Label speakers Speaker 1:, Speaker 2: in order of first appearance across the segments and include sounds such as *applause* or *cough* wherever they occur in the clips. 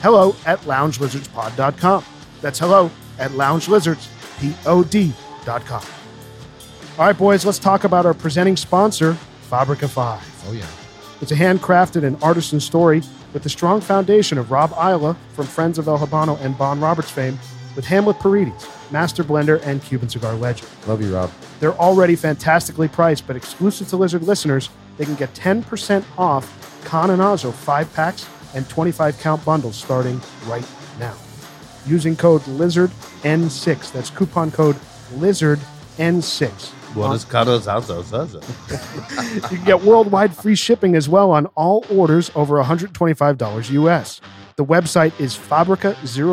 Speaker 1: Hello at loungelizardspod.com. That's hello at loungelizardspod.com. All right, boys, let's talk about our presenting sponsor, Fabrica 5.
Speaker 2: Oh yeah.
Speaker 1: It's a handcrafted and artisan story with the strong foundation of Rob Isla from Friends of El Habano and Bon Roberts fame with Hamlet Paredes, master blender and Cuban cigar legend.
Speaker 2: Love you, Rob.
Speaker 1: They're already fantastically priced, but exclusive to Lizard listeners, they can get 10% off Cananazo 5 packs and 25 count bundles starting right now. Using code LIZARDN6. That's coupon code LIZARDN6.
Speaker 3: Buenos Carlos also says it.
Speaker 1: You can get worldwide free shipping as well on all orders over $125 US. The website is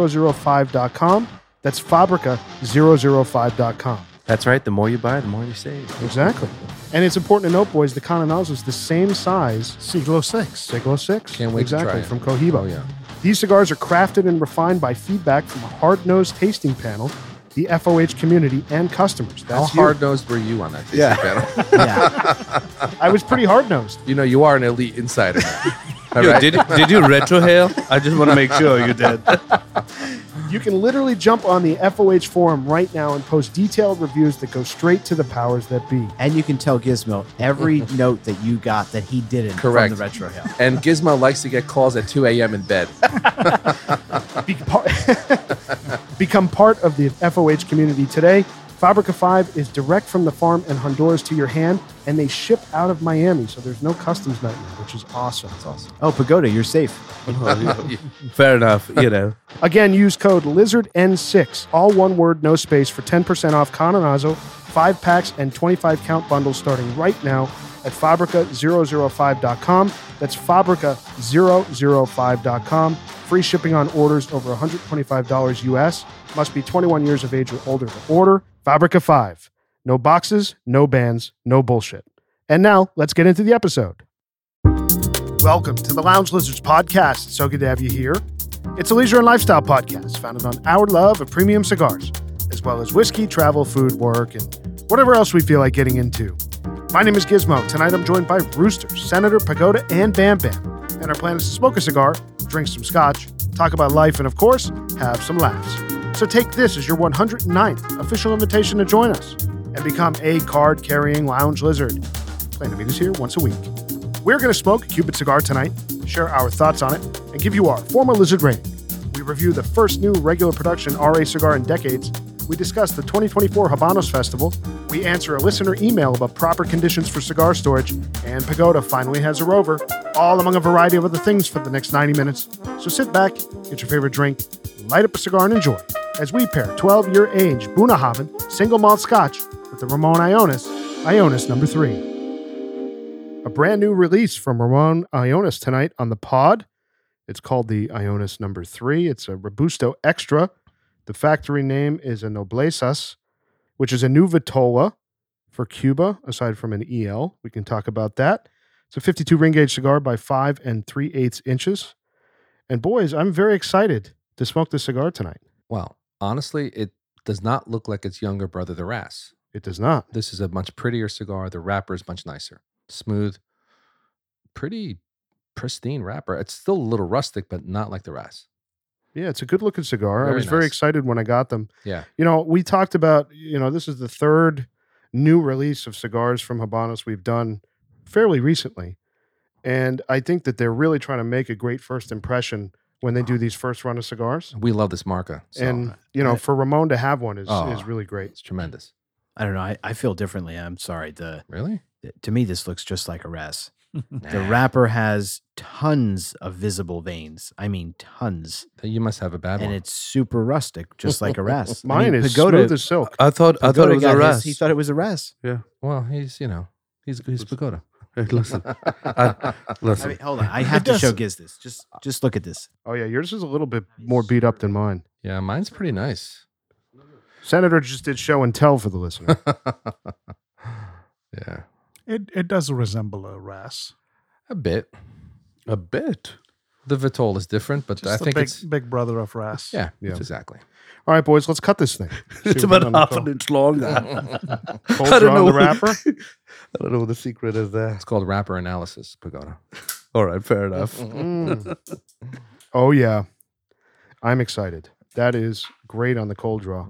Speaker 1: fabrica005.com. That's fabrica005.com.
Speaker 4: That's right. The more you buy, the more you save.
Speaker 1: Exactly. And it's important to note, boys, the Cananazo is the same size,
Speaker 5: Siglo 6.
Speaker 1: Siglo 6.
Speaker 2: Can't wait to
Speaker 1: exactly,
Speaker 2: try it.
Speaker 1: from Cohiba.
Speaker 2: Oh yeah.
Speaker 1: These cigars are crafted and refined by feedback from a hard-nosed tasting panel, the FOH community, and customers.
Speaker 2: How
Speaker 1: That's you.
Speaker 2: hard nosed were you on that tasting
Speaker 3: Yeah.
Speaker 2: panel?
Speaker 5: Yeah.
Speaker 1: I was pretty hard-nosed.
Speaker 2: *laughs* You know, you are an elite insider. All
Speaker 3: Yo,
Speaker 2: right.
Speaker 3: did, did you retrohale? I just want to make sure you did.
Speaker 1: You can literally jump on the FOH forum right now and post detailed reviews that go straight to the powers that be.
Speaker 5: and you can tell Gizmo every note that you got that he didn't
Speaker 2: Correct.
Speaker 5: from the retro hill.
Speaker 2: and Gizmo likes to get calls at 2 a.m. in bed.
Speaker 1: Be *laughs* part, become part of the FOH community today. Fabrica 5 is direct from the farm in Honduras to your hand, and they ship out of Miami, so there's no customs nightmare, which is awesome.
Speaker 2: That's awesome.
Speaker 5: Oh, Pagoda, you're safe.
Speaker 3: *laughs* Fair enough, you know.
Speaker 1: Again, use code LIZARDN6, all one word, no space, for 10% off Cananazo, 5 packs, and 25 count bundles starting right now at Fabrica005.com. That's Fabrica005.com. Free shipping on orders over $125 US. Must be 21 years of age or older to order. Fabrica 5. No boxes, no bands, no bullshit. And now, let's get into the episode. Welcome to the Lounge Lizards podcast. So good to have you here. It's a leisure and lifestyle podcast founded on our love of premium cigars, as well as whiskey, travel, food, work, and whatever else we feel like getting into. My name is Gizmo. Tonight I'm joined by Rooster, Senator Pagoda, and Bam Bam. And our plan is to smoke a cigar, drink some scotch, talk about life, and of course, have some laughs. So take this as your 109th official invitation to join us and become a card carrying lounge lizard. Plan to meet us here once a week. We're going to smoke a Cupid cigar tonight, share our thoughts on it, and give you our former lizard rating. We review the first new regular production RA cigar in decades. We discuss the 2024 Habanos Festival. We answer a listener email about proper conditions for cigar storage. And Pagoda finally has a rover, all among a variety of other things for the next 90 minutes. So sit back, get your favorite drink, light up a cigar, and enjoy as we pair 12 year age Bunahaven single malt scotch with the Ramon Ionis, Ionis number three a brand new release from Ramon Ionis tonight on the pod. It's called the Ionis number three. It's a Robusto Extra. The factory name is a Noblesas, which is a new Vitola for Cuba, aside from an EL. We can talk about that. It's a 52 ring gauge cigar by five and three eighths inches. And boys, I'm very excited to smoke this cigar tonight.
Speaker 2: Well, honestly, it does not look like its younger brother, the Ras.
Speaker 1: It does not.
Speaker 2: This is a much prettier cigar. The wrapper is much nicer, smooth, pretty pristine wrapper. It's still a little rustic, but not like the Ras.
Speaker 1: Yeah, it's a good looking cigar. I
Speaker 2: Very
Speaker 1: was very
Speaker 2: nice.
Speaker 1: excited when I got them.
Speaker 2: Yeah.
Speaker 1: You know, we talked about, you know, this is the third new release of cigars from Habanos we've done fairly recently. And I think that they're really trying to make a great first impression when they
Speaker 5: Ah.
Speaker 1: do these first run of cigars.
Speaker 2: We love this marca. So
Speaker 1: and, you know, for Ramon to have one is,
Speaker 5: Ah.
Speaker 2: Oh.
Speaker 1: is really great.
Speaker 2: it's tremendous.
Speaker 5: I don't know. I, I feel differently. I'm sorry. The
Speaker 2: Really?
Speaker 5: to me, this looks just like a res. The
Speaker 2: Nah.
Speaker 5: wrapper has tons of visible veins. I mean, tons,
Speaker 2: You must have a bad
Speaker 5: and
Speaker 2: one.
Speaker 5: it's super rustic, just like
Speaker 1: *laughs*
Speaker 5: a res. I
Speaker 1: Mine
Speaker 5: mean,
Speaker 1: is
Speaker 5: Pagoda. uh,
Speaker 1: smooth as silk.
Speaker 3: I thought I thought
Speaker 5: Pagoda
Speaker 3: it was
Speaker 5: got
Speaker 3: a
Speaker 5: his-
Speaker 3: rest.
Speaker 5: he thought it was a res.
Speaker 2: well, he's you know he's he's pagoda.
Speaker 3: Listen, I-
Speaker 5: I
Speaker 3: listen.
Speaker 5: mean, hold on. I
Speaker 1: It
Speaker 5: have to show
Speaker 1: does-
Speaker 5: Giz this. Just just look at this.
Speaker 1: Oh yeah, yours is a little bit more beat up than mine.
Speaker 2: *laughs* Yeah, mine's pretty nice.
Speaker 1: Senator just did show and tell for the
Speaker 5: *laughs*
Speaker 1: listener.
Speaker 2: yeah,
Speaker 6: It it does resemble a RAS.
Speaker 2: a bit.
Speaker 3: a bit.
Speaker 2: The Vitol is different, but
Speaker 6: Just
Speaker 2: I
Speaker 6: the
Speaker 2: think
Speaker 6: big,
Speaker 2: it's
Speaker 6: big brother of RAS.
Speaker 2: yeah,
Speaker 1: Yeah.
Speaker 2: it's exactly.
Speaker 1: All right, boys, let's cut this
Speaker 5: *laughs*
Speaker 1: thing.
Speaker 3: It's about
Speaker 6: what I'm
Speaker 3: half
Speaker 6: told.
Speaker 3: an inch long. *laughs*
Speaker 1: Cold
Speaker 3: I don't
Speaker 1: draw on
Speaker 3: know
Speaker 1: the
Speaker 3: what-
Speaker 1: wrapper.
Speaker 3: I don't know what the secret is there.
Speaker 2: It's called wrapper analysis, Pagoda.
Speaker 3: All right, fair enough.
Speaker 2: *laughs*
Speaker 1: Mm. Oh yeah, I'm excited. That is great on the cold draw.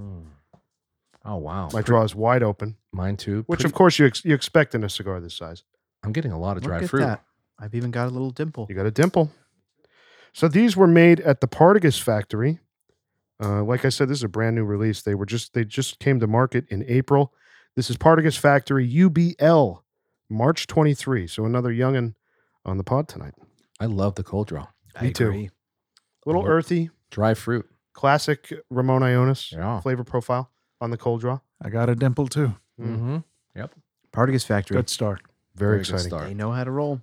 Speaker 2: Oh wow,
Speaker 1: My draw is wide open,
Speaker 2: mine too.
Speaker 1: which
Speaker 2: Pretty-
Speaker 1: of course you ex- you expect in a cigar this size.
Speaker 2: I'm getting a lot of
Speaker 5: Look
Speaker 2: dried
Speaker 5: at
Speaker 2: fruit.
Speaker 5: that. I've even got a little dimple.
Speaker 1: You got a dimple. So these were made at the Partagas factory. Uh, like I said, this is a brand new release. They were just they just came to market in April. This is Partagas Factory UBL, March 23. So another youngin on the pod tonight.
Speaker 2: I love the cold draw,
Speaker 1: Me
Speaker 5: I
Speaker 1: too.
Speaker 5: agree.
Speaker 1: Little
Speaker 2: Yep.
Speaker 1: earthy,
Speaker 2: dry fruit.
Speaker 1: classic Ramon Ionis
Speaker 2: Yeah.
Speaker 1: flavor profile on the cold draw.
Speaker 6: I got a dimple too.
Speaker 1: Mm.
Speaker 2: Mm-hmm.
Speaker 5: Partagas Factory.
Speaker 6: Good start.
Speaker 1: Very, exciting.
Speaker 5: They know how to roll.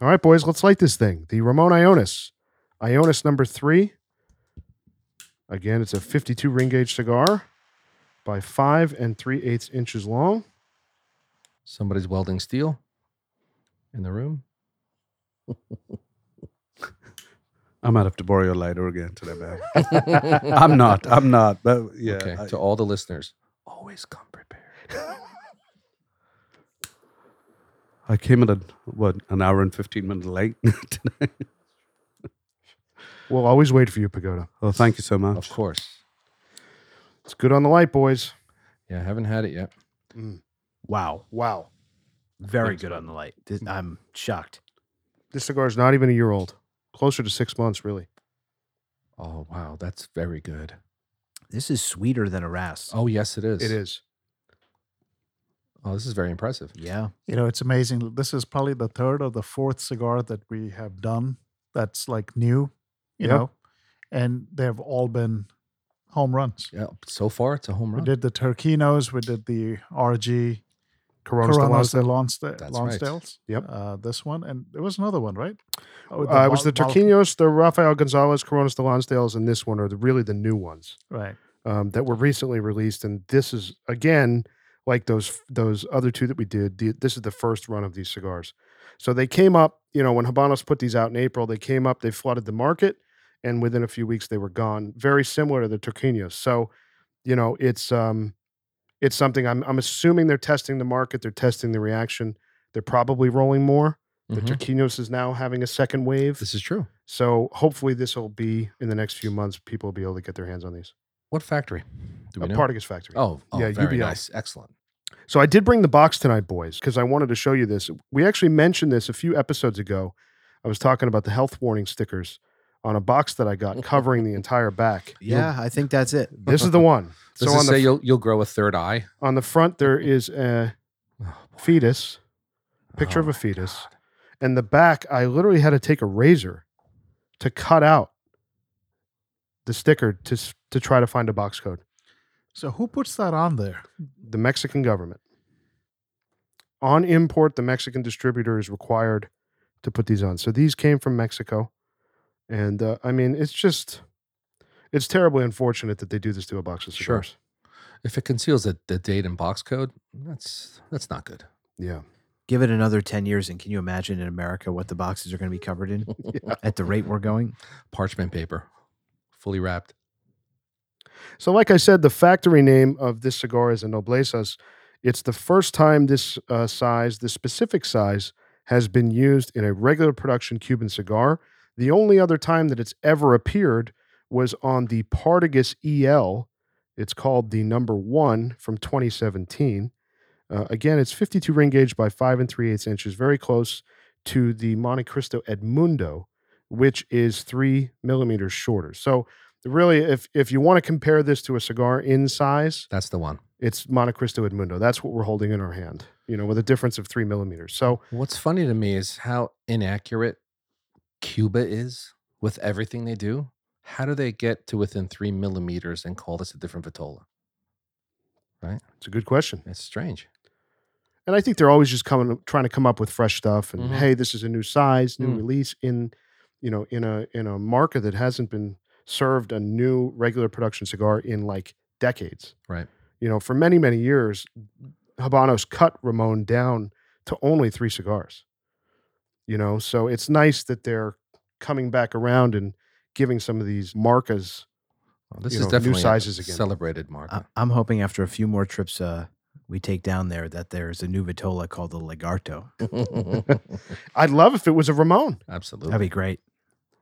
Speaker 1: All right, boys, let's light this thing. The Ramon Ionis, Ionis number three. Again, it's a 52 ring gauge cigar by five and three eighths inches long.
Speaker 2: Somebody's welding steel in the room.
Speaker 3: I might have to borrow your lighter again today, man. *laughs* I'm not. I'm not. But yeah.
Speaker 2: okay,
Speaker 3: I-
Speaker 2: to all the listeners, always come prepared.
Speaker 3: I came in at what an hour and fifteen minutes late *laughs* today.
Speaker 1: We'll always wait for you, Pagoda.
Speaker 3: Well, thank you so
Speaker 2: Of
Speaker 3: much.
Speaker 2: course.
Speaker 1: It's good on the light, boys.
Speaker 2: Yeah, I haven't had it yet.
Speaker 5: Wow.
Speaker 1: Wow.
Speaker 5: Very good on the light. This- I'm shocked.
Speaker 1: This cigar is not even a year old. Closer to six months, really.
Speaker 2: Oh wow, that's very good.
Speaker 5: This is sweeter than a RAS.
Speaker 2: Oh yes, it is.
Speaker 1: It is.
Speaker 2: Oh, this is very impressive.
Speaker 5: Yeah.
Speaker 6: You know, it's amazing. This is probably the third or the fourth cigar that we have done that's like new,
Speaker 1: Yeah.
Speaker 6: you know, and they've all been home runs.
Speaker 2: Yeah, so far it's a home
Speaker 6: We
Speaker 2: run.
Speaker 6: did the Turquinos, we did the RG,
Speaker 1: Corona's the last.
Speaker 6: Coronas de Lonsda-
Speaker 2: That's right.
Speaker 6: Lonsdales.
Speaker 1: Yep.
Speaker 6: Uh, this one, and there was another one, right? Oh,
Speaker 1: Uh, it was
Speaker 6: Bal-
Speaker 1: the
Speaker 6: Bal-
Speaker 1: Turquinos, the Rafael Gonzalez, Coronas de Lonsdales, and this one are the, really the new ones.
Speaker 6: Right.
Speaker 1: um, that were recently released, and this is again like those those other two that we did. The, this is the first run of these cigars, so they came up. You know, when Habanos put these out in April, they came up. They flooded the market, and within a few weeks, they were gone. Very similar to the Turquinos. So, you know, it's um, it's something I'm I'm assuming they're testing the market. They're testing the reaction. They're probably rolling more.
Speaker 2: Mhm.
Speaker 1: The Turquinos is now having a second wave.
Speaker 2: This is true.
Speaker 1: So hopefully this will be in the next few months. People will be able to get their hands on these.
Speaker 2: What factory? Do
Speaker 1: A
Speaker 2: we know?
Speaker 1: Partagas Factory.
Speaker 2: Oh, oh
Speaker 1: Yeah,
Speaker 2: very
Speaker 1: UBL.
Speaker 2: nice. Excellent.
Speaker 1: So I did bring the box tonight, boys, because I wanted to show you this. We actually mentioned this a few episodes ago. I was talking about the health warning stickers on a box that I got covering the entire back.
Speaker 5: Yeah, I think that's it.
Speaker 1: This is the one.
Speaker 2: *laughs* Does
Speaker 1: so
Speaker 2: it
Speaker 1: on
Speaker 2: say
Speaker 1: the
Speaker 2: you'll you'll grow a third eye?
Speaker 1: on the front
Speaker 2: *laughs*
Speaker 1: there is a
Speaker 2: Oh, boy.
Speaker 1: fetus, picture
Speaker 2: Oh
Speaker 1: of a
Speaker 2: my
Speaker 1: fetus,
Speaker 2: God.
Speaker 1: and the back I literally had to take a razor to cut out the sticker to s- to try to find a box code.
Speaker 6: So who puts that on there?
Speaker 1: the Mexican government. On import, the Mexican distributor is required to put these on. So these came from Mexico. And uh, I mean, it's just, it's terribly unfortunate that they do this to a box of
Speaker 2: Sure.
Speaker 1: cigars.
Speaker 2: If it conceals the, the date and box code, that's that's not good.
Speaker 1: Yeah.
Speaker 5: Give it another 10 years, and can you imagine in America what the boxes are going to be covered in at the rate we're going?
Speaker 2: Parchment paper, fully wrapped.
Speaker 1: So, like I said, the factory name of this cigar is a Noblesas. It's the first time this uh, size, this specific size, has been used in a regular production Cuban cigar. The only other time that it's ever appeared was on the Partagas EL. It's called the number one from 2017. Uh, again, it's 52 ring gauge by five and three eighths inches, very close to the Monte Cristo Edmundo, which is three millimeters shorter. So, really, if if you want to compare this to a cigar in size,
Speaker 2: That's the one.
Speaker 1: it's Monte Cristo Edmundo. That's what we're holding in our hand, you know, with a difference of three millimeters. So,
Speaker 2: What's funny to me is how inaccurate Cuba is with everything they do. How do they get to within three millimeters and call this a different vitola?
Speaker 1: it's a good question.
Speaker 2: It's strange.
Speaker 1: And I think they're always just coming, trying to come up with fresh stuff. And
Speaker 6: Mm-hmm.
Speaker 2: Mhm.
Speaker 1: hey, this is a new size, new
Speaker 2: Mm.
Speaker 1: release in, you know, in a in a market that hasn't been served a new regular production cigar in like decades.
Speaker 2: Right.
Speaker 1: You know, for many many years, Habanos cut Ramon down to only three cigars. You know, so it's nice that they're coming back around and giving some of these marcas.
Speaker 2: Well, this
Speaker 1: you
Speaker 2: is
Speaker 1: know, new
Speaker 2: definitely a
Speaker 1: sizes again.
Speaker 2: celebrated market.
Speaker 5: I, I'm hoping after a few more trips uh, we take down there that there's a new Vitola called the Legarto.
Speaker 2: Ah. *laughs*
Speaker 1: I'd love if it was a Ramon.
Speaker 2: Absolutely.
Speaker 5: That'd be great.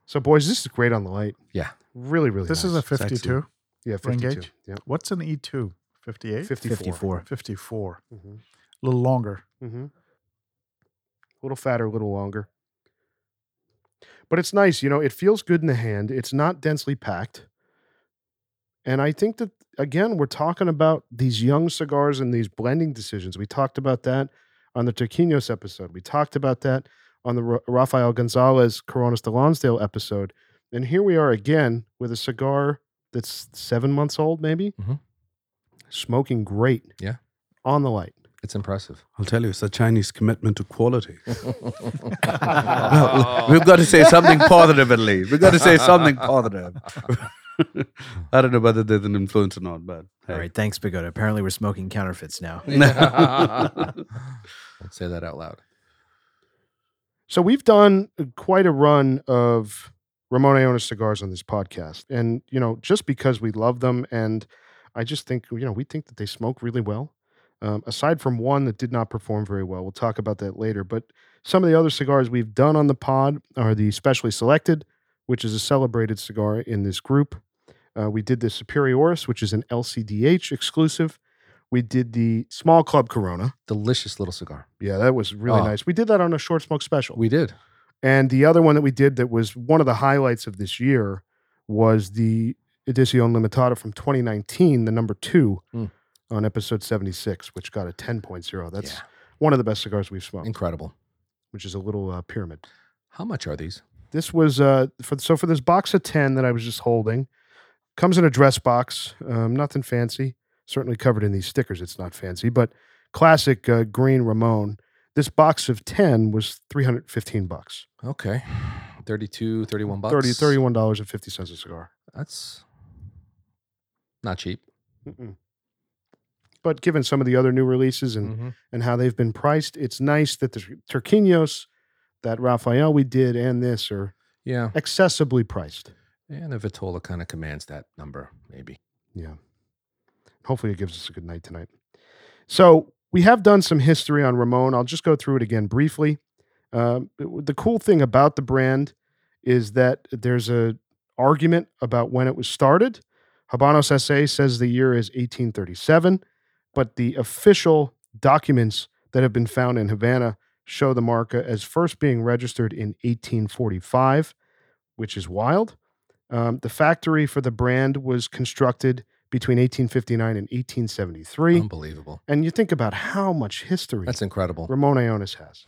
Speaker 1: So, boys, this is great on the light.
Speaker 2: Yeah.
Speaker 1: Really, really.
Speaker 6: This is a
Speaker 1: nice.
Speaker 6: 52.
Speaker 1: yeah,
Speaker 6: ring
Speaker 1: fifty-two.
Speaker 6: gauge?
Speaker 1: Yeah,
Speaker 6: What's an E E2? 58?
Speaker 1: 54.
Speaker 5: 54.
Speaker 6: 54.
Speaker 1: Mm-hmm.
Speaker 6: A little longer.
Speaker 1: Mm-hmm. A little fatter, a little longer. But it's nice, you know, it feels good in the hand. It's not densely packed. And I think that, again, we're talking about these young cigars and these blending decisions. We talked about that on the Turquinos episode. We talked about that on the Ra- Rafael Gonzalez Coronas de Lonsdale episode. And here we are again with a cigar that's seven months old, maybe.
Speaker 2: Mhm.
Speaker 1: Smoking great.
Speaker 2: Yeah.
Speaker 1: On the light. *laughs*
Speaker 2: It's *laughs* impressive.
Speaker 3: I'll tell you, it's the Chinese commitment to quality. Well, we've got to say something positive at least. We've got to say something positive. I don't know whether there's an influence or not, but hey.
Speaker 5: All right, thanks, Bigoda. Apparently, we're smoking counterfeits now.
Speaker 2: Don't *laughs* say that out loud.
Speaker 1: So we've done uh, quite a run of Ramon Iona cigars on this podcast, and you know, just because we love them, and I just think you know we think that they smoke really well. Um, aside from one that did not perform very well, we'll talk about that later. But some of the other cigars we've done on the pod are the specially selected, which is a celebrated cigar in this group. Uh, we did the Superioris, which is an LCDH exclusive. We did the Small Club Corona.
Speaker 2: Delicious little cigar.
Speaker 1: Yeah, that was really
Speaker 2: Oh.
Speaker 1: nice. We did that on a short smoke special.
Speaker 2: We did.
Speaker 1: And the other one that we did that was one of the highlights of this year was the Edición Limitada from 2019, the number two
Speaker 2: Mm.
Speaker 1: on episode 76, which got a 10.0. That's
Speaker 2: Yeah.
Speaker 1: one of the best cigars we've smoked,
Speaker 2: incredible.
Speaker 1: which is a little uh, pyramid.
Speaker 2: How much are these?
Speaker 1: This was uh, for so for this box of 10 that I was just holding, comes in a dress box, um, nothing fancy, certainly covered in these stickers. It's not fancy, but classic uh, green Ramon. This box of 10 was 315 bucks.
Speaker 2: Okay. 32, 31 bucks.
Speaker 1: 30, $31.50 a cigar.
Speaker 2: That's not cheap.
Speaker 1: Mm-mm. But given some of the other new releases and,
Speaker 2: Mhm.
Speaker 1: and how they've been priced, it's nice that the Turquinos, that Rafael we did, and this are
Speaker 2: Yeah.
Speaker 1: accessibly priced.
Speaker 2: And the Vitola kind of commands that number, maybe.
Speaker 1: Yeah. Hopefully, it gives us a good night tonight. So, we have done some history on Ramon. I'll just go through it again briefly. Um, it w- the cool thing about the brand is that there's a argument about when it was started. Habanos SA says the year is 1837, but the official documents that have been found in Havana show the marca as first being registered in 1845, which is wild. Um, the factory for the brand was constructed between 1859 and 1873.
Speaker 2: Um, Unbelievable.
Speaker 1: and you think about how much history
Speaker 2: That's incredible.
Speaker 1: Ramon Ionis has.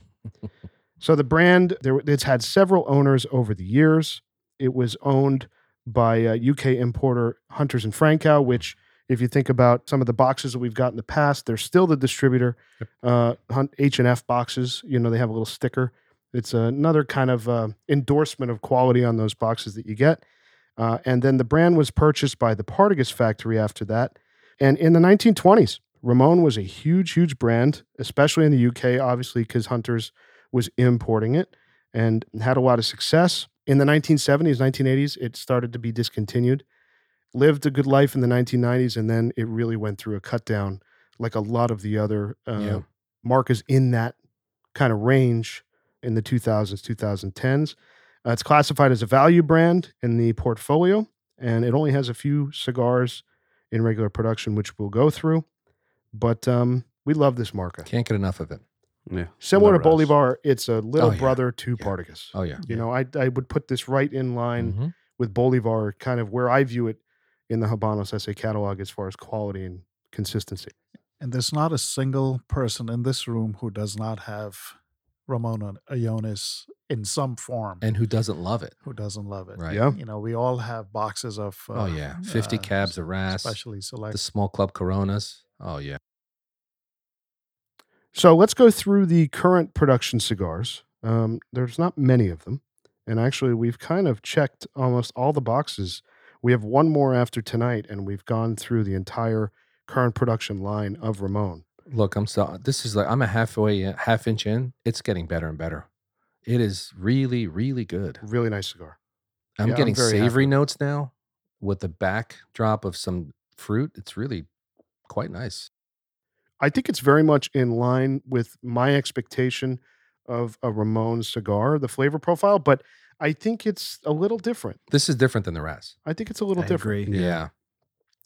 Speaker 1: so the brand, there, it's had several owners over the years. It was owned by uh, UK importer Hunters and Frankow, which, if you think about some of the boxes that we've got in the past, they're still the distributor. Uh, Hunt H and F boxes, you know, they have a little sticker. It's another kind of uh, endorsement of quality on those boxes that you get. Uh, and then the brand was purchased by the Partagas factory after that. And in the 1920s, Ramon was a huge, huge brand, especially in the UK, obviously, because Hunters was importing it and had a lot of success. In the 1970s, 1980s, it started to be discontinued. Lived a good life in the 1990s, and then it really went through a cut down, like a lot of the other uh,
Speaker 2: Yeah.
Speaker 1: markers in that kind of range in the 2000s, 2010s. Uh, it's classified as a value brand in the portfolio, and it only has a few cigars in regular production, which we'll go through. But um, we love this marca.
Speaker 2: Can't get enough of it.
Speaker 3: Yeah.
Speaker 1: Similar to
Speaker 3: Another us.
Speaker 1: Bolivar, it's a little
Speaker 2: Oh, yeah.
Speaker 1: brother to
Speaker 2: Yeah.
Speaker 1: Partagas.
Speaker 2: Oh, yeah.
Speaker 1: You know, I, I would put this right in line
Speaker 2: Mhm.
Speaker 1: with Bolivar, kind of where I view it in the Habanos SA catalog as far as quality and consistency.
Speaker 6: And there's not a single person in this room who does not have Ramon Ionis in some form
Speaker 2: And who doesn't love it?
Speaker 6: who doesn't love it.
Speaker 2: Right.
Speaker 1: Yeah.
Speaker 6: You know, we all have boxes of.
Speaker 2: Oh, yeah. 50
Speaker 6: uh,
Speaker 2: cabs of RAS,
Speaker 6: Especially select.
Speaker 2: the small club Coronas. Oh, yeah.
Speaker 1: So let's go through the current production cigars. Um, there's not many of them. And actually, we've kind of checked almost all the boxes. We have one more after tonight, and we've gone through the entire current production line of Ramon.
Speaker 2: Look, I'm so this is like I'm a halfway in- half inch in. It's getting better and better. It is really, really good.
Speaker 1: Really nice cigar.
Speaker 2: I'm
Speaker 1: Yeah, I'm
Speaker 2: getting
Speaker 1: very happy
Speaker 2: savory
Speaker 1: with it.
Speaker 2: notes now with the backdrop of some fruit. It's really quite nice.
Speaker 1: I think it's very much in line with my expectation of a Ramon cigar, the flavor profile, but I think it's a little different.
Speaker 2: This is different than the rest.
Speaker 1: I think it's a little
Speaker 5: I
Speaker 1: different.
Speaker 5: agree.
Speaker 2: Yeah.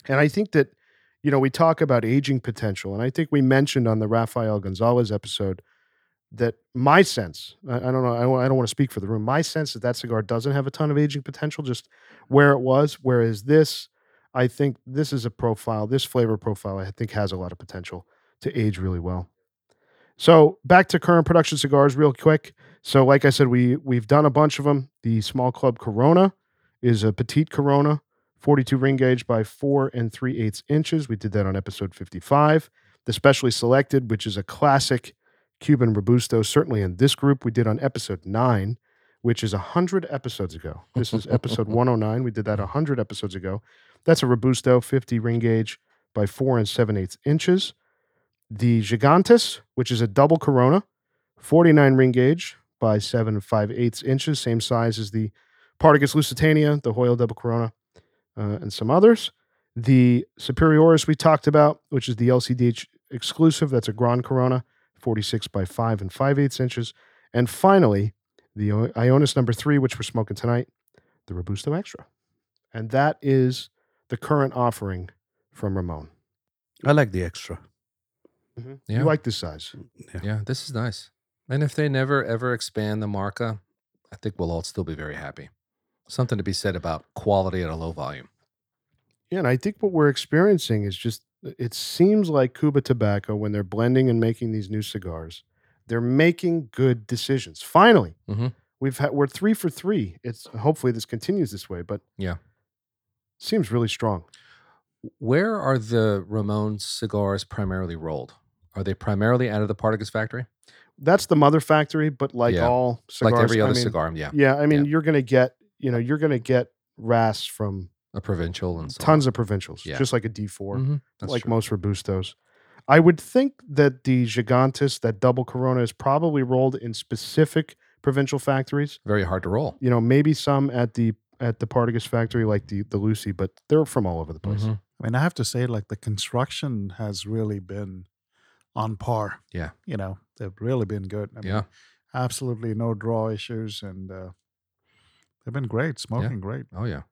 Speaker 1: And I think that, you know, we talk about aging potential. And I think we mentioned on the Rafael Gonzalez episode that my sense, I, I don't know, I, don't- I don't want to speak for the room, my sense that that cigar doesn't have a ton of aging potential, just where it was. Whereas this, I think this is a profile, this flavor profile, I think has a lot of potential to age really well. So back to current production cigars real quick. So like I said, we we've done a bunch of them. The small club Corona is a petite Corona. 42 ring gauge by four and three eighths inches. We did that on episode 55. The specially selected, which is a classic Cuban Robusto, certainly in this group, we did on episode nine, which is 100 episodes ago. This is episode 109. We did that 100 episodes ago. That's a Robusto, 50 ring gauge by four and seven eighths inches. The Gigantes, which is a double Corona, 49 ring gauge by seven and five eighths inches, same size as the Partagas Lusitania, the Hoyle double Corona uh, and some others. The Superioris we talked about, which is the LCDH exclusive, that's a Grand Corona, 46 by 5 and 5 eighths inches. And finally, the I- Ionis number three, which we're smoking tonight, the Robusto Extra. And that is the current offering from Ramon.
Speaker 3: I like the extra.
Speaker 2: Yeah.
Speaker 1: You like this size.
Speaker 2: yeah. This is nice. And if they never ever expand the marca, I think we'll all still be very happy. Something to be said about quality at a low volume.
Speaker 1: Yeah, and I think what we're experiencing is just uh, it seems like Cuba Tobacco, when they're blending and making these new cigars, they're making good decisions. Finally,
Speaker 2: Mhm.
Speaker 1: we've had we're three for three. It's hopefully this continues this way, but
Speaker 2: Yeah.
Speaker 1: seems really strong.
Speaker 2: Where are the Ramon cigars primarily rolled? Are they primarily out of the Partagas factory?
Speaker 1: That's the mother factory, but like
Speaker 2: Yeah.
Speaker 1: all cigars,
Speaker 2: like every
Speaker 1: I
Speaker 2: other
Speaker 1: mean,
Speaker 2: cigar, yeah.
Speaker 1: Yeah, I mean,
Speaker 2: Yeah.
Speaker 1: you're gonna get you know you're gonna get ras from
Speaker 2: A provincial and so on.
Speaker 1: tons of provincials,
Speaker 2: Yeah.
Speaker 1: just like a D four.
Speaker 2: Mhm, that's
Speaker 1: like
Speaker 2: true.
Speaker 1: most robustos. I would think that the gigantes, that double Corona, is probably rolled in specific provincial factories.
Speaker 2: very hard to roll.
Speaker 1: You know, maybe some at the at the Partagas factory, like the the Lucy, but they're from all over the place.
Speaker 2: Mhm.
Speaker 6: I mean, I have to say, like the construction has really been on par.
Speaker 2: Yeah.
Speaker 6: you know, they've really been good. I mean,
Speaker 2: Yeah.
Speaker 6: absolutely no draw issues, and uh, they've been great, smoking great.
Speaker 2: Oh yeah.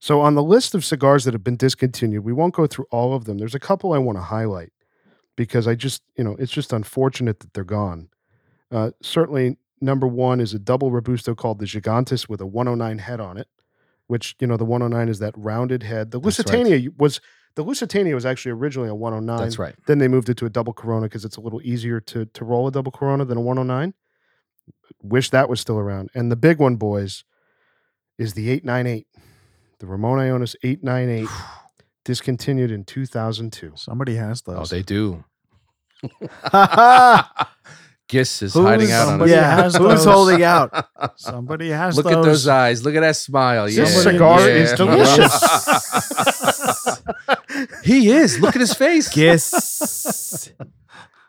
Speaker 1: So on the list of cigars that have been discontinued, we won't go through all of them. There's a couple I want to highlight because I just, you know, it's just unfortunate that they're gone. Uh, certainly, number one is a double robusto called the Gigantes with a 109 head on it, which you know the 109 is that rounded head. The
Speaker 2: That's right.
Speaker 1: Lusitania was the Lusitania was actually originally a 109.
Speaker 2: That's right.
Speaker 1: Then they moved it to a double Corona because it's a little easier to to roll a double Corona than a 109. Wish that was still around. And the big one, boys, is the 898, the Ramon Ionis
Speaker 2: *sighs*
Speaker 1: 898, discontinued in 2002.
Speaker 6: Somebody has
Speaker 2: Oh,
Speaker 6: those.
Speaker 2: they
Speaker 1: *laughs*
Speaker 2: do.
Speaker 5: Who's
Speaker 2: Giss is hiding out on us.
Speaker 6: somebody
Speaker 5: yeah,
Speaker 6: has
Speaker 5: who's
Speaker 6: those?
Speaker 5: holding out?
Speaker 6: Somebody has
Speaker 2: Look
Speaker 6: those.
Speaker 2: at
Speaker 3: uh,
Speaker 2: those eyes. Look at that smile. Yeah.
Speaker 1: This cigar is
Speaker 2: Yeah.
Speaker 5: *laughs* delicious.
Speaker 2: he is. Look at his face.
Speaker 5: Kiss.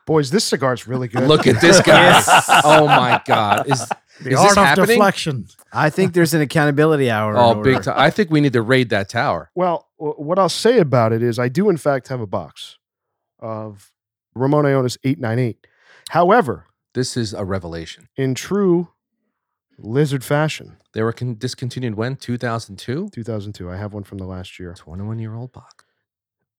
Speaker 1: Boys, this cigar is
Speaker 2: *laughs*
Speaker 1: really good.
Speaker 2: Look at this guy. Oh my God.
Speaker 1: *laughs*
Speaker 2: Is,
Speaker 6: the
Speaker 2: is
Speaker 6: art
Speaker 2: this
Speaker 6: of
Speaker 2: happening?
Speaker 6: deflection.
Speaker 5: I think there's an accountability hour. in
Speaker 2: Oh, big
Speaker 5: order.
Speaker 2: time. I think we need to raid that tower.
Speaker 1: Well, w- what I'll say about it is I do, in fact, have a box of Ramon Ionis 898. However,
Speaker 2: This is a revelation.
Speaker 1: in true lizard fashion,
Speaker 2: They were con- discontinued when? 2002?
Speaker 1: 2002, I have one from the last year.
Speaker 2: 21 year old Bach.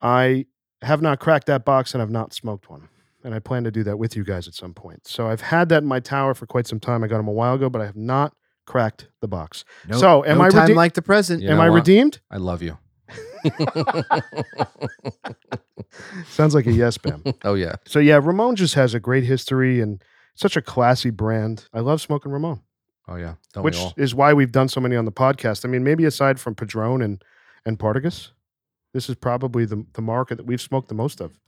Speaker 1: I have not cracked that box and I've not smoked one. And I plan to do that with you guys at some point. So I've had that in my tower for quite some time. I got them a while ago, but I have not cracked the box.
Speaker 5: No,
Speaker 1: So, am
Speaker 5: no
Speaker 1: I
Speaker 5: time
Speaker 1: rede-
Speaker 5: like the present?
Speaker 2: You
Speaker 1: Am
Speaker 2: know
Speaker 1: I
Speaker 2: what? *laughs*
Speaker 1: redeemed?
Speaker 2: I love you.
Speaker 1: Sounds like a yes,
Speaker 2: *laughs*
Speaker 1: Bam.
Speaker 2: oh, yeah.
Speaker 1: so yeah, Ramon just has a great history and such a classy brand. I love smoking Ramon.
Speaker 2: Oh, yeah. Don't
Speaker 1: which
Speaker 2: we all?
Speaker 1: is why we've done so many on the podcast. I mean, maybe aside from Padron and and Partagas, this is probably the the market that we've smoked the most of.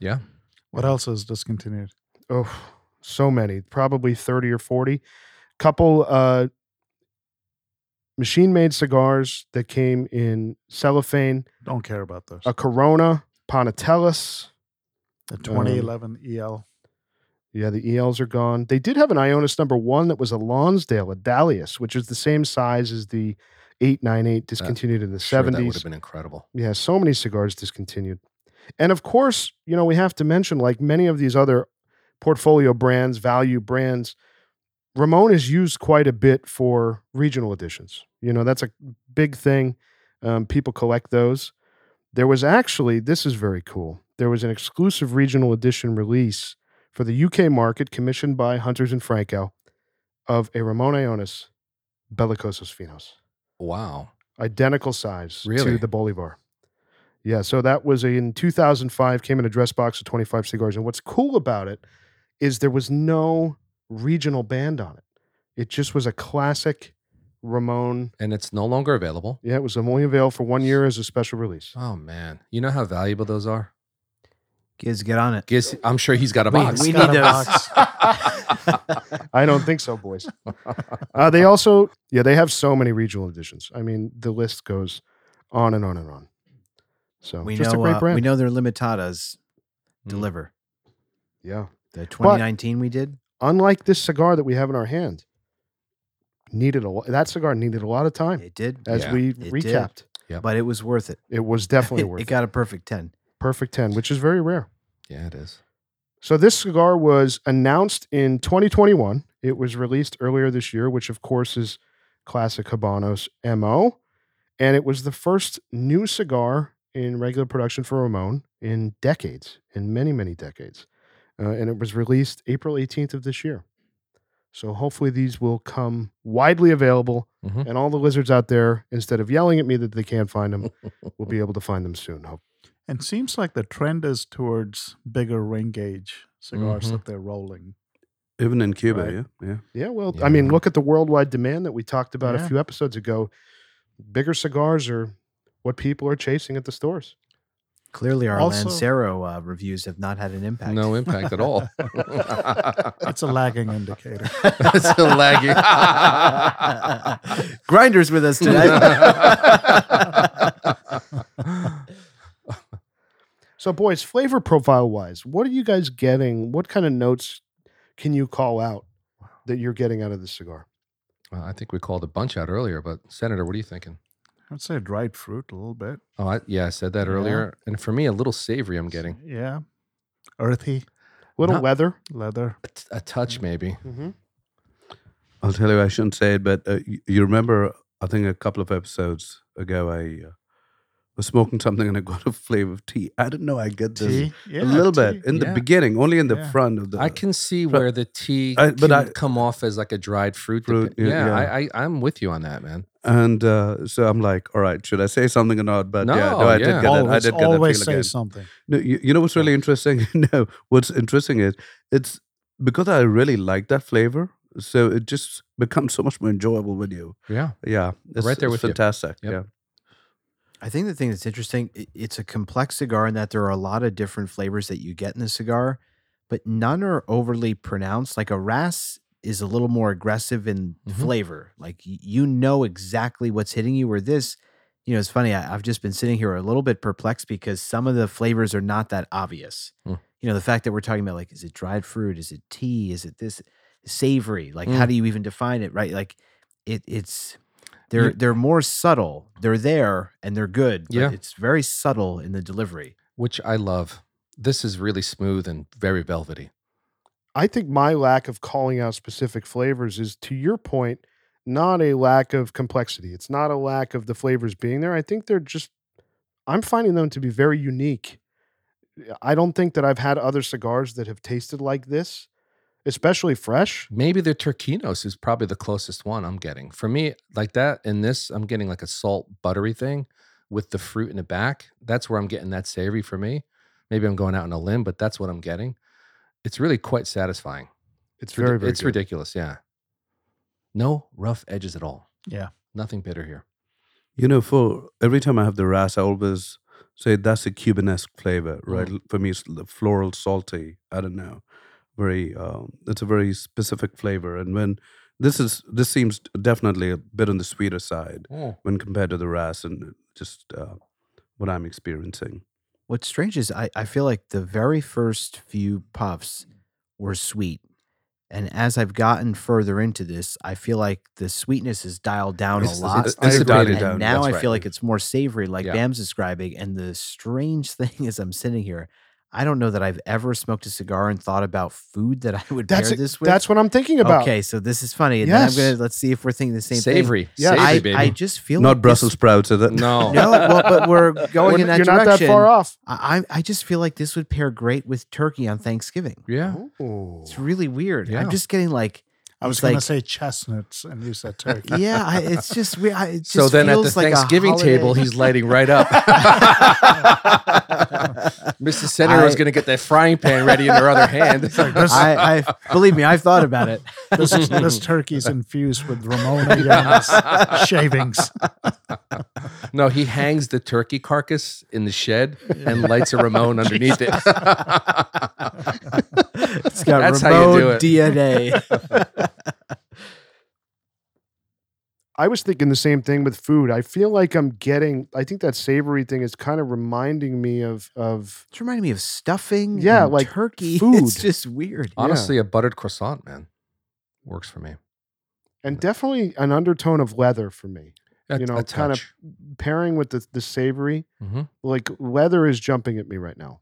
Speaker 6: What else is discontinued?
Speaker 1: Oh, so many, probably 30 or 40. Couple uh, machine made cigars that came in cellophane,
Speaker 6: Don't care about those.
Speaker 1: a Corona, Ponatellis.
Speaker 6: The
Speaker 3: um,
Speaker 6: E 2011 EL.
Speaker 1: Yeah, the ELs are gone. They did have an Ionis number one that was a Lonsdale, a Dalius, which is the same size as the 898 discontinued in the
Speaker 2: Sure,
Speaker 1: 70s.
Speaker 2: that would have been incredible.
Speaker 1: Yeah, so many cigars discontinued. And of course, you know, we have to mention, like many of these other portfolio brands, value brands, Ramon is used quite a bit for regional editions. You know, that's a big thing. Um, people collect those. There was actually, this is very cool, there was an exclusive regional edition release for the UK market commissioned by Hunters and Franco of a Ramon Ionis Bellicosos Finos
Speaker 2: Wow.
Speaker 1: identical size
Speaker 2: Really?
Speaker 1: to the Bolivar. Yeah, so that was in 2005, came in a dress box of 25 cigars. And what's cool about it is there was no regional band on it. It just was a classic Ramon.
Speaker 2: And it's no longer available.
Speaker 1: Yeah, it was only available for one year as a special
Speaker 5: *laughs*
Speaker 1: release.
Speaker 2: Oh man, you know how valuable those are.
Speaker 5: Kids, get on it.
Speaker 2: Guess I'm sure he's got a
Speaker 5: We-
Speaker 2: box.
Speaker 5: we
Speaker 6: Got
Speaker 5: need
Speaker 6: a
Speaker 5: those.
Speaker 6: box.
Speaker 1: I don't think so, boys. Uh, they also, yeah, they have so many regional editions. I mean, the list goes on and on and on. So
Speaker 5: We
Speaker 1: just
Speaker 5: know.
Speaker 1: a great
Speaker 5: uh,
Speaker 1: brand.
Speaker 5: we know their limitadas
Speaker 2: Mm.
Speaker 5: deliver.
Speaker 1: yeah.
Speaker 5: The 2019 we did.
Speaker 1: unlike this cigar that we have in our hand, needed a lo- that cigar needed a lot of time
Speaker 5: It did,
Speaker 1: as
Speaker 2: Yeah,
Speaker 1: we
Speaker 5: did.
Speaker 1: recapped.
Speaker 5: but it was worth it.
Speaker 1: It was definitely worth
Speaker 5: *laughs* it
Speaker 1: it.
Speaker 5: got a perfect 10.
Speaker 1: Perfect ten, which is very rare.
Speaker 2: *laughs* Yeah, it is.
Speaker 1: So this cigar was announced in 2021. It was released earlier this year, which of course is classic Habanos mo, and it was the first new cigar in regular production for Ramon in decades, in many many decades, uh, and it was released April 18th of this year. So hopefully these will come widely available,
Speaker 2: Mhm.
Speaker 1: and all the lizards out there, instead of yelling at me that they can't find them, will be able to find them soon. Hope.
Speaker 6: And seems like the trend is towards bigger ring gauge
Speaker 3: Mm-hmm.
Speaker 6: cigars that they're rolling.
Speaker 3: Even in Cuba,
Speaker 1: Right.
Speaker 3: yeah, yeah.
Speaker 1: Yeah, well,
Speaker 2: Yeah.
Speaker 1: I mean, look at the worldwide demand that we talked about a
Speaker 6: Yeah.
Speaker 1: few episodes ago. Bigger cigars are what people are chasing at the stores.
Speaker 5: Clearly, our
Speaker 6: Also-
Speaker 5: Lancero uh, reviews have not had an impact. *laughs*
Speaker 2: No impact at all. *laughs*
Speaker 6: It's a lagging
Speaker 3: *laughs*
Speaker 6: indicator.
Speaker 2: That's so
Speaker 5: *laughs*
Speaker 2: laggy. *laughs*
Speaker 5: Grinders with
Speaker 2: *laughs*
Speaker 5: us today.
Speaker 1: So, boys, flavor profile wise, what are you guys getting? What kind of notes can you call out that you're getting out of this cigar?
Speaker 2: well, I think we called a bunch out earlier, but Senator, what are you thinking?
Speaker 6: I'd say dried fruit a little bit.
Speaker 2: Oh, I, yeah, I said that
Speaker 6: Yeah.
Speaker 2: earlier. And for me, a little savory. I'm getting
Speaker 6: Yeah. Earthy,
Speaker 1: Little
Speaker 2: Not-
Speaker 1: leather.
Speaker 6: leather.
Speaker 2: a, t- a touch,
Speaker 3: Mm.
Speaker 2: maybe.
Speaker 1: Mm-hmm.
Speaker 3: I'll tell you, I shouldn't say it, but uh, y- you remember, I think a couple of episodes ago, I uh, was smoking something and I got a flavor of tea. I didn't know I get this
Speaker 6: Tea. Yeah,
Speaker 3: a little
Speaker 6: tea.
Speaker 3: bit in the
Speaker 2: Yeah.
Speaker 3: beginning, only in the
Speaker 6: Yeah.
Speaker 3: front of the.
Speaker 2: I can see
Speaker 3: But-
Speaker 2: where the tea
Speaker 3: I-
Speaker 2: but
Speaker 3: but
Speaker 2: can
Speaker 3: I-
Speaker 2: come off as like a dried fruit.
Speaker 3: Fruit,
Speaker 2: depen-
Speaker 3: yeah,
Speaker 2: yeah,
Speaker 3: yeah.
Speaker 2: I, I, I'm with you on that, man.
Speaker 3: and uh, so I'm like, all right, should I say something or not? But yeah,
Speaker 2: No,
Speaker 3: no, I
Speaker 2: yeah.
Speaker 3: did get
Speaker 6: Always,
Speaker 3: that. I did get that feel
Speaker 6: always say
Speaker 3: again.
Speaker 6: something.
Speaker 3: No, you, you know what's really interesting? *laughs* no, what's interesting is it's because I really like that flavor, so it just becomes so much more enjoyable with you.
Speaker 2: Yeah.
Speaker 3: Yeah, it's,
Speaker 2: Right there
Speaker 3: it's
Speaker 2: with you.
Speaker 3: fantastic.
Speaker 2: Yep.
Speaker 3: Yeah,
Speaker 5: I think the thing that's interesting, i- it's a complex cigar in that there are a lot of different flavors that you get in the cigar, but none are overly pronounced. Like a ras is a little more aggressive in
Speaker 2: Mhm.
Speaker 5: flavor. Like y- you know exactly what's hitting you. Where this, you know, it's funny. I, I've just been sitting here a little bit perplexed because some of the flavors are not that obvious.
Speaker 2: Hmm.
Speaker 5: You know, the fact that we're talking about like, is it dried fruit? Is it tea? Is it this savory? Like,
Speaker 2: Mm.
Speaker 5: how do you even define it? Right? Like, it it's they're
Speaker 2: You-
Speaker 5: they're more subtle. They're there and they're good. but
Speaker 2: Yeah.
Speaker 5: it's very subtle in the delivery.
Speaker 2: Which I love. This is really smooth and very velvety.
Speaker 1: I think my lack of calling out specific flavors is, to your point, not a lack of complexity. It's not a lack of the flavors being there. I think they're just, I'm finding them to be very unique. I don't think that I've had other cigars that have tasted like this, especially fresh.
Speaker 2: Maybe the Turquinos is probably the closest one I'm getting. For me, like that in this, I'm getting like a salt buttery thing with the fruit in the back. That's where I'm getting that savory for me. Maybe I'm going out on a limb, but that's what I'm getting. It's really quite satisfying.
Speaker 1: It's
Speaker 2: ridic-
Speaker 1: very, very
Speaker 2: it's
Speaker 1: good.
Speaker 2: ridiculous, yeah. No rough edges at all.
Speaker 6: Yeah.
Speaker 2: Nothing bitter here.
Speaker 3: you know, for every time I have the ras, I always So that's a Cubanesque flavor, right?
Speaker 2: Mm.
Speaker 3: L- For me, it's the floral, salty. I don't know. Very, um, it's a very specific flavor. And when this is, this seems definitely a bit on the sweeter side
Speaker 2: Mm.
Speaker 3: when compared to the ras and just uh, what I'm experiencing.
Speaker 5: What's strange is I, I feel like the very first few puffs were sweet. And as I've gotten further into this, I feel like the sweetness is dialed down
Speaker 2: It's-
Speaker 5: a
Speaker 2: it's
Speaker 5: lot.
Speaker 3: I agree.
Speaker 2: dialed
Speaker 5: and
Speaker 3: down,
Speaker 5: now I
Speaker 3: that's
Speaker 5: feel
Speaker 3: right.
Speaker 5: like it's more savory, like
Speaker 2: Yeah.
Speaker 5: Bam's describing. And the strange *laughs* thing is, I'm sitting here. I don't know that I've ever smoked a cigar and thought about food that I would
Speaker 1: That's
Speaker 5: pair
Speaker 1: it-
Speaker 5: this with.
Speaker 1: that's what I'm thinking about.
Speaker 5: Okay, so this is funny. And then I'm
Speaker 1: Yes.
Speaker 5: gonna let's see if we're thinking the same thing.
Speaker 2: savory.
Speaker 1: Yeah.
Speaker 2: Savory,
Speaker 5: I,
Speaker 2: baby.
Speaker 5: I just feel like
Speaker 3: Not
Speaker 5: this-
Speaker 3: Brussels sprouts, is it?
Speaker 2: *laughs* no.
Speaker 5: *laughs* No, well, but we're going
Speaker 1: We're-
Speaker 5: in that
Speaker 1: you're
Speaker 5: direction.
Speaker 1: not that far off.
Speaker 5: I I I just feel like this would pair great with turkey on Thanksgiving.
Speaker 2: Yeah.
Speaker 5: It's really weird.
Speaker 2: Yeah.
Speaker 5: I'm just getting like,
Speaker 6: I was
Speaker 5: It's
Speaker 6: going
Speaker 5: like-
Speaker 6: to say chestnuts, and
Speaker 3: *laughs*
Speaker 6: you said turkey.
Speaker 5: yeah, I, it's just weird. I, it just
Speaker 2: So then at the
Speaker 5: feels like a
Speaker 2: Thanksgiving
Speaker 5: holiday.
Speaker 2: table,
Speaker 5: *laughs*
Speaker 2: he's lighting right up. Mrs. Senator is
Speaker 5: I-
Speaker 2: going to get that frying pan ready in her other hand.
Speaker 5: I, I believe me, I've thought about it.
Speaker 6: this, is, this turkey's infused
Speaker 3: *laughs*
Speaker 6: with Ramona Yana's shavings.
Speaker 2: *laughs* no, he hangs the turkey carcass in the shed and lights a Ramon underneath it. *laughs*
Speaker 5: It's got
Speaker 2: That's how you
Speaker 5: Ramon
Speaker 2: do it. *laughs*
Speaker 5: DNA.
Speaker 1: I was thinking the same thing with food. I feel like I'm getting. I think that savory thing is kind of reminding me of of
Speaker 5: It's reminding me of stuffing.
Speaker 1: Yeah,
Speaker 5: and
Speaker 1: like
Speaker 5: turkey. *laughs*
Speaker 1: food.
Speaker 5: It's just weird.
Speaker 2: Honestly, a buttered croissant, man, works for me.
Speaker 1: and definitely an undertone of leather for me.
Speaker 2: A-
Speaker 1: You know,
Speaker 2: a
Speaker 1: kind of-
Speaker 2: touch.
Speaker 1: Pairing with the the savory,
Speaker 2: Mhm.
Speaker 1: like leather is jumping at me right now.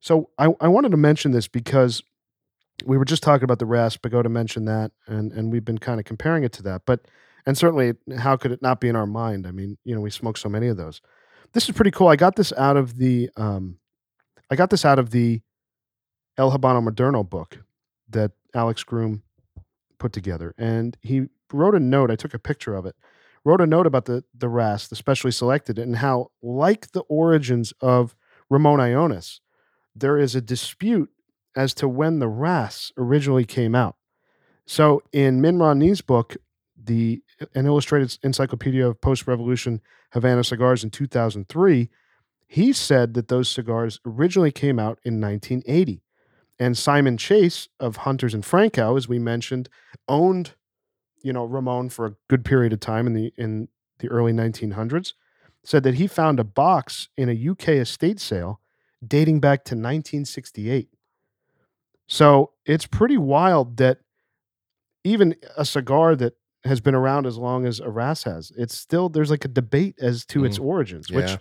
Speaker 1: So I, I wanted to mention this because we were just talking about the Raspagoda mentioned that and and we've been kind of comparing it to that. But and certainly how could it not be in our mind? I mean, you know, we smoke so many of those. This is pretty cool. I got this out of the um I got this out of the El Habano Moderno book that Alex Groom put together. And he wrote a note, I took a picture of it wrote a note about the the RAS, the specially selected, and how like the origins of Ramon Ionis, there is a dispute as to when the RAS originally came out. So in Min Ra Nee's book, the an illustrated encyclopedia of post-revolution Havana cigars in 2003, he said that those cigars originally came out in 1980. And Simon Chase of Hunters and Franco, as we mentioned, owned you know Ramon for a good period of time in the in the early 1900s said that he found a box in a UK estate sale dating back to 1968. So it's pretty wild that even a cigar that has been around as long as a Ras has, it's still there's like a debate as to its origins,
Speaker 2: Yeah.
Speaker 1: which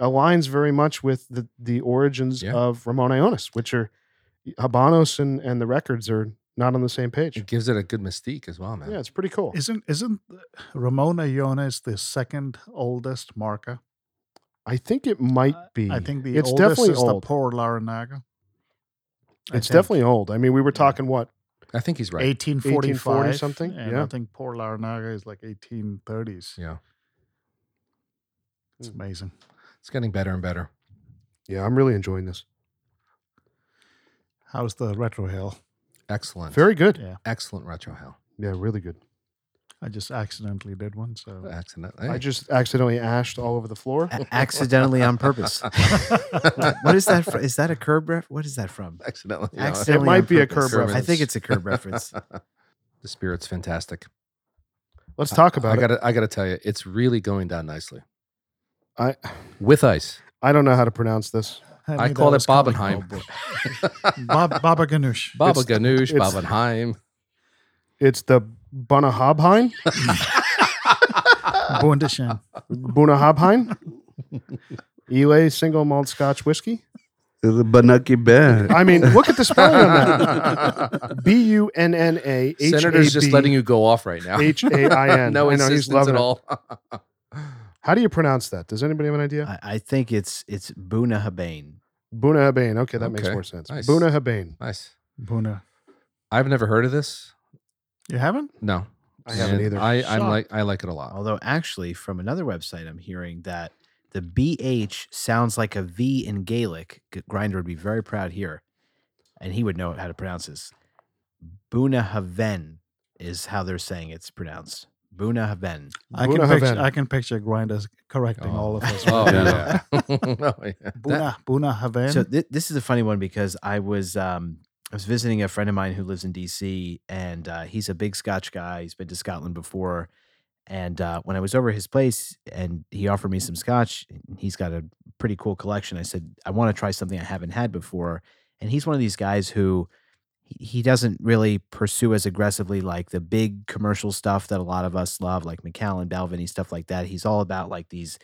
Speaker 1: aligns very much with the the origins
Speaker 2: Yeah.
Speaker 1: of Ramon Ionis, which are Habanos and and the records are not on the same page.
Speaker 2: It gives it a good mystique as well, man.
Speaker 1: Yeah, it's pretty cool.
Speaker 6: Isn't isn't Ramona Yones the second oldest marker?
Speaker 1: I think it might be.
Speaker 6: I think the
Speaker 1: it's
Speaker 6: oldest
Speaker 1: definitely
Speaker 6: is
Speaker 1: old.
Speaker 6: the poor Laranaga. I
Speaker 1: it's
Speaker 6: think.
Speaker 1: definitely old. I mean, we were
Speaker 6: Yeah.
Speaker 1: talking what?
Speaker 2: I think he's right.
Speaker 6: 1845
Speaker 1: 1840 something?
Speaker 6: And
Speaker 1: Yeah.
Speaker 6: I think poor Laranaga is like 1830s.
Speaker 2: Yeah.
Speaker 6: It's amazing.
Speaker 2: It's getting better and better.
Speaker 1: Yeah, I'm really enjoying this.
Speaker 6: How's the retro hill?
Speaker 2: Excellent.
Speaker 1: Very good.
Speaker 6: Yeah,
Speaker 2: excellent retro hell.
Speaker 1: Yeah, really good.
Speaker 6: I just accidentally did one. So
Speaker 2: Accident.
Speaker 1: *laughs* I just accidentally ashed all over the floor.
Speaker 5: A- accidentally on
Speaker 2: *laughs*
Speaker 5: purpose. what is that? From? Is that a curb ref? What is that from?
Speaker 2: accidentally. you know,
Speaker 5: Accidentally
Speaker 1: might
Speaker 5: on
Speaker 1: be a
Speaker 5: purpose.
Speaker 1: curb
Speaker 5: I
Speaker 2: reference.
Speaker 5: think it's a
Speaker 2: *laughs*
Speaker 5: curb reference.
Speaker 2: the spirit's fantastic.
Speaker 1: Let's talk about
Speaker 2: I
Speaker 1: it.
Speaker 2: gotta, I gotta tell you, it's really going down nicely
Speaker 1: I
Speaker 2: with ice.
Speaker 1: I don't know how to pronounce this.
Speaker 2: I
Speaker 6: knew that
Speaker 2: call it
Speaker 6: was coming.
Speaker 2: Bobenheim. *laughs*
Speaker 6: Bob, Baba Ganoush.
Speaker 2: Baba
Speaker 1: It's- uh,
Speaker 2: Ganoush,
Speaker 1: it's- *laughs*
Speaker 2: Bobenheim.
Speaker 1: It's the Bunahabhain.
Speaker 6: Bundesheim.
Speaker 1: Bunahabhain. Elay single malt Scotch whiskey.
Speaker 3: The Banaki
Speaker 5: *laughs*
Speaker 3: Bear.
Speaker 1: I mean, look at the spelling on
Speaker 2: *laughs*
Speaker 1: that. B U N N A H A
Speaker 2: Senator's just letting
Speaker 1: B
Speaker 2: you go off right now.
Speaker 1: H A I N.
Speaker 2: *laughs* no
Speaker 1: I know he's
Speaker 2: insistence
Speaker 1: loving
Speaker 2: at
Speaker 1: it.
Speaker 2: all.
Speaker 1: How do you pronounce that? Does anybody have an idea?
Speaker 5: I, I think it's it's Buna Habane.
Speaker 1: Buna Habane. Okay, that makes
Speaker 2: Okay,
Speaker 1: more sense.
Speaker 2: nice.
Speaker 1: Buna Habane.
Speaker 2: nice.
Speaker 6: Buna.
Speaker 2: I've never heard of this.
Speaker 6: You haven't?
Speaker 2: No,
Speaker 1: I haven't
Speaker 2: And
Speaker 1: either.
Speaker 2: I, I
Speaker 6: Shocked.
Speaker 2: like, I like it a lot.
Speaker 5: Although actually from another website I'm hearing that the BH sounds like a V in Gaelic. Grinder would be very proud here. And he would know how to pronounce this. Buna Haven is how they're saying it's pronounced. Buna Haben.
Speaker 6: I can,
Speaker 1: Buna
Speaker 6: picture,
Speaker 1: Haven.
Speaker 6: I can picture Grinders correcting
Speaker 2: Oh.
Speaker 6: all of us.
Speaker 2: Oh,
Speaker 6: right now.
Speaker 2: *laughs* yeah. *laughs* Oh, yeah. That-
Speaker 6: Buna, Buna Haven.
Speaker 5: So thi- this is a funny one because I was um, I was visiting a friend of mine who lives in D.C. and uh, he's a big Scotch guy. He's been to Scotland before, and uh, when I was over at his place and he offered me some Scotch, and he's got a pretty cool collection. I said I want to try something I haven't had before, and he's one of these guys who he he doesn't really pursue as aggressively like the big commercial stuff that a lot of us love, like Macallan, Balvenie, stuff like that. He's all about like these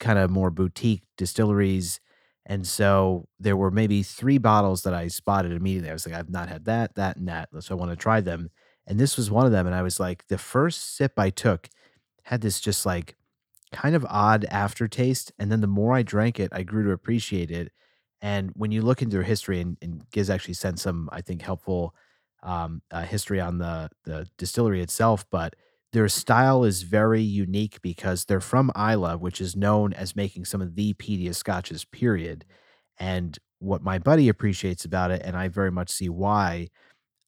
Speaker 5: kind of more boutique distilleries. And so there were maybe three bottles that I spotted immediately. I was like, I've not had that, that, and that. So I want to try them. And this was one of them. And I was like, the first sip I took had this just like kind of odd aftertaste. And then the more I drank it, I grew to appreciate it. And when you look into their history, and, and Giz actually sent some, I think, helpful um, uh, history on the the distillery itself, but their style is very unique because they're from Isla, which is known as making some of the peatiest scotches, period. And what my buddy appreciates about it, and I very much see why,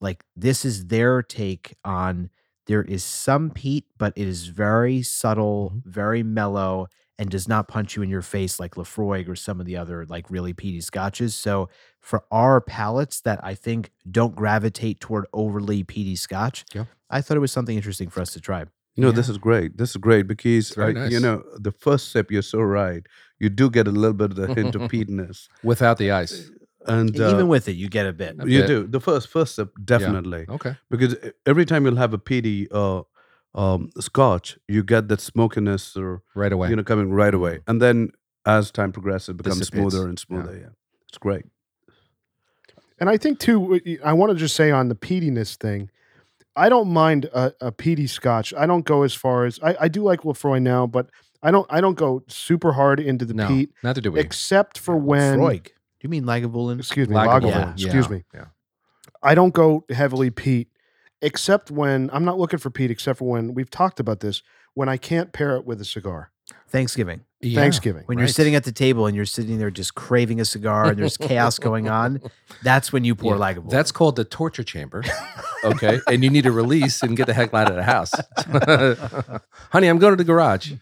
Speaker 5: like this is their take on there is some peat, but it is very subtle, very mellow, and does not punch you in your face like Lafroig or some of the other like really peaty scotches. So for our palates that I think don't gravitate toward overly peaty scotch,
Speaker 2: Yeah.
Speaker 5: I thought it was something interesting for us to try.
Speaker 3: No, this is great. This is great because
Speaker 2: It's very
Speaker 3: I- you
Speaker 2: nice.
Speaker 3: know the first sip. You're so right. You do get a little bit of the hint of peatiness,
Speaker 2: Without the ice.
Speaker 3: and uh,
Speaker 5: Even with it, you get a bit.
Speaker 2: a
Speaker 3: you
Speaker 2: bit.
Speaker 3: do the first first sip definitely
Speaker 2: Okay.
Speaker 3: because e- every time you'll have a peaty uh, um, scotch, you get that smokiness or
Speaker 2: Right away.
Speaker 3: you know coming right away, and then as time progresses, it becomes
Speaker 2: Dissipates.
Speaker 3: smoother and smoother. Yeah. it's great.
Speaker 1: And I think too, what you- I want to just say on the peatiness thing, I don't mind a, a peaty scotch. I don't go as far as I, I do like Lefroy now, but I don't I don't go super hard into the
Speaker 2: no,
Speaker 1: peat,
Speaker 2: neither do we.
Speaker 1: except for when
Speaker 5: Freud. Do you mean Lagavulin?
Speaker 1: excuse me
Speaker 2: Lagavulin,
Speaker 1: Lagavulin.
Speaker 5: yeah.
Speaker 1: Excuse me.
Speaker 2: Yeah.
Speaker 1: I don't go heavily peat, except when I'm not looking for peat, except for when we've talked about this when I can't pair it with a cigar.
Speaker 5: Thanksgiving.
Speaker 2: Yeah.
Speaker 1: Thanksgiving.
Speaker 5: When you're
Speaker 2: Right.
Speaker 5: sitting at the table and you're sitting there just craving a cigar and there's chaos going on, that's when you pour
Speaker 2: Yeah,
Speaker 5: Lagavulin.
Speaker 2: That's called the torture chamber. Okay. and you need to release and get the heck out of the house. *laughs* Honey, I'm going to the garage.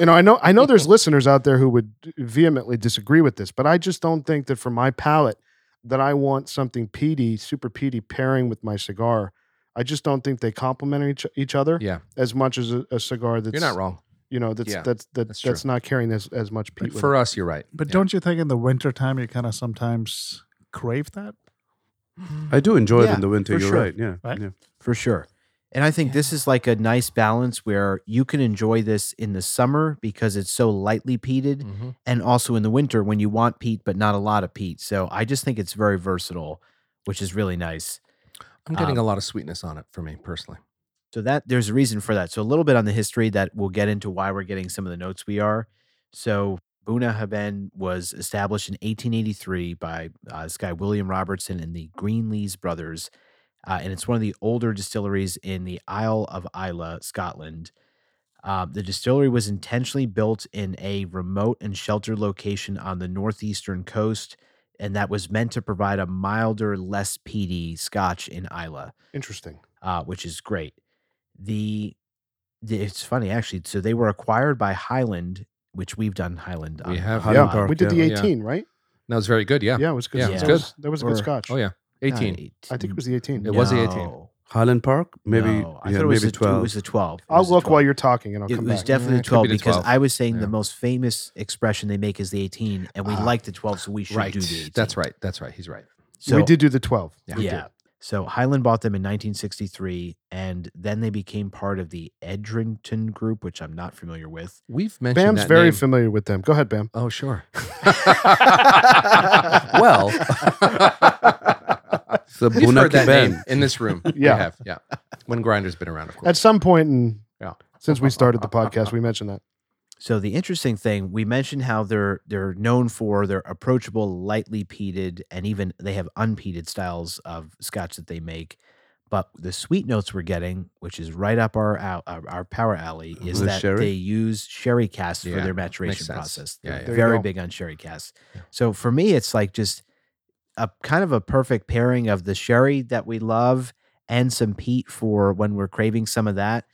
Speaker 1: you know, I know I know
Speaker 2: *laughs*
Speaker 1: there's listeners out there who would vehemently disagree with this, but I just don't think that for my palate that I want something peaty, super peaty pairing with my cigar. I just don't think they complement each, each other
Speaker 2: Yeah.
Speaker 1: as much as a, a cigar that's
Speaker 2: You're not wrong.
Speaker 1: you know that's
Speaker 2: Yeah,
Speaker 1: that's that,
Speaker 2: that's
Speaker 1: that's,
Speaker 2: true.
Speaker 1: not carrying as, as much peat. with
Speaker 2: For
Speaker 1: it.
Speaker 2: us, you're right.
Speaker 6: but
Speaker 2: Yeah.
Speaker 6: don't you think in the wintertime you kind of sometimes crave that?
Speaker 3: I do enjoy it
Speaker 5: Yeah,
Speaker 3: in the winter.
Speaker 5: for
Speaker 3: You're
Speaker 5: sure.
Speaker 3: right. Yeah,
Speaker 6: Right?
Speaker 3: yeah.
Speaker 5: for sure. And I think this is like a nice balance where you can enjoy this in the summer because it's so lightly peated
Speaker 2: Mhm.
Speaker 5: and also in the winter when you want peat but not a lot of peat. So I just think it's very versatile, which is really nice.
Speaker 2: I'm getting
Speaker 5: Um,
Speaker 2: a lot of sweetness on it for me personally.
Speaker 5: So that there's a reason for that. So a little bit on the history that we'll get into why we're getting some of the notes we are. So Buna Haben was established in 1883 by uh, this guy William Robertson and the Greenlees brothers, uh, and it's one of the older distilleries in the Isle of Isla, Scotland. Uh, the distillery was intentionally built in a remote and sheltered location on the northeastern coast, and that was meant to provide a milder, less peaty Scotch in Isla
Speaker 1: Interesting.
Speaker 5: uh, which is great. The, the it's funny actually. So they were acquired by Highland, which we've done Highland.
Speaker 2: We
Speaker 5: on-
Speaker 2: have
Speaker 5: on
Speaker 3: Yeah.
Speaker 5: the pod.
Speaker 1: We did the
Speaker 2: Yeah.
Speaker 1: 18, right?
Speaker 2: That was very good. Yeah.
Speaker 1: Yeah, it was good.
Speaker 2: Yeah,
Speaker 5: it's
Speaker 1: that
Speaker 5: good.
Speaker 1: Was, that was a
Speaker 5: Or-
Speaker 1: good scotch.
Speaker 2: Oh, yeah.
Speaker 5: Not
Speaker 2: 18.
Speaker 1: I think it was the 18.
Speaker 2: It was the 18.
Speaker 5: No,
Speaker 3: Highland Park, maybe.
Speaker 5: no, I
Speaker 3: yeah,
Speaker 5: thought it was
Speaker 3: maybe
Speaker 5: the,
Speaker 3: twelve.
Speaker 5: It was the twelve. It
Speaker 1: I'll
Speaker 5: was the
Speaker 1: look
Speaker 5: 12.
Speaker 1: while you're talking, and I'll
Speaker 5: It
Speaker 1: come
Speaker 5: was
Speaker 1: back.
Speaker 2: Yeah, it
Speaker 5: definitely the
Speaker 2: could be
Speaker 5: 12
Speaker 2: the
Speaker 5: because
Speaker 2: 12.
Speaker 5: I was saying
Speaker 2: Yeah.
Speaker 5: the most famous expression they make is the 18, and we
Speaker 2: Ah,
Speaker 5: like the 12, so we should
Speaker 2: Right.
Speaker 5: do the 18.
Speaker 2: That's right. That's right. He's right.
Speaker 5: So
Speaker 1: we did do the 12.
Speaker 2: Yeah.
Speaker 1: We
Speaker 5: yeah.
Speaker 1: did.
Speaker 5: So Highland bought them in 1963, and then they became part of the Edrington Group, which I'm not familiar with.
Speaker 2: We've mentioned
Speaker 1: Bam's
Speaker 2: that
Speaker 1: very
Speaker 2: name.
Speaker 1: familiar with them. Go ahead, Bam.
Speaker 2: Oh, *laughs* sure. well,
Speaker 3: So
Speaker 2: we've
Speaker 3: Bunaki
Speaker 2: heard that
Speaker 3: Ben.
Speaker 2: name in this room. We
Speaker 1: Yeah.
Speaker 2: have, yeah. When Grinder's been around, of course.
Speaker 1: At some point in
Speaker 2: Yeah.
Speaker 1: since we started
Speaker 2: *laughs*
Speaker 1: the podcast, we mentioned that.
Speaker 5: So the interesting thing we mentioned how they're they're known for their approachable, lightly peated, and even they have unpeated styles of scotch that they make. But the sweet notes we're getting, which is right up our al- our, our power alley, is
Speaker 3: The
Speaker 5: that
Speaker 3: sherry?
Speaker 5: they use sherry casks for
Speaker 2: Yeah,
Speaker 5: their maturation
Speaker 2: sense.
Speaker 5: process.
Speaker 2: Yeah,
Speaker 5: They're
Speaker 2: yeah.
Speaker 1: There you
Speaker 5: very
Speaker 1: go.
Speaker 5: big on sherry casks. So for me, it's like just a kind of a perfect pairing of the sherry that we love and some peat for when we're craving some of that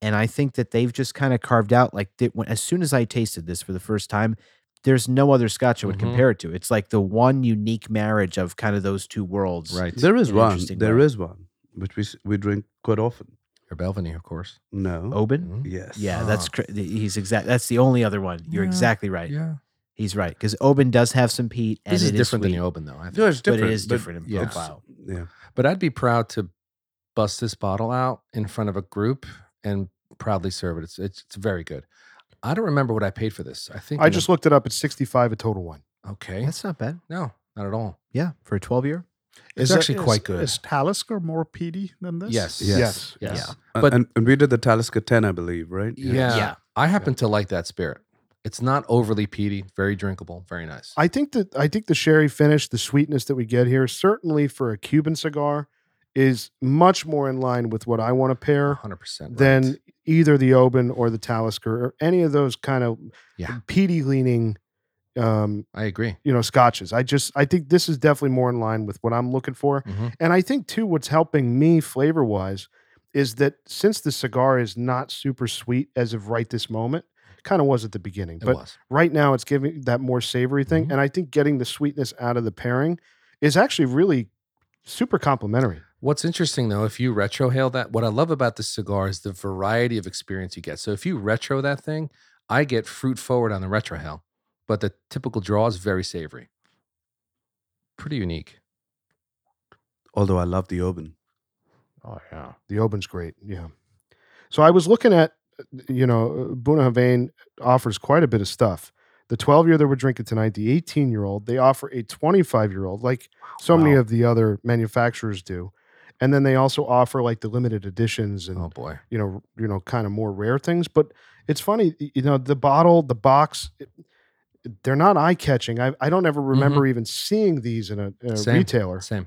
Speaker 5: And I think that they've just kind of carved out like that. When, as soon as I tasted this for the first time, there's no other Scotch I would
Speaker 2: Mhm.
Speaker 5: compare it to. It's like the one unique marriage of kind of those two worlds.
Speaker 2: Right.
Speaker 3: There is
Speaker 5: An
Speaker 3: one.
Speaker 5: interesting
Speaker 3: There
Speaker 5: one.
Speaker 3: is one, which we s- we drink quite often.
Speaker 2: Or Belvany, of course.
Speaker 3: No.
Speaker 5: Oban.
Speaker 2: Mhm.
Speaker 3: yes.
Speaker 5: Oh, Yeah, that's
Speaker 2: Ah.
Speaker 5: cr- he's exact. That's the only other one. You're
Speaker 2: Yeah.
Speaker 5: exactly right.
Speaker 2: Yeah.
Speaker 5: He's right because Oban does have some peat, and
Speaker 2: This is
Speaker 5: it
Speaker 2: different than
Speaker 5: sweet,
Speaker 2: the open though. I think.
Speaker 3: No, it's
Speaker 5: but
Speaker 3: different.
Speaker 5: it is different in
Speaker 2: yeah, it's-
Speaker 5: profile.
Speaker 3: Yeah.
Speaker 2: But I'd be proud to bust this bottle out in front of a group and proudly serve it. It's it's, it's very good. I don't remember what I paid for this. I think
Speaker 1: I
Speaker 2: in the-
Speaker 1: just looked it up. It's 65 a total wine.
Speaker 2: okay.
Speaker 5: That's not bad.
Speaker 2: no, not at all.
Speaker 5: Yeah, for a 12 year.
Speaker 2: It's
Speaker 6: Is that-
Speaker 2: actually
Speaker 6: is-
Speaker 2: quite good.
Speaker 6: Is Talisker more peaty than this?
Speaker 2: Yes.
Speaker 3: Yes.
Speaker 1: Yes.
Speaker 2: Yes.
Speaker 5: Yeah.
Speaker 3: And-
Speaker 2: But-
Speaker 3: and, and we did the Talisker 10, I believe, right?
Speaker 2: Yeah.
Speaker 5: Yeah.
Speaker 2: I happen to like that spirit. It's not overly peaty, very drinkable, very nice.
Speaker 1: I think that I think the sherry finish, the sweetness that we get here, certainly for a Cuban cigar, is much more in line with what I want to pair
Speaker 2: 100%. Uh-huh. right.
Speaker 1: than either the Oban or the Talisker or any of those kind of
Speaker 2: Yeah.
Speaker 1: peaty leaning, um,
Speaker 2: I agree.
Speaker 1: you know, scotches. I just I think this is definitely more in line with what I'm looking for.
Speaker 2: Mhm.
Speaker 1: And I think too, what's helping me flavor wise is that since the cigar is not super sweet as of right this moment, kind of was at the beginning,
Speaker 2: It
Speaker 1: but
Speaker 2: was.
Speaker 1: right now it's giving that more savory thing.
Speaker 2: Mhm.
Speaker 1: And I think getting the sweetness out of the pairing is actually really super complimentary.
Speaker 2: What's interesting though, if you retrohale that, what I love about this cigar is the variety of experience you get. So if you retro that thing, I get fruit forward on the retrohale, but the typical draw is very savory. Pretty unique.
Speaker 3: Although I love the Oban.
Speaker 2: Oh yeah.
Speaker 1: The Oban's great. Yeah. So I was looking at, you know, Buna Havain offers quite a bit of stuff. The 12 year that we're drinking tonight, the 18 year old, they offer a 25 year old, like so many
Speaker 2: Wow.
Speaker 1: of the other manufacturers do. And then they also offer like the limited editions and
Speaker 2: Oh boy.
Speaker 1: you know, you know, kind of more rare things. But it's funny, y- you know, the bottle, the box, it- they're not eye catching. I, I don't ever remember even seeing these in a, in a
Speaker 2: Mm-hmm. Same.
Speaker 1: retailer.
Speaker 2: Same.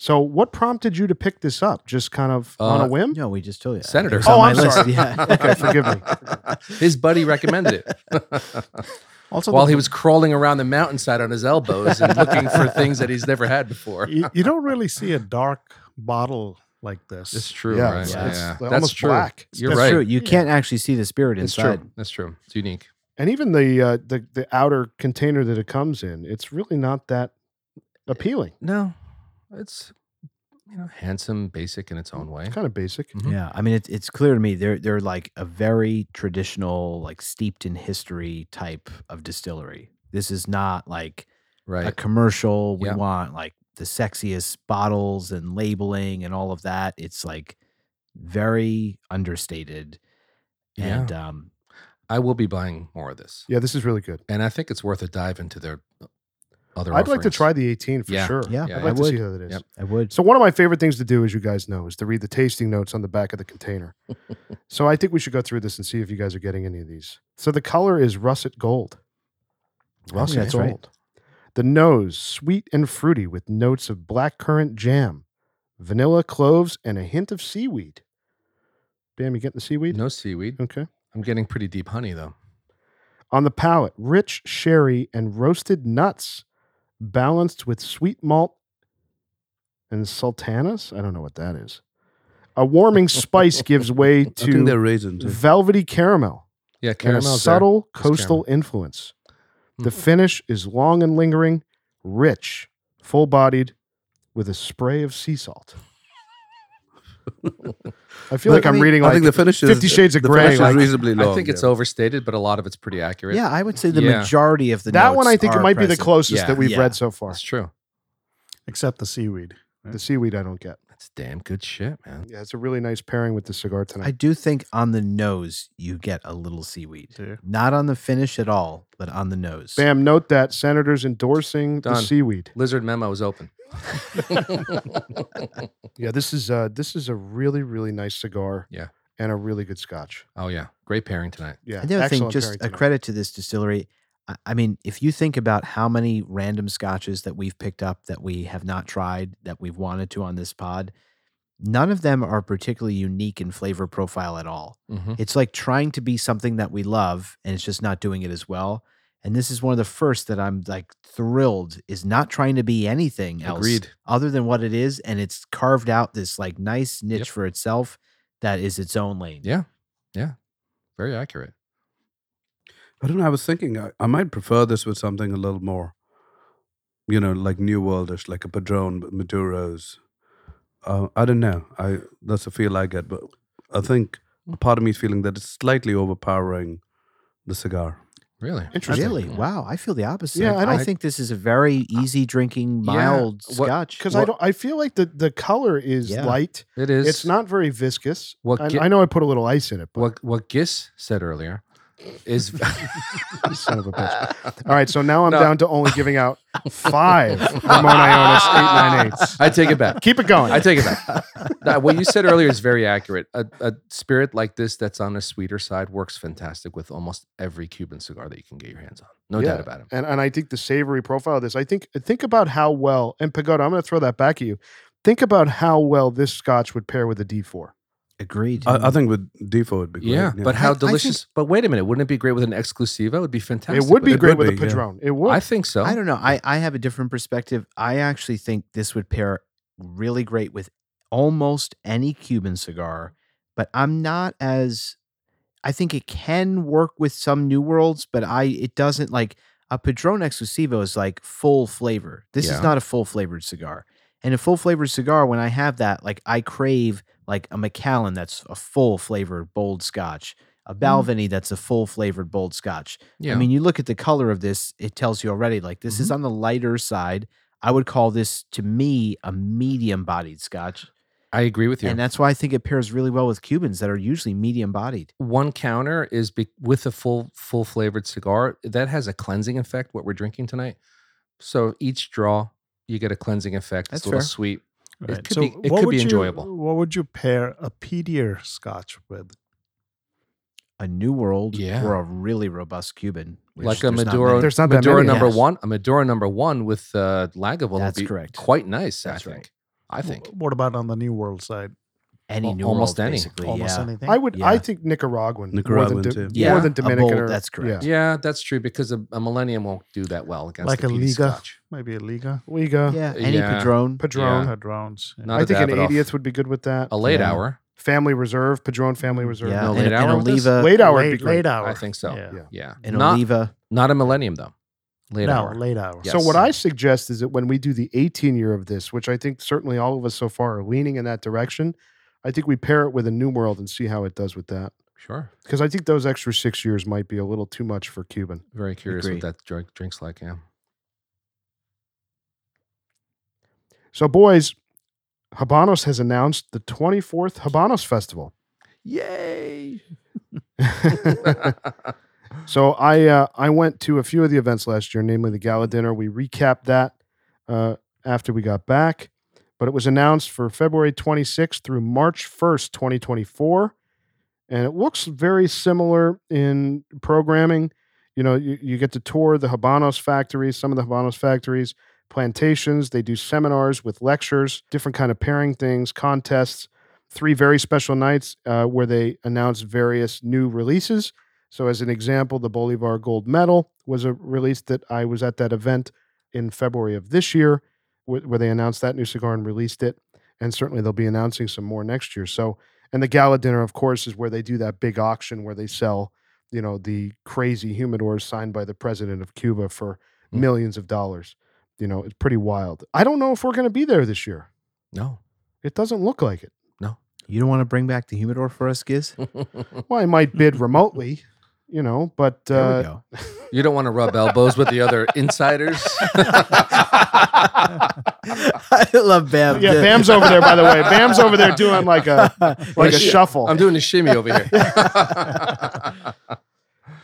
Speaker 1: So, what prompted you to pick this up? Just kind of on a
Speaker 2: Uh,
Speaker 1: whim?
Speaker 5: No, we just told you.
Speaker 2: Senator.
Speaker 5: It's on
Speaker 1: Oh,
Speaker 5: my
Speaker 1: I'm
Speaker 5: list,
Speaker 1: sorry.
Speaker 2: *laughs*
Speaker 5: *laughs* Yeah.
Speaker 1: Okay, forgive me.
Speaker 2: His buddy recommended
Speaker 1: *laughs*
Speaker 2: it.
Speaker 6: Also,
Speaker 2: While
Speaker 6: the-
Speaker 2: he was crawling around the mountainside on his elbows and looking for things that he's never had
Speaker 1: *laughs*
Speaker 2: before.
Speaker 6: you, you don't really see a dark bottle like this.
Speaker 2: It's true,
Speaker 1: Yeah,
Speaker 2: right?
Speaker 1: it's-
Speaker 2: Yeah,
Speaker 1: it's
Speaker 2: yeah.
Speaker 1: almost
Speaker 2: That's true.
Speaker 1: black.
Speaker 2: You're
Speaker 6: That's
Speaker 2: right.
Speaker 5: True. You
Speaker 6: Yeah.
Speaker 5: can't actually see the spirit
Speaker 2: It's
Speaker 5: inside.
Speaker 2: true. That's true. It's unique.
Speaker 1: And even the uh, the the outer container that it comes in, it's really not that appealing.
Speaker 2: No, it's you know handsome, basic in its own way.
Speaker 1: It's kind of basic.
Speaker 2: Mhm.
Speaker 5: Yeah. I mean, it's it's clear to me they're they're like a very traditional, like steeped in history type of distillery. This is not like a
Speaker 2: Right.
Speaker 5: commercial. We
Speaker 2: Yeah.
Speaker 5: want like the sexiest bottles and labeling and all of that. It's like very understated.
Speaker 2: Yeah.
Speaker 5: And um,
Speaker 2: I will be buying more of this,
Speaker 1: Yeah, this is really good.
Speaker 2: and I think it's worth a dive into their uh, other.
Speaker 1: I'd like to
Speaker 2: offerings.
Speaker 1: try the 18 for
Speaker 2: Yeah.
Speaker 1: sure.
Speaker 5: Yeah,
Speaker 1: I'd
Speaker 2: Yeah,
Speaker 1: like
Speaker 2: I
Speaker 1: to see
Speaker 2: would.
Speaker 1: how that is.
Speaker 2: Yep.
Speaker 5: I would.
Speaker 1: So one of my favorite things to do, as you guys know, is to read the tasting notes on the back of the
Speaker 5: *laughs*
Speaker 1: container. so I think we should go through this and see if you guys are getting any of these. So the color is russet gold. Russet
Speaker 5: Oh, that's
Speaker 1: gold.
Speaker 5: right.
Speaker 1: The nose, sweet and fruity, with notes of blackcurrant jam, vanilla cloves, and a hint of seaweed. Bam, you getting the seaweed?
Speaker 2: No seaweed.
Speaker 1: Okay.
Speaker 2: I'm getting pretty deep honey though.
Speaker 1: On the palate, rich sherry and roasted nuts, balanced with sweet malt and sultanas. I don't know what that is. A warming spice gives way
Speaker 3: I think
Speaker 1: to
Speaker 3: they're raisins. eh?
Speaker 1: velvety caramel
Speaker 2: Yeah,
Speaker 1: and a
Speaker 2: caramel.
Speaker 1: subtle coastal
Speaker 2: caramel.
Speaker 1: influence. The
Speaker 2: Mm.
Speaker 1: finish is long and lingering, rich, full bodied, with a spray of sea salt. I feel like
Speaker 3: I
Speaker 1: I'm
Speaker 3: think-
Speaker 1: reading
Speaker 3: I
Speaker 1: like
Speaker 3: think the finish is
Speaker 1: 50 Shades of
Speaker 3: the
Speaker 1: Grey,
Speaker 3: finish is
Speaker 1: like-
Speaker 3: reasonably long.
Speaker 2: I think it's
Speaker 3: yeah.
Speaker 2: overstated, but a lot of it's pretty accurate.
Speaker 5: Yeah, I would say the
Speaker 2: Yeah.
Speaker 5: majority of the
Speaker 1: that one. I
Speaker 5: notes
Speaker 1: think it
Speaker 5: are
Speaker 1: might be the
Speaker 5: present.
Speaker 1: closest
Speaker 2: Yeah,
Speaker 1: that we've
Speaker 5: yeah.
Speaker 1: read so far.
Speaker 2: that's true.
Speaker 6: except the seaweed.
Speaker 1: The seaweed I don't get.
Speaker 2: That's damn good shit, man.
Speaker 1: Yeah, it's a really nice pairing with the cigar
Speaker 5: I
Speaker 1: tonight.
Speaker 5: do think on the nose you get a little seaweed.
Speaker 6: Yeah.
Speaker 5: Not on the finish at all, but on the nose.
Speaker 1: Bam, note that senators endorsing the
Speaker 2: Done.
Speaker 1: seaweed.
Speaker 2: Lizard memo
Speaker 1: *laughs*
Speaker 2: is open.
Speaker 1: Yeah, this is uh this is a really really nice cigar.
Speaker 2: Yeah.
Speaker 1: And a really good scotch.
Speaker 2: oh yeah, great pairing tonight.
Speaker 1: Yeah.
Speaker 5: And the other thing,
Speaker 1: excellent
Speaker 5: just
Speaker 1: pairing
Speaker 5: a
Speaker 1: tonight.
Speaker 5: credit to this distillery. I- I mean, if you think about how many random scotches that we've picked up that we have not tried, that we've wanted to on this pod, none of them are particularly unique in flavor profile at all.
Speaker 2: hmm
Speaker 5: It's like trying to be something that we love and it's just not doing it as well. And this is one of the first that I'm like thrilled is not trying to be anything else
Speaker 2: Agreed.
Speaker 5: other than what it is. And it's carved out this like nice niche for itself that is its own lane.
Speaker 2: Yeah, Very accurate.
Speaker 3: I don't know. I was thinking I, I might prefer this with something a little more, you know, like New Worldish, like a Padron, but Maduro's. Uh, I don't know. I that's the feel I get, but
Speaker 2: Mm.
Speaker 3: I think a part of me is feeling that it's slightly overpowering the cigar.
Speaker 2: Really?
Speaker 1: Interesting.
Speaker 5: Really?
Speaker 2: Yeah.
Speaker 5: Wow. I feel the opposite.
Speaker 1: Yeah, I
Speaker 5: I,
Speaker 1: don't-
Speaker 5: think this is a very easy drinking,
Speaker 2: Yeah,
Speaker 5: mild
Speaker 2: what-
Speaker 5: scotch.
Speaker 1: Because I
Speaker 5: Well,
Speaker 1: don't. I feel like the the color is
Speaker 5: Yeah.
Speaker 1: light.
Speaker 2: It is.
Speaker 1: It's not very viscous.
Speaker 2: What
Speaker 1: I,
Speaker 2: gi-
Speaker 1: I know I put a little ice in it, but
Speaker 2: what what Gis said earlier. Is *laughs*
Speaker 1: son of a bitch. All right, so now I'm
Speaker 2: No.
Speaker 1: down to only giving out
Speaker 2: *laughs*
Speaker 1: five Ramon Ionis eight nine eights.
Speaker 2: I take it back.
Speaker 1: Keep it going.
Speaker 2: I take it back. Now, what you said earlier is very accurate. A, a spirit like this that's on the sweeter side works fantastic with almost every Cuban cigar that you can get your hands on. No
Speaker 1: Yeah.
Speaker 2: doubt about it.
Speaker 1: and and I think the savory profile of this. I think think about how well and Pagoda. I'm going to throw that back at you. Think about how well this Scotch would pair with a D4.
Speaker 5: agreed.
Speaker 3: I, I think with Defoe would be great.
Speaker 2: Yeah, but how
Speaker 5: I think-
Speaker 2: delicious. but wait a minute. Wouldn't it be great with an exclusiva? It would be fantastic.
Speaker 1: it would be
Speaker 2: with-
Speaker 1: great
Speaker 3: would
Speaker 1: with a
Speaker 3: be, yeah.
Speaker 1: Padron. It would.
Speaker 2: I think so.
Speaker 5: I don't know. I, I have a different perspective. I actually think this would pair really great with almost any Cuban cigar, but I'm not as I think it can work with some new worlds, but I it doesn't like a Padron Exclusivo is like full flavor. This
Speaker 2: Yeah.
Speaker 5: is not a full flavored cigar. And a full flavored cigar, when I have that, like I crave like a Macallan that's a full flavored bold scotch, a
Speaker 2: Mm.
Speaker 5: Balvenie that's a full flavored bold scotch.
Speaker 2: yeah. Mm-hmm.
Speaker 5: I mean, you look at the color of this, it tells you already, like, this is on the lighter side. I would call this, to me, a medium bodied scotch.
Speaker 2: I agree with you.
Speaker 5: And uh, that's why I think it pairs really well with Cubans that are usually medium bodied.
Speaker 2: one counter is be, with a full full flavored cigar that has a cleansing effect what we're drinking tonight so each draw you get a cleansing effect it's a
Speaker 5: That's
Speaker 2: little
Speaker 5: fair.
Speaker 2: sweet It
Speaker 6: Right.
Speaker 2: could be- it could be
Speaker 6: would you-
Speaker 2: enjoyable.
Speaker 6: what would you pair a peatier scotch with?
Speaker 5: A New World
Speaker 2: Yeah.
Speaker 5: or a really robust Cuban. which
Speaker 2: like a
Speaker 5: there's not
Speaker 2: maduro
Speaker 5: many.
Speaker 1: There's not that
Speaker 2: maduro
Speaker 1: many,
Speaker 2: number
Speaker 5: yes.
Speaker 2: one a maduro number one with uh lagavulin would
Speaker 5: That's
Speaker 2: be
Speaker 5: correct.
Speaker 2: quite nice
Speaker 5: That's
Speaker 2: i
Speaker 5: right.
Speaker 2: think i think
Speaker 6: What about on the New World side?
Speaker 5: Any
Speaker 2: al-
Speaker 5: New
Speaker 2: almost
Speaker 5: World,
Speaker 2: any.
Speaker 5: basically,
Speaker 6: Almost
Speaker 5: yeah.
Speaker 6: anything.
Speaker 1: I would. I
Speaker 5: Yeah.
Speaker 1: think Nicaraguan. more
Speaker 3: Nicaraguan
Speaker 1: than,
Speaker 3: too.
Speaker 5: Yeah,
Speaker 1: More than
Speaker 5: a bold-
Speaker 1: Dominican. or,
Speaker 5: that's correct.
Speaker 1: Yeah.
Speaker 2: yeah that's true because a, a millennium won't do that well against
Speaker 6: Like
Speaker 2: the
Speaker 6: a
Speaker 2: peaty
Speaker 6: Liga,
Speaker 2: scotch.
Speaker 6: maybe a Liga.
Speaker 1: We go.
Speaker 5: Yeah, any
Speaker 2: Uh, Yeah.
Speaker 5: Padron.
Speaker 1: Padron.
Speaker 2: Yeah.
Speaker 6: Had rounds. yeah.
Speaker 2: Not
Speaker 1: I
Speaker 2: a
Speaker 1: think an
Speaker 2: Davidoff.
Speaker 1: 80th would be good with that.
Speaker 2: a late
Speaker 5: Yeah.
Speaker 2: hour
Speaker 1: Family Reserve, Padron Family Reserve.
Speaker 5: Mm, Yeah,
Speaker 2: No,
Speaker 5: and,
Speaker 2: late
Speaker 5: and
Speaker 2: hour with this?
Speaker 5: Oliva.
Speaker 1: Late hour would be
Speaker 6: late,
Speaker 1: great.
Speaker 6: late hour.
Speaker 2: i think so yeah,
Speaker 6: Yeah.
Speaker 5: An
Speaker 2: not
Speaker 5: Oliva.
Speaker 2: not a millennium though late
Speaker 6: no,
Speaker 2: hour
Speaker 6: late hour.
Speaker 2: Yeah.
Speaker 1: So what
Speaker 2: Yes.
Speaker 1: I suggest is that when we do the 18 year of this, which I think certainly all of us so far are leaning in that direction, I think we pair it with a New World and see how it does with that.
Speaker 2: sure
Speaker 1: Because I think those extra six years might be a little too much for Cuban.
Speaker 2: very curious
Speaker 5: Agree.
Speaker 2: what that drink drinks like
Speaker 5: *laughs*
Speaker 2: yeah *laughs*
Speaker 1: So, boys, Habanos has announced the 24th Habanos Festival.
Speaker 2: Yay!
Speaker 1: So I uh, I went to a few of the events last year, namely the gala dinner. We recapped that uh, after we got back, but it was announced for February 26th through March 1st, 2024, and it looks very similar in programming. You know, you, you get to tour the Habanos factories, some of the Habanos factories, plantations. They do seminars with lectures, different kind of pairing things, contests. Three very special nights uh, where they announce various new releases. So, as an example, the Bolivar Gold Medal was a release that I was at that event in February of this year, wh- where they announced that new cigar and released it. And certainly they'll be announcing some more next year. So, and the gala dinner, of course, is where they do that big auction where they sell, you know, the crazy humidors signed by the president of Cuba for
Speaker 2: Mm.
Speaker 1: millions of dollars. You know, it's pretty wild. I don't know if we're going to be there this year.
Speaker 2: No.
Speaker 1: It doesn't look like it.
Speaker 5: You don't want to bring back the humidor for us, Giz?
Speaker 1: Well, I might bid remotely, you know, but
Speaker 5: There we
Speaker 1: uh,
Speaker 2: *laughs*
Speaker 5: go. *laughs*
Speaker 2: you don't want to rub elbows with the other insiders.
Speaker 5: I love Bam.
Speaker 1: Yeah,
Speaker 5: *laughs*
Speaker 1: Bam's over there. By the way, Bam's over there doing like a like a
Speaker 2: Yeah,
Speaker 1: shuffle.
Speaker 2: I'm doing a shimmy over here. *laughs*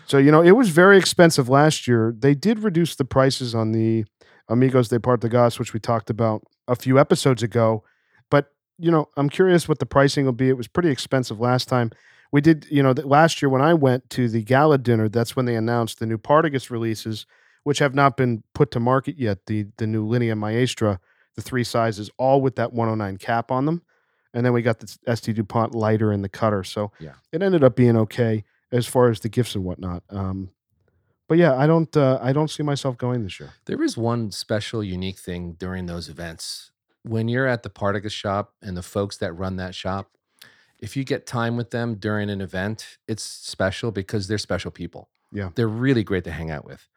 Speaker 1: so you know, it was very expensive last year. They did reduce the prices on the Amigos de Partagas, which we talked about a few episodes ago. But you know, I'm curious what the pricing will be. It was pretty expensive last time. We did, you know, that last year when I went to the gala dinner, that's when they announced the new Partagas releases, which have not been put to market yet. The the new Linea Maestra, the three sizes, all with that 109 cap on them. And then we got the ST DuPont lighter and the cutter. So
Speaker 2: Yeah.
Speaker 1: it ended up being okay as far as the gifts and whatnot. Um, but yeah, I don't uh, I don't see myself going this year.
Speaker 2: There is one special, unique thing during those events. When you're at the Partagas shop and the folks that run that shop, if you get time with them during an event, it's special because they're special people.
Speaker 1: Yeah.
Speaker 2: They're really great to hang out with.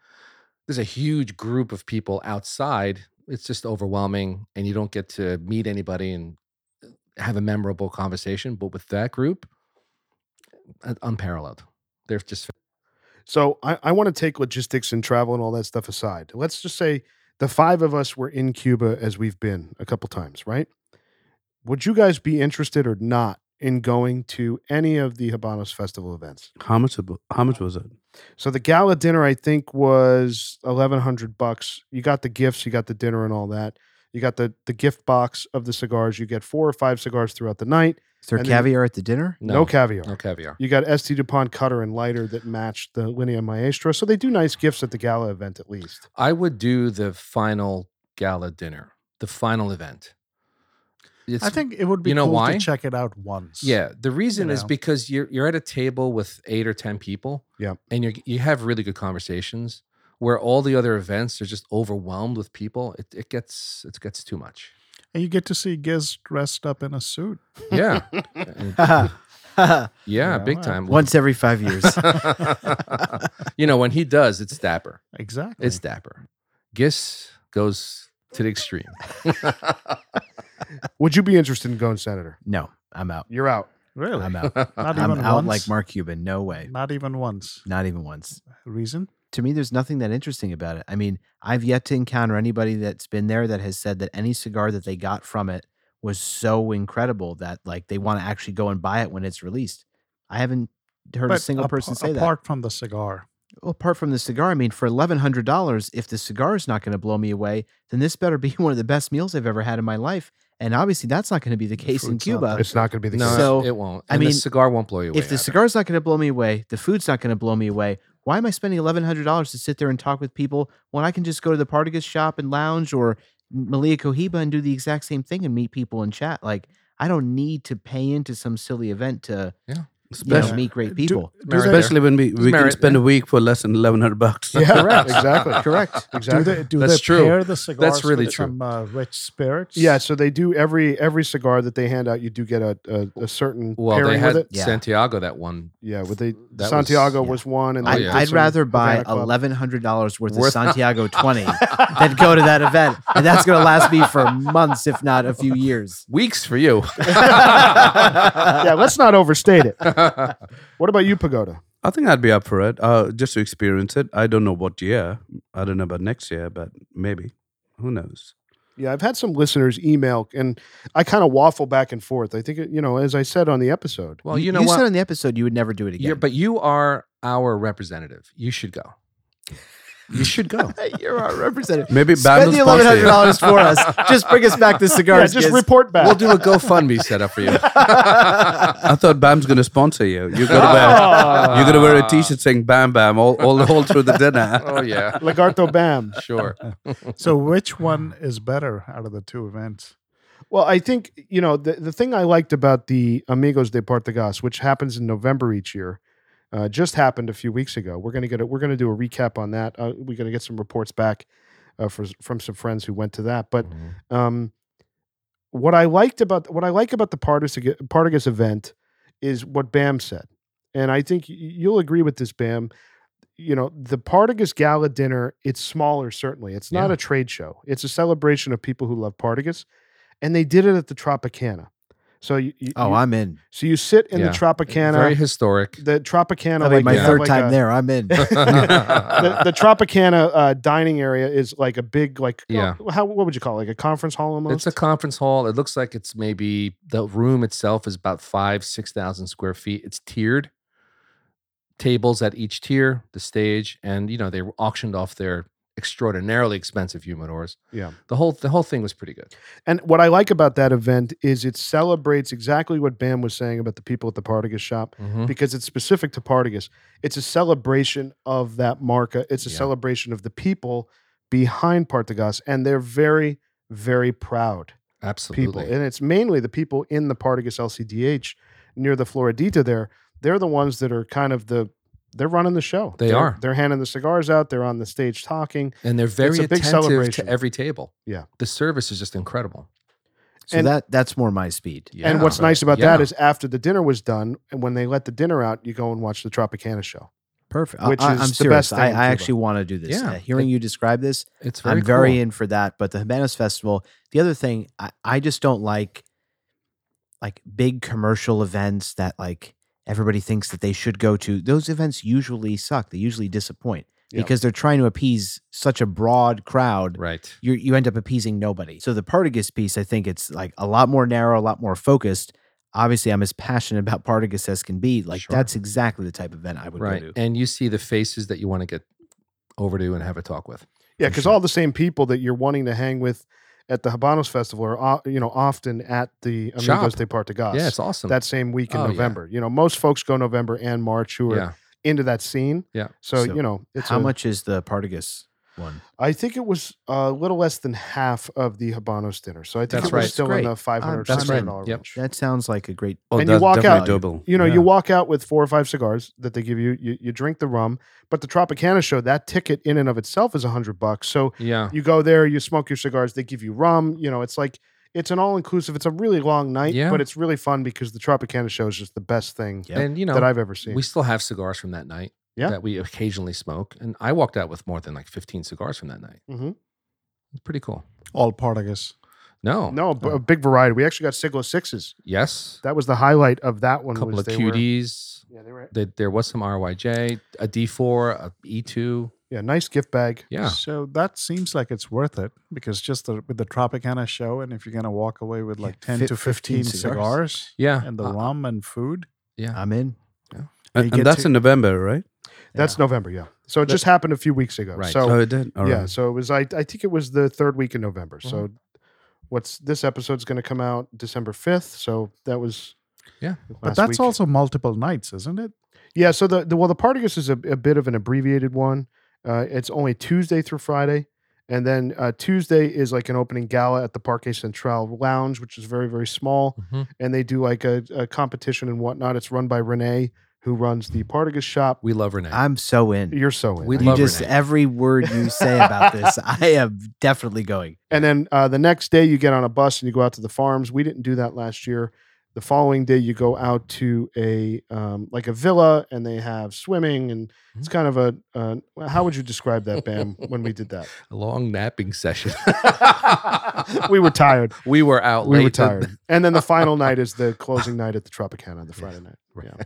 Speaker 2: There's a huge group of people outside. It's just overwhelming and you don't get to meet anybody and uh, have a memorable conversation. But with that group, un- unparalleled. They're just
Speaker 1: So I, I want to take logistics and travel and all that stuff aside. Let's just say the five of us were in Cuba as we've been a couple times, right? Would you guys be interested or not in going to any of the Habanos Festival events?
Speaker 3: How much? ab- How much was it?
Speaker 1: So the gala dinner, I think, was eleven hundred bucks. You got the gifts, you got the dinner, and all that. You got the the gift box of the cigars. You get four or five cigars throughout the night.
Speaker 5: Is there
Speaker 1: And then-
Speaker 5: caviar at the dinner?
Speaker 1: No,
Speaker 2: no,
Speaker 1: caviar.
Speaker 2: no caviar.
Speaker 1: You got St. DuPont cutter and lighter that matched the Linea Maestra. So they do nice gifts at the gala event, at least.
Speaker 2: I would do the final gala dinner, the final event. It's,
Speaker 6: I think it would be
Speaker 2: you know
Speaker 6: cool
Speaker 2: why?
Speaker 6: to check it out once.
Speaker 2: Yeah, the reason is
Speaker 6: know.
Speaker 2: because you're you're at a table with eight or ten people.
Speaker 1: Yeah.
Speaker 2: and you you have really good conversations. Where all the other events are just overwhelmed with people, it, it gets it gets too much.
Speaker 6: And you get to see Giz dressed up in a suit.
Speaker 2: Yeah,
Speaker 5: Haha. Haha.
Speaker 2: yeah,
Speaker 6: Yeah,
Speaker 2: big
Speaker 6: well.
Speaker 2: time.
Speaker 5: *laughs* Once every five years.
Speaker 2: *laughs* you know when he does, it's dapper.
Speaker 6: Exactly.
Speaker 2: It's dapper. Gis goes to the extreme.
Speaker 1: Would you be interested in going senator?
Speaker 5: *laughs* no, I'm out.
Speaker 1: You're
Speaker 2: *laughs*
Speaker 1: out.
Speaker 6: really?
Speaker 5: I'm out.
Speaker 6: Not
Speaker 5: I'm
Speaker 6: even
Speaker 5: out
Speaker 6: once.
Speaker 5: like Mark Cuban. No way.
Speaker 6: Not even once.
Speaker 5: Not even once.
Speaker 6: Reason?
Speaker 5: To me, there's nothing that interesting about it. I mean, I've yet to encounter anybody that's been there that has said that any cigar that they got from it was so incredible that like they want to actually go and buy it when it's released. I haven't heard a
Speaker 6: But
Speaker 5: single
Speaker 6: apa-
Speaker 5: person say that.
Speaker 6: Apart from the cigar.
Speaker 5: Well, apart from the cigar, I mean, for eleven hundred dollars, if the cigar is not going to blow me away, then this better *laughs* be one of the best meals I've ever had in my life. And obviously, that's not going to be the case in
Speaker 6: fruit's not
Speaker 5: Cuba.
Speaker 1: It's not going to be the
Speaker 2: No,
Speaker 1: case.
Speaker 5: So,
Speaker 2: it won't.
Speaker 5: I
Speaker 2: And
Speaker 5: mean,
Speaker 2: the cigar won't blow you away.
Speaker 5: If the
Speaker 2: either.
Speaker 5: cigar's not going to blow me away, the food's not going to blow me away. Why am I spending eleven hundred dollars to sit there and talk with people when I can just go to the Partagas shop and lounge or Malia Cohiba and do the exact same thing and meet people and chat? Like, I don't need to pay into some silly event to you know,
Speaker 3: Especially,
Speaker 5: meet great
Speaker 6: Do-
Speaker 5: people.
Speaker 2: Merit there.
Speaker 3: especially when we, we can
Speaker 2: merit
Speaker 3: spend
Speaker 2: there.
Speaker 3: a week for less than eleven hundred bucks.
Speaker 1: yeah,
Speaker 2: *laughs* Correct.
Speaker 1: exactly.
Speaker 5: Correct.
Speaker 1: *laughs* Exactly.
Speaker 6: Do they, do
Speaker 2: That's
Speaker 6: they
Speaker 2: true.
Speaker 6: pair the cigars
Speaker 2: really
Speaker 6: with
Speaker 2: true.
Speaker 6: some uh, rich spirits?
Speaker 1: yeah, so they do every every cigar that they hand out. You do get a a, a certain
Speaker 2: well,
Speaker 1: pairing
Speaker 2: they had
Speaker 1: with it.
Speaker 5: Yeah.
Speaker 2: Santiago that one
Speaker 1: Yeah, with they
Speaker 2: That was-
Speaker 1: Santiago
Speaker 5: yeah.
Speaker 1: was, one, and
Speaker 5: I,
Speaker 1: they
Speaker 2: yeah.
Speaker 1: did
Speaker 5: I'd
Speaker 1: some
Speaker 5: rather buy
Speaker 1: Havana Club.
Speaker 5: eleven hundred dollars worth of
Speaker 2: Worth-
Speaker 5: Santiago twenty than go to that event, and that's going to last me for months, if not a few years.
Speaker 2: weeks for you. *laughs*
Speaker 1: Yeah, let's not overstate it. What about you, Pagoda?
Speaker 3: I think I'd be up for it. Uh, just to experience it. I don't know what year. I don't know about next year, but maybe. Who knows?
Speaker 1: Yeah, I've had some listeners email, and I kind of waffle back and forth. I think it, you know, as I said on the episode,
Speaker 2: well, you know
Speaker 5: you
Speaker 2: what?
Speaker 5: said on the episode you would never do it again.
Speaker 2: You're, but you are our representative. You should go. You should go.
Speaker 5: You're our representative.
Speaker 3: Maybe
Speaker 5: Spend
Speaker 3: Band
Speaker 5: the
Speaker 3: will
Speaker 5: eleven
Speaker 3: sponsor
Speaker 5: hundred
Speaker 3: you.
Speaker 5: dollars for us. Just bring us back the
Speaker 1: yeah,
Speaker 5: cigars.
Speaker 1: just
Speaker 5: kids.
Speaker 1: report back.
Speaker 2: we'll do a GoFundMe set up for you.
Speaker 3: I thought Bam's going to sponsor you. You're going to
Speaker 2: *laughs*
Speaker 3: wear you're going to wear a T-shirt saying Bam Bam all all, all through the dinner.
Speaker 2: *laughs* Oh yeah,
Speaker 1: Lagarto Bam.
Speaker 2: sure.
Speaker 6: So which one is better out of the two events?
Speaker 1: Well, I think, you know, the, the thing I liked about the Amigos de Portugas, which happens in November each year, uh, just happened a few weeks ago. We're going to get a, we're going to do a recap on that. Uh, we're going to get some reports back uh, for, from some friends who went to that. But um, what I liked about what I like about the Partagas, Partagas event is what Bam said, and I think y- you'll agree with this, Bam. You know, the Partagas Gala dinner, it's smaller, certainly. It's not
Speaker 2: Yeah.
Speaker 1: a trade show. It's a celebration of people who love Partagas, and they did it at the Tropicana. So you, you
Speaker 5: oh,
Speaker 1: you-
Speaker 5: I'm in.
Speaker 1: so you sit in
Speaker 2: Yeah.
Speaker 1: the Tropicana,
Speaker 2: Very
Speaker 1: *laughs*
Speaker 2: historic.
Speaker 1: the Tropicana.
Speaker 5: That'll be
Speaker 1: like,
Speaker 5: my
Speaker 1: they have
Speaker 5: third
Speaker 1: like uh,
Speaker 5: time
Speaker 1: a-
Speaker 5: there. I'm
Speaker 1: *laughs*
Speaker 5: in.
Speaker 1: the, the Tropicana uh, dining area is like a big, like
Speaker 2: Yeah.
Speaker 1: well, how what would you call it? like a conference hall almost?
Speaker 2: It's a conference hall. It looks like it's maybe the room itself is about five, six thousand square feet. It's tiered. Tables at each tier, the stage, and you know they auctioned off their extraordinarily expensive humidors.
Speaker 1: Yeah.
Speaker 2: the whole the whole thing was pretty good.
Speaker 1: And what I like about that event is it celebrates exactly what Bam was saying about the people at the Partagas shop
Speaker 2: Mm-hmm.
Speaker 1: because it's specific to Partagas. It's a celebration of that marca. It's a
Speaker 2: Yeah.
Speaker 1: celebration of the people behind Partagas, and they're very, very proud people.
Speaker 2: Absolutely,
Speaker 1: And it's mainly the people in the Partagas LCDH near the Floridita there. They're the ones that are kind of the they're running the show.
Speaker 2: They
Speaker 1: They're-
Speaker 2: are.
Speaker 1: They're handing the cigars out. They're on the stage talking.
Speaker 2: and they're very
Speaker 1: a big
Speaker 2: attentive
Speaker 1: celebration.
Speaker 2: to every table.
Speaker 1: Yeah.
Speaker 2: the service is just incredible.
Speaker 5: So
Speaker 1: And-
Speaker 5: that that's more my speed.
Speaker 2: Yeah.
Speaker 1: and what's nice about that
Speaker 2: Yeah.
Speaker 1: is after the dinner was done, and when they let the dinner out, you go and watch the Tropicana show.
Speaker 5: Perfect.
Speaker 1: Which
Speaker 5: I,
Speaker 1: is
Speaker 5: am
Speaker 1: the
Speaker 5: serious.
Speaker 1: best
Speaker 5: I,
Speaker 1: thing
Speaker 5: I
Speaker 1: in
Speaker 5: actually
Speaker 1: Cuba.
Speaker 5: want to do this.
Speaker 2: Yeah.
Speaker 5: Uh, hearing you describe this,
Speaker 2: It's very
Speaker 5: I'm very
Speaker 2: cool.
Speaker 5: in for that. But the Habanas Festival, the other thing, I, I just don't like like big commercial events that like everybody thinks that they should go to. Those events usually suck. They usually disappoint
Speaker 1: Yeah.
Speaker 5: because they're trying to appease such a broad crowd.
Speaker 2: right.
Speaker 5: You you end up appeasing nobody. So the Partagas piece, I think it's like a lot more narrow, a lot more focused. Obviously, I'm as passionate about Partagas as can be. Like
Speaker 2: Sure.
Speaker 5: that's exactly the type of event I would
Speaker 2: Right.
Speaker 5: go to.
Speaker 2: And you see the faces that you want to get over to and have a talk with.
Speaker 1: Yeah,
Speaker 2: For
Speaker 1: because
Speaker 2: sure.
Speaker 1: all the same people that you're wanting to hang with at the Habanos Festival are o- you know often at the Amigos
Speaker 2: Shop.
Speaker 1: de Partagas.
Speaker 2: Yeah, it's awesome.
Speaker 1: that same week in
Speaker 2: Oh, yeah.
Speaker 1: November. You know, most folks go November and March who are
Speaker 2: yeah.
Speaker 1: into that scene.
Speaker 2: Yeah.
Speaker 1: So,
Speaker 5: So
Speaker 1: you know, it's
Speaker 5: How
Speaker 1: a-
Speaker 5: much is the Partagas one?
Speaker 1: I think it was a little less than half of the Habanos dinner. So I think it
Speaker 2: That's
Speaker 1: was
Speaker 2: right.
Speaker 1: still in
Speaker 5: Great.
Speaker 1: the five hundred
Speaker 5: That's
Speaker 1: six hundred
Speaker 2: right.
Speaker 1: dollar
Speaker 2: Yep.
Speaker 1: range.
Speaker 5: That sounds like a great
Speaker 3: Oh,
Speaker 1: And you
Speaker 3: that's
Speaker 1: walk
Speaker 3: definitely
Speaker 1: out-
Speaker 3: double.
Speaker 1: You know,
Speaker 3: Yeah.
Speaker 1: you walk out with four or five cigars that they give you, you. You drink the rum, but the Tropicana show that ticket in and of itself is a hundred bucks. So
Speaker 2: Yeah.
Speaker 1: you go there, you smoke your cigars, they give you rum. You know, it's like it's an all inclusive. It's a really long night,
Speaker 2: Yeah.
Speaker 1: but it's really fun because the Tropicana show is just the best thing
Speaker 5: Yep.
Speaker 2: And you know,
Speaker 1: that I've ever seen.
Speaker 2: we still have cigars from that night
Speaker 1: Yeah.
Speaker 2: that we occasionally smoke. And I walked out with more than like 15 cigars from that night.
Speaker 1: Mhm.
Speaker 2: It's pretty cool.
Speaker 6: All Partagas.
Speaker 2: No.
Speaker 1: No, b- a big variety. We actually got Siglo Sixes.
Speaker 2: Yes.
Speaker 1: That was the highlight of that
Speaker 2: A
Speaker 1: one.
Speaker 2: couple
Speaker 1: was
Speaker 2: of E.
Speaker 1: they
Speaker 2: cuties.
Speaker 1: Were, yeah, they were.
Speaker 2: There- there was some RYJ, a D4, a E2.
Speaker 1: Yeah, nice gift bag.
Speaker 2: Yeah.
Speaker 6: So that seems like it's worth it because just the, with the Tropicana show, and if you're going to walk away with like 10
Speaker 5: fif-
Speaker 6: to 15,
Speaker 5: 15 cigars.
Speaker 6: cigars,
Speaker 2: Yeah.
Speaker 6: and the
Speaker 2: Uh,
Speaker 6: rum and food,
Speaker 2: Yeah.
Speaker 5: I'm in.
Speaker 6: You
Speaker 3: And,
Speaker 6: get
Speaker 3: and that's
Speaker 6: to-
Speaker 3: in November, right?
Speaker 1: That's November. Yeah. So it just happened a few weeks ago.
Speaker 2: Right.
Speaker 1: So
Speaker 3: oh, it did. All right.
Speaker 1: yeah. So it was. I I think it was the third week in November. So what's this episode's going to come out December fifth. So that was.
Speaker 2: Yeah.
Speaker 6: but
Speaker 1: last
Speaker 6: that's
Speaker 1: week.
Speaker 6: also multiple nights, isn't it?
Speaker 1: Yeah. So the, the well, the Partagas is a, a bit of an abbreviated one. Uh, it's only Tuesday through Friday, and then uh, Tuesday is like an opening gala at the Parque Central Lounge, which is very very small.
Speaker 2: Mhm.
Speaker 1: and they do like a, a competition and whatnot. It's run by Renee, who runs the Partagas shop.
Speaker 2: We love Renee.
Speaker 5: I'm so in.
Speaker 1: You're so in.
Speaker 2: We
Speaker 1: I-
Speaker 5: you
Speaker 2: love
Speaker 5: just
Speaker 2: Renee.
Speaker 5: every word you say about this, I am definitely going.
Speaker 1: and then uh, the next day, you get on a bus and you go out to the farms. We didn't do that last year. The following day, you go out to a um, like a villa, and they have swimming, and it's kind of a uh, how would you describe that, Bam? when we did that,
Speaker 2: a long napping session.
Speaker 1: *laughs* we were tired.
Speaker 2: *laughs* we were out
Speaker 1: We
Speaker 2: late.
Speaker 1: were tired. And then the final night is the closing night at the Tropicana, the Friday night.
Speaker 2: Right.
Speaker 1: Yeah.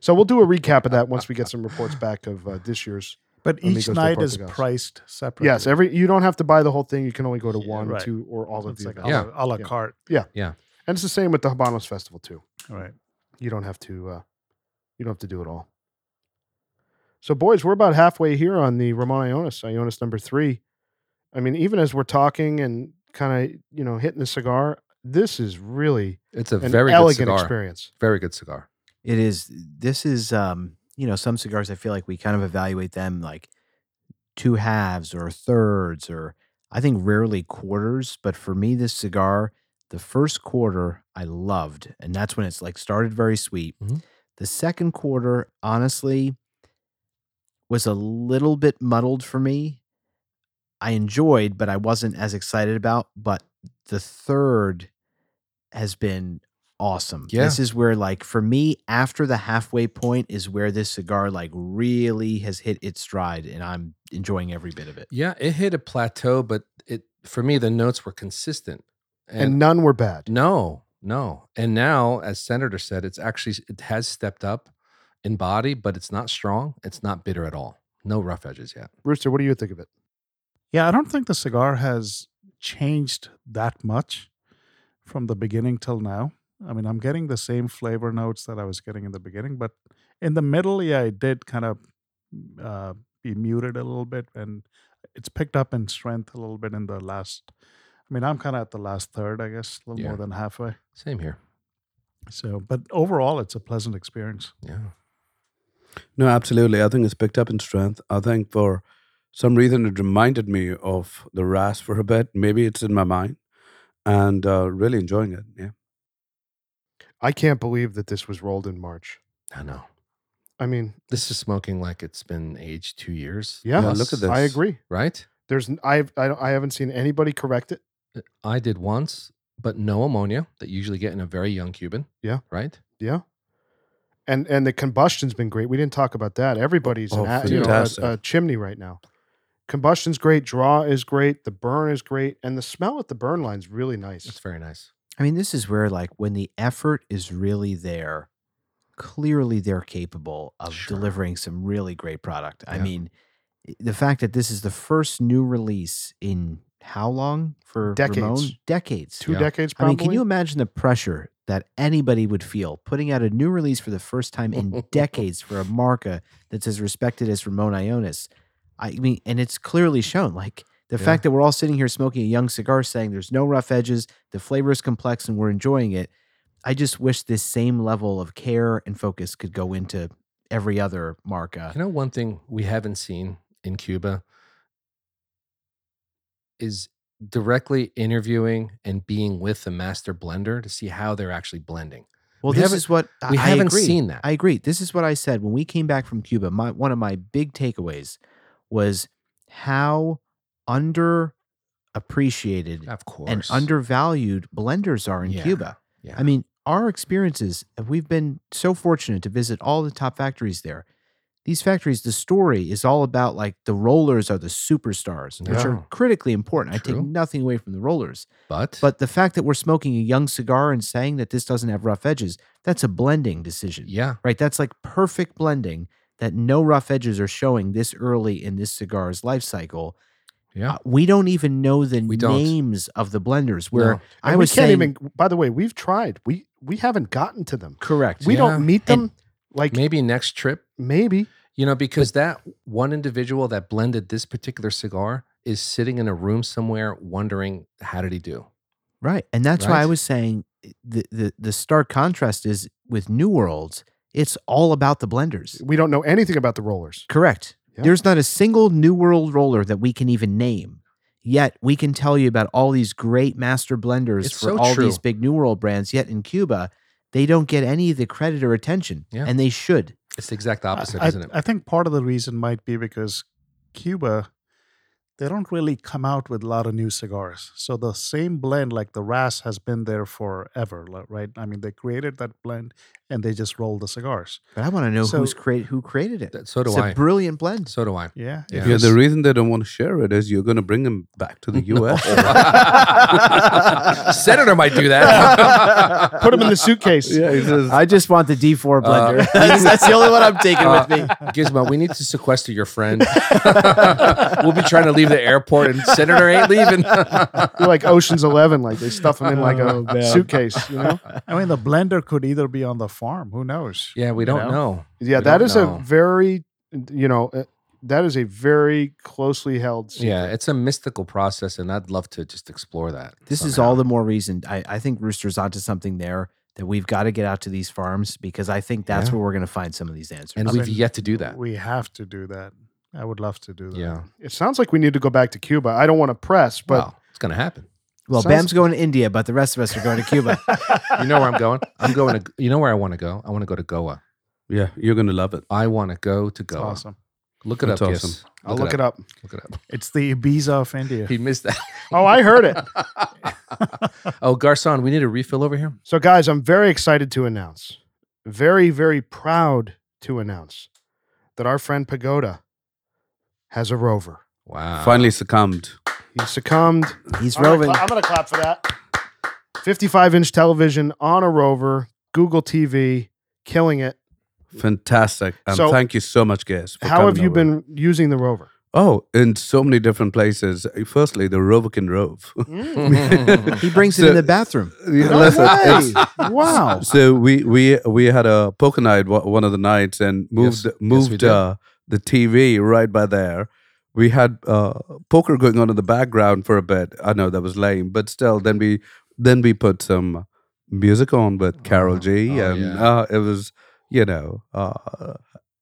Speaker 1: So we'll do a recap of that once we get some reports back of uh, this year's
Speaker 6: But
Speaker 1: Amigos
Speaker 6: each
Speaker 1: de
Speaker 6: night is
Speaker 1: Partagas.
Speaker 6: priced separately.
Speaker 1: Yes, every you don't have to buy the whole thing. You can only go to
Speaker 6: Yeah,
Speaker 1: one,
Speaker 6: right.
Speaker 1: two, or all of
Speaker 6: it's
Speaker 1: the
Speaker 6: like
Speaker 1: events.
Speaker 6: a la, a la
Speaker 1: Yeah.
Speaker 6: carte.
Speaker 1: And it's the same with the Habanos Festival too.
Speaker 6: Right.
Speaker 1: You don't have to uh, you don't have to do it all. So boys, we're about halfway here on the Ramon Ionis, Ionis number three. I mean, even as we're talking and kind of you know hitting the cigar, this is really
Speaker 2: It's a
Speaker 1: an
Speaker 2: very good
Speaker 1: elegant
Speaker 2: cigar.
Speaker 1: experience.
Speaker 2: Very good cigar.
Speaker 5: It is this is um, you know, some cigars I feel like we kind of evaluate them like two halves or thirds or I think rarely quarters, but for me this cigar, the first quarter I loved, and that's when it's like started very sweet.
Speaker 2: Mhm.
Speaker 5: The second quarter, honestly, was a little bit muddled for me. I enjoyed, but I wasn't as excited about. But the third has been awesome.
Speaker 2: Yeah.
Speaker 5: This is where, like, for me, after the halfway point is where this cigar, like, really has hit its stride, and I'm enjoying every bit of it.
Speaker 2: Yeah, it hit a plateau, but it for me the notes were consistent.
Speaker 1: And, none were
Speaker 2: Mm.
Speaker 1: bad.
Speaker 2: No, no. And now, as Senator said, it's actually it has stepped up in body, but it's not strong. It's not bitter at all. No rough edges yet.
Speaker 1: Rooster, what do you think of it?
Speaker 6: Yeah, I don't think the cigar has changed that much from the beginning till now. I mean, I'm getting the same flavor notes that I was getting in the beginning, but in the middle, yeah, it did kind of uh, be muted a little bit, and it's picked up in strength a little bit in the last. I mean, I'm kind of at the last third, I guess, a little
Speaker 2: Yeah.
Speaker 6: more than halfway.
Speaker 2: Same here.
Speaker 6: So, but overall, it's a pleasant experience.
Speaker 2: Yeah.
Speaker 3: No, absolutely. I think it's picked up in strength. I think for some reason it reminded me of the RAS for a bit. Maybe it's in my mind and uh, really enjoying it. Yeah.
Speaker 1: I can't believe that this was rolled in March.
Speaker 2: I know.
Speaker 1: I mean,
Speaker 2: This is smoking like it's been aged two years.
Speaker 1: Yeah. Yeah,
Speaker 3: look at
Speaker 2: plus,
Speaker 1: I
Speaker 3: This-
Speaker 1: agree.
Speaker 2: Right?
Speaker 1: There's n- I've I, don't- I haven't seen anybody correct it.
Speaker 2: I did once but no ammonia that you usually get in a very young Cuban.
Speaker 1: Yeah.
Speaker 2: Right?
Speaker 1: Yeah. And and the combustion's been great. We didn't talk about that. Everybody's
Speaker 3: Oh,
Speaker 1: an, a- you know,
Speaker 3: fantastic.
Speaker 1: a, a chimney right now. Combustion's great. Draw is great. The burn is great. And the smell at the burn line's really
Speaker 2: That's
Speaker 1: nice.
Speaker 2: very nice.
Speaker 5: I mean, this is where, like, when the effort is really there, clearly they're capable of
Speaker 2: Sure.
Speaker 5: delivering some really great product. I
Speaker 2: Yeah.
Speaker 5: mean, i- the fact that this is the first new release in how long for Ramon?
Speaker 1: Decades.
Speaker 5: Decades.
Speaker 1: Two
Speaker 2: Yeah.
Speaker 1: decades
Speaker 5: I
Speaker 1: probably.
Speaker 5: mean, can you imagine the pressure that anybody would feel putting out a new release for the first time in decades for a marca that's as respected as Ramon Ionis? I mean, and it's clearly shown. Like the
Speaker 2: Yeah.
Speaker 5: fact that we're all sitting here smoking a young cigar, saying there's no rough edges, the flavor is complex, and we're enjoying it. I just wish this same level of care and focus could go into every other marca.
Speaker 2: You know, one thing we haven't seen in Cuba is directly interviewing and being with the master blender to see how they're actually blending.
Speaker 5: Well,
Speaker 2: We
Speaker 5: this
Speaker 2: haven't-
Speaker 5: is what I-
Speaker 2: We
Speaker 5: I
Speaker 2: haven't
Speaker 5: agree.
Speaker 2: seen that.
Speaker 5: I agree. This is what I said when we came back from Cuba. My one of my big takeaways was how underappreciated
Speaker 2: of course.
Speaker 5: and undervalued blenders are in
Speaker 2: Yeah.
Speaker 5: Cuba.
Speaker 2: Yeah.
Speaker 5: I mean, our experiences, we've been so fortunate to visit all the top factories there. These factories, the story is all about like the rollers are the superstars, which
Speaker 2: Yeah.
Speaker 5: are critically important. I
Speaker 2: True.
Speaker 5: take nothing away from the rollers.
Speaker 2: but,
Speaker 5: But the fact that we're smoking a young cigar and saying that this doesn't have rough edges, that's a blending decision,
Speaker 2: yeah,
Speaker 5: right? That's like perfect blending that no rough edges are showing this early in this cigar's life cycle.
Speaker 2: yeah.
Speaker 5: Uh, we don't even know the
Speaker 2: We don't.
Speaker 5: names of the blenders. Where
Speaker 2: No.
Speaker 5: I
Speaker 1: And we
Speaker 5: was
Speaker 1: can't
Speaker 5: saying,
Speaker 1: even by the way, we've tried. We we haven't gotten to them.
Speaker 5: correct.
Speaker 1: We
Speaker 2: Yeah.
Speaker 1: don't meet them
Speaker 5: And-
Speaker 1: like
Speaker 2: Maybe next trip
Speaker 1: maybe.
Speaker 2: You know, because that one individual that blended this particular cigar is sitting in a room somewhere wondering, how did he do?
Speaker 5: Right. And that's why I
Speaker 2: Right?
Speaker 5: was saying eh, the, the, the stark contrast is with New Worlds, it's all about the blenders.
Speaker 1: We don't know anything about the rollers.
Speaker 5: Correct.
Speaker 1: Yeah.
Speaker 5: There's not a single New World roller that we can even name. Yet we can tell you about all these great master blenders
Speaker 2: It's
Speaker 5: for
Speaker 2: so
Speaker 5: all
Speaker 2: true.
Speaker 5: these big New World brands. Yet in Cuba, they don't get any of the credit or attention,
Speaker 2: Yeah.
Speaker 5: and they should.
Speaker 2: It's the exact
Speaker 6: I-
Speaker 2: opposite,
Speaker 6: I,
Speaker 2: isn't it?
Speaker 6: I think part of the reason might be because Cuba, they don't really come out with a lot of new cigars. So the same blend, like the Ras, has been there forever, li- right? I mean, they created that blend and they just roll the cigars.
Speaker 5: But I want to know who's
Speaker 6: So-
Speaker 5: create who created it.
Speaker 2: That- so do
Speaker 5: it's
Speaker 2: I.
Speaker 5: a brilliant blend.
Speaker 2: so do I. *laughs*
Speaker 6: Yeah.
Speaker 2: Yeah.
Speaker 3: Yeah, the
Speaker 6: Yes.
Speaker 3: reason they don't want to share it is you're going to bring them back to the
Speaker 2: *laughs* No.
Speaker 3: US.
Speaker 2: Senator might do that. *laughs*
Speaker 1: Put them in the suitcase.
Speaker 3: Yeah, it's just-
Speaker 5: I just want the D4
Speaker 2: Uh, *laughs*
Speaker 5: blender. that's, *laughs* that's the only one I'm taking with *laughs* me.
Speaker 2: Gizmo, we need to sequester your friend. *laughs* we'll be trying to leave the airport, and Senator ain't leaving.
Speaker 1: You're like Ocean's Eleven, like they stuff them in like a
Speaker 6: Oh, man.
Speaker 1: suitcase. You know?
Speaker 6: I mean, the blender could either be on the farm. Who knows?
Speaker 2: yeah, we
Speaker 6: You
Speaker 2: don't
Speaker 6: know?
Speaker 2: know.
Speaker 1: Yeah,
Speaker 2: We
Speaker 1: that
Speaker 2: don't
Speaker 1: is
Speaker 2: know.
Speaker 1: a very, you know, uh, that is a very closely held. Secret.
Speaker 2: Yeah, it's a mystical process, and I'd love to just explore that.
Speaker 5: This is
Speaker 2: somehow.
Speaker 5: all the more reason I, I think Rooster's onto something there that we've got to get out to these farms because I think that's
Speaker 2: Yeah.
Speaker 5: where we're going to find some of these answers.
Speaker 2: And
Speaker 6: I
Speaker 2: we've
Speaker 6: mean,
Speaker 2: yet to do that.
Speaker 6: We have to do that. I would love to do that.
Speaker 2: Yeah.
Speaker 1: It sounds like we need to go back to Cuba. I don't want to press, but
Speaker 2: well, it's going to happen.
Speaker 5: well,
Speaker 1: sounds-
Speaker 5: Bam's going to India, but the rest of us are going to
Speaker 6: *laughs*
Speaker 5: Cuba.
Speaker 2: You know where I'm going? I'm going to, you know where I want to go? I want to go to Goa.
Speaker 3: yeah, you're going to love it.
Speaker 2: I want to go to Goa.
Speaker 6: Awesome.
Speaker 2: Look it
Speaker 3: That's
Speaker 2: up,
Speaker 3: awesome.
Speaker 2: Gis.
Speaker 1: I'll look it up.
Speaker 2: Look it up.
Speaker 6: It's the Ibiza of India.
Speaker 2: *laughs* He missed that.
Speaker 1: Oh, I heard it.
Speaker 2: *laughs* oh, Garcon, we need a refill over here.
Speaker 1: So, guys, I'm very excited to announce, very, very proud to announce that our friend Pagoda has a rover.
Speaker 2: Wow. *laughs*
Speaker 3: Finally succumbed.
Speaker 1: He succumbed.
Speaker 5: He's
Speaker 1: I'm gonna
Speaker 5: roving.
Speaker 1: cla- I'm going to clap for that. 55 inch television on a rover, Google TV, killing it.
Speaker 3: Fantastic. And
Speaker 1: So-
Speaker 3: thank you so much, guys. for
Speaker 1: How have
Speaker 3: coming
Speaker 1: you
Speaker 3: over.
Speaker 1: been using the rover?
Speaker 3: Oh, in so many different places. Firstly, the rover can rove.
Speaker 1: Mm.
Speaker 5: He brings it in the bathroom.
Speaker 3: Yeah,
Speaker 1: No
Speaker 3: *laughs* listen,
Speaker 1: way.
Speaker 3: it's-
Speaker 1: wow.
Speaker 3: So we we we had a poker night wa- one of the nights and moved
Speaker 2: Yes, we
Speaker 3: moved
Speaker 2: did.
Speaker 3: uh, the TV right by there. We had uh, poker going on in the background for a bit. I know that was lame, but still. Then we then we put some music on with Carol G,
Speaker 2: oh,
Speaker 3: and
Speaker 2: yeah.
Speaker 3: uh, it was you know uh,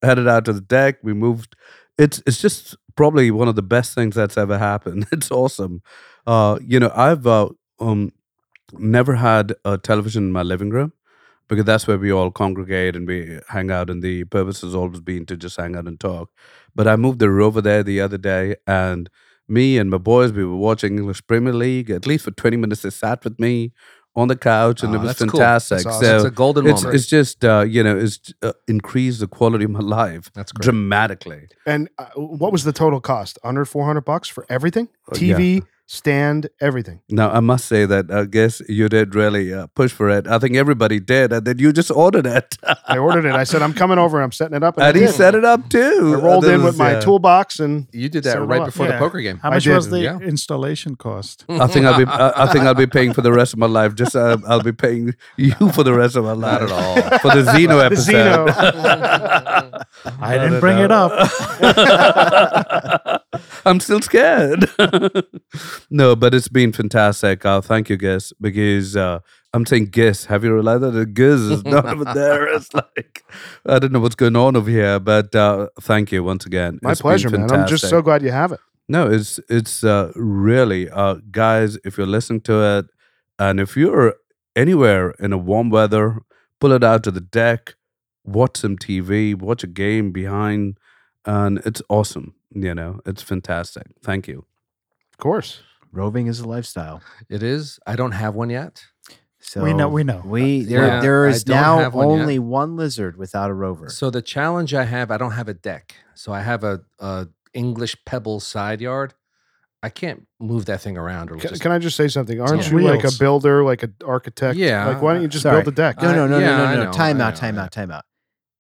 Speaker 3: headed out to the deck. We moved. It's it's just probably one of the best things that's ever happened. *laughs* It's awesome. Uh, you know, I've uh, um, never had a television in my living room because that's where we all congregate and we hang out. And the purpose has always been to just hang out and talk. But I moved the rover there the other day, and me and my boys, we were watching English Premier League. At least for 20 minutes, they sat with me on the couch, and
Speaker 2: Ah,
Speaker 3: it was
Speaker 2: that's cool.
Speaker 3: fantastic.
Speaker 1: That's awesome.
Speaker 2: It's
Speaker 3: So
Speaker 2: a golden
Speaker 3: it's,
Speaker 2: moment.
Speaker 3: it's just, uh, you know, it's uh, increased the quality of my life
Speaker 2: That's great.
Speaker 3: dramatically.
Speaker 1: And uh, what was the total cost? Under 400 bucks for everything?
Speaker 3: Uh, yeah.
Speaker 1: TV, stand, everything.
Speaker 3: Now, I must say that I guess you did really uh, push for it. I think everybody did, and then you just ordered it. *laughs*
Speaker 1: I ordered it. I said, I'm coming over and I'm setting it up.
Speaker 3: and
Speaker 1: I
Speaker 3: he
Speaker 1: did.
Speaker 3: set it up
Speaker 1: I
Speaker 3: too.
Speaker 1: rolled
Speaker 3: Uh,
Speaker 1: in
Speaker 3: this
Speaker 1: with
Speaker 3: is,
Speaker 1: my
Speaker 3: yeah.
Speaker 1: toolbox and
Speaker 2: You did that
Speaker 1: Set it
Speaker 2: right
Speaker 1: up.
Speaker 2: before
Speaker 6: Yeah.
Speaker 2: the poker game.
Speaker 6: How
Speaker 1: I
Speaker 6: much was the
Speaker 2: didn't, yeah.
Speaker 6: installation
Speaker 2: *laughs*
Speaker 6: cost?
Speaker 3: I think I'll be I, I think I'll be paying for the rest of my life. Just uh, I'll be paying you for the rest of my life.
Speaker 2: Not at all.
Speaker 3: for the Xeno
Speaker 1: the
Speaker 3: episode. *laughs*
Speaker 1: Xeno.
Speaker 6: I didn't bring it up.
Speaker 3: *laughs* I'm still scared. *laughs* no, but it's been fantastic. Uh, thank you, Gus, because uh, I'm saying Gus. Have you realized that the Gus is not over there?
Speaker 1: *laughs*
Speaker 3: It's like I don't know what's going on over here, but uh, thank you once again.
Speaker 1: My
Speaker 3: It's been
Speaker 1: pleasure, man. I'm just
Speaker 3: fantastic.
Speaker 1: so glad you have it.
Speaker 3: No, it's it's uh, really uh, guys. If you're listening to it, and if you're anywhere in a warm weather, pull it out to the deck, watch some TV, watch a game behind, and it's awesome. You know, it's fantastic. Thank you.
Speaker 1: Of course.
Speaker 5: Roving is a lifestyle.
Speaker 2: it is. I don't have one yet.
Speaker 5: So
Speaker 6: We know- we know.
Speaker 5: We there
Speaker 2: Uh, Yeah,
Speaker 5: there
Speaker 2: I
Speaker 5: is
Speaker 2: don't
Speaker 5: now
Speaker 2: have one yet.
Speaker 5: only one lizard without a rover.
Speaker 2: So the challenge I have, I don't have a deck. So I have a, a English pebble side yard. I can't move that thing around or
Speaker 1: Can,
Speaker 2: just
Speaker 1: can I just say something? Aren't
Speaker 2: Yeah.
Speaker 1: you like a
Speaker 6: Wheels.
Speaker 1: builder, like an architect?
Speaker 2: Yeah.
Speaker 1: Like, why don't you just
Speaker 5: Sorry.
Speaker 1: build a deck?
Speaker 5: no, no,
Speaker 2: I-
Speaker 5: no,
Speaker 2: yeah,
Speaker 5: no,
Speaker 2: I
Speaker 5: no, no,
Speaker 2: know,
Speaker 5: Time
Speaker 2: I
Speaker 5: out,
Speaker 2: know,
Speaker 5: time
Speaker 2: I know.
Speaker 5: out, time out.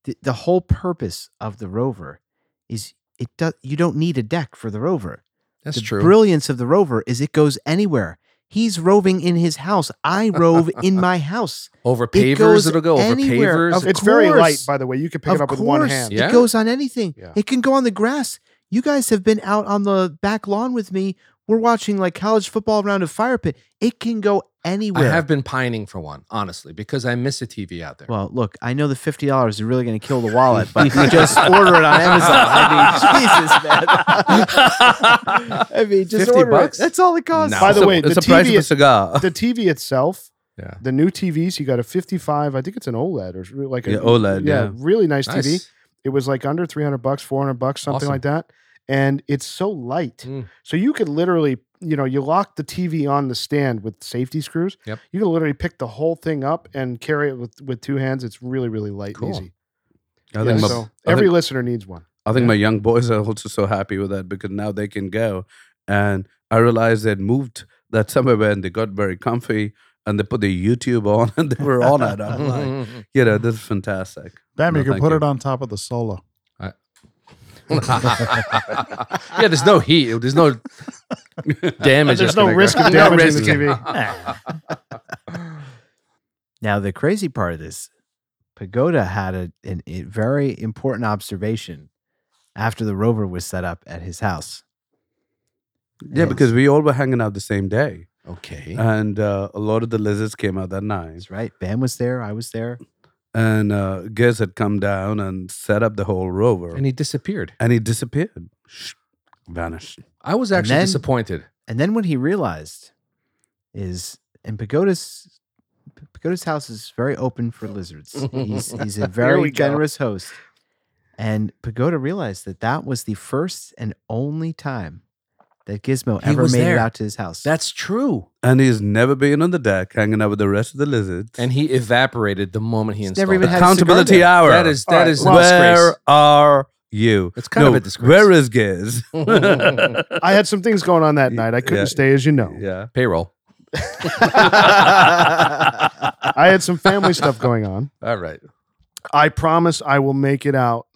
Speaker 5: The, the whole purpose of the rover is it does you don't need a deck for the rover.
Speaker 2: That's
Speaker 5: the
Speaker 2: true.
Speaker 5: brilliance of the rover is it goes anywhere. He's roving in his house. I rove
Speaker 2: *laughs*
Speaker 5: in my house.
Speaker 2: Over
Speaker 5: It
Speaker 2: pavers,
Speaker 5: goes
Speaker 2: it'll go over
Speaker 5: anywhere.
Speaker 2: pavers.
Speaker 5: Of
Speaker 1: It's very light,
Speaker 5: course.
Speaker 1: by the way. You can pick it
Speaker 5: of
Speaker 1: up
Speaker 5: course,
Speaker 1: with one hand.
Speaker 2: Yeah.
Speaker 5: it goes on anything.
Speaker 1: Yeah.
Speaker 5: It can go on the grass. You guys have been out on the back lawn with me. We're watching like college football around a fire pit. It can go
Speaker 2: I
Speaker 5: anywhere.
Speaker 2: have been pining for one, honestly, because I miss a TV out *laughs* there.
Speaker 5: Well, look, I know the fifty dollars is really going to kill the wallet,
Speaker 2: *laughs*
Speaker 5: but just order it on Amazon.
Speaker 2: *laughs*
Speaker 5: I mean, Jesus, man. I mean, just
Speaker 2: 50
Speaker 5: order
Speaker 2: bucks?
Speaker 5: it. That's all it costs.
Speaker 2: No.
Speaker 1: By the
Speaker 3: It's a-
Speaker 1: way,
Speaker 3: it's
Speaker 1: the
Speaker 3: a price
Speaker 1: TV
Speaker 3: of a
Speaker 1: *laughs*
Speaker 3: cigar.
Speaker 1: The TV itself,
Speaker 2: Yeah.
Speaker 1: the new TVs, you got a 55, I think it's an OLED or s- like a
Speaker 3: Yeah, OLED, yeah.
Speaker 1: really nice,
Speaker 2: *laughs*
Speaker 1: TV.
Speaker 2: Nice.
Speaker 1: It was like under 300 bucks, 400 bucks, something
Speaker 2: Awesome.
Speaker 1: like that. And it's so light.
Speaker 2: Mm.
Speaker 1: So you could literally, you know, you lock the TV on the stand with safety screws.
Speaker 2: Yep.
Speaker 1: You can literally pick the whole thing up and carry it with, with two hands. It's really, really light
Speaker 2: Cool.
Speaker 1: and easy.
Speaker 3: I
Speaker 1: Yeah,
Speaker 3: think, my,
Speaker 1: so
Speaker 3: I
Speaker 1: every
Speaker 3: think,
Speaker 1: listener needs
Speaker 3: *laughs*
Speaker 1: one.
Speaker 3: I think my young boys are also so happy with that because now they can go. And I realized they'd moved that somewhere and they got very comfy and they put their YouTube on *laughs* and they were on
Speaker 1: *laughs*
Speaker 3: it. I'm like, you know, this is fantastic.
Speaker 2: *laughs*
Speaker 3: *laughs*
Speaker 6: Damn,
Speaker 3: No,
Speaker 6: you can
Speaker 3: thank
Speaker 6: put
Speaker 3: you.
Speaker 6: it on top of the solar.
Speaker 2: yeah, there's no heat. There's no damage.
Speaker 1: There's
Speaker 2: that's
Speaker 1: no
Speaker 2: gonna
Speaker 1: risk
Speaker 2: go-
Speaker 1: of
Speaker 2: No
Speaker 1: damaging the
Speaker 2: risk.
Speaker 5: Now, the crazy part of this, Pagoda had a, an, a very important observation after the rover was set up at his house.
Speaker 3: Yeah, because we all were hanging out the same day,
Speaker 2: Okay.
Speaker 3: and uh, a lot of the lizards came out that night.
Speaker 5: That's right. Bam was there. I was there.
Speaker 3: And uh, Giz had come down and set up the whole rover,
Speaker 2: And he disappeared.
Speaker 3: and he disappeared, Shh, vanished.
Speaker 2: I was actually
Speaker 5: then-
Speaker 2: disappointed.
Speaker 5: And then what he realized is, and Pagoda's Pagoda's house is very open for lizards.
Speaker 2: *laughs*
Speaker 5: He's he's a
Speaker 1: we
Speaker 5: very
Speaker 1: go.
Speaker 5: generous host. And Pagoda realized that that was the first and only time that Gizmo
Speaker 2: He
Speaker 5: ever
Speaker 2: was
Speaker 5: made
Speaker 2: there.
Speaker 5: it out to his house.
Speaker 2: That's true.
Speaker 3: And he's never been on the deck, hanging out with the rest of the lizards.
Speaker 2: And he evaporated the moment he
Speaker 5: He's
Speaker 2: installed.
Speaker 5: never even
Speaker 2: it.
Speaker 5: had a cigar
Speaker 3: accountability
Speaker 5: there.
Speaker 3: hour.
Speaker 2: That is
Speaker 1: All
Speaker 2: that
Speaker 1: right,
Speaker 2: is
Speaker 1: well-
Speaker 3: where
Speaker 2: disgrace.
Speaker 3: are you?
Speaker 2: It's kind of a disgrace.
Speaker 3: Where
Speaker 2: *laughs*
Speaker 3: is Giz?
Speaker 1: I had some things going on that night. I couldn't
Speaker 3: Yeah.
Speaker 1: stay, as you know.
Speaker 3: yeah.
Speaker 2: *laughs* payroll?
Speaker 1: I had some
Speaker 3: *laughs*
Speaker 1: family stuff going on.
Speaker 2: All right.
Speaker 1: I promise I will make it out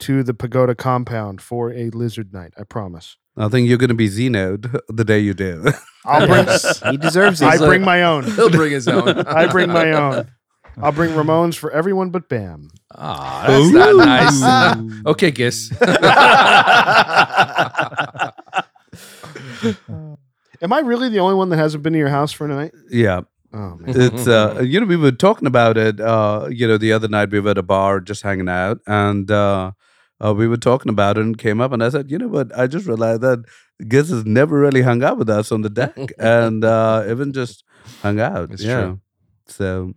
Speaker 1: to the pagoda compound for a lizard night. I promise.
Speaker 3: I think you're going to be Xenoed the day you do. *laughs*
Speaker 1: I'll bring.
Speaker 5: he deserves it.
Speaker 1: I
Speaker 2: He's like-
Speaker 1: bring my own.
Speaker 2: He'll bring his own.
Speaker 1: I bring my own. I'll bring Ramones for everyone but Bam.
Speaker 2: *laughs* Ah, that's not nice. okay, *laughs* Gis.
Speaker 1: Am I really the only one that hasn't been to your house for tonight?
Speaker 3: yeah.
Speaker 1: Oh man.
Speaker 3: it's uh you know we were talking about it uh you know the other night we were at a bar just hanging out and uh, uh we were talking about it and came up and i said you know what i just realized that giz has never really hung out with us on the *laughs* deck and uh even just hung out
Speaker 2: It's
Speaker 3: yeah
Speaker 2: true.
Speaker 3: so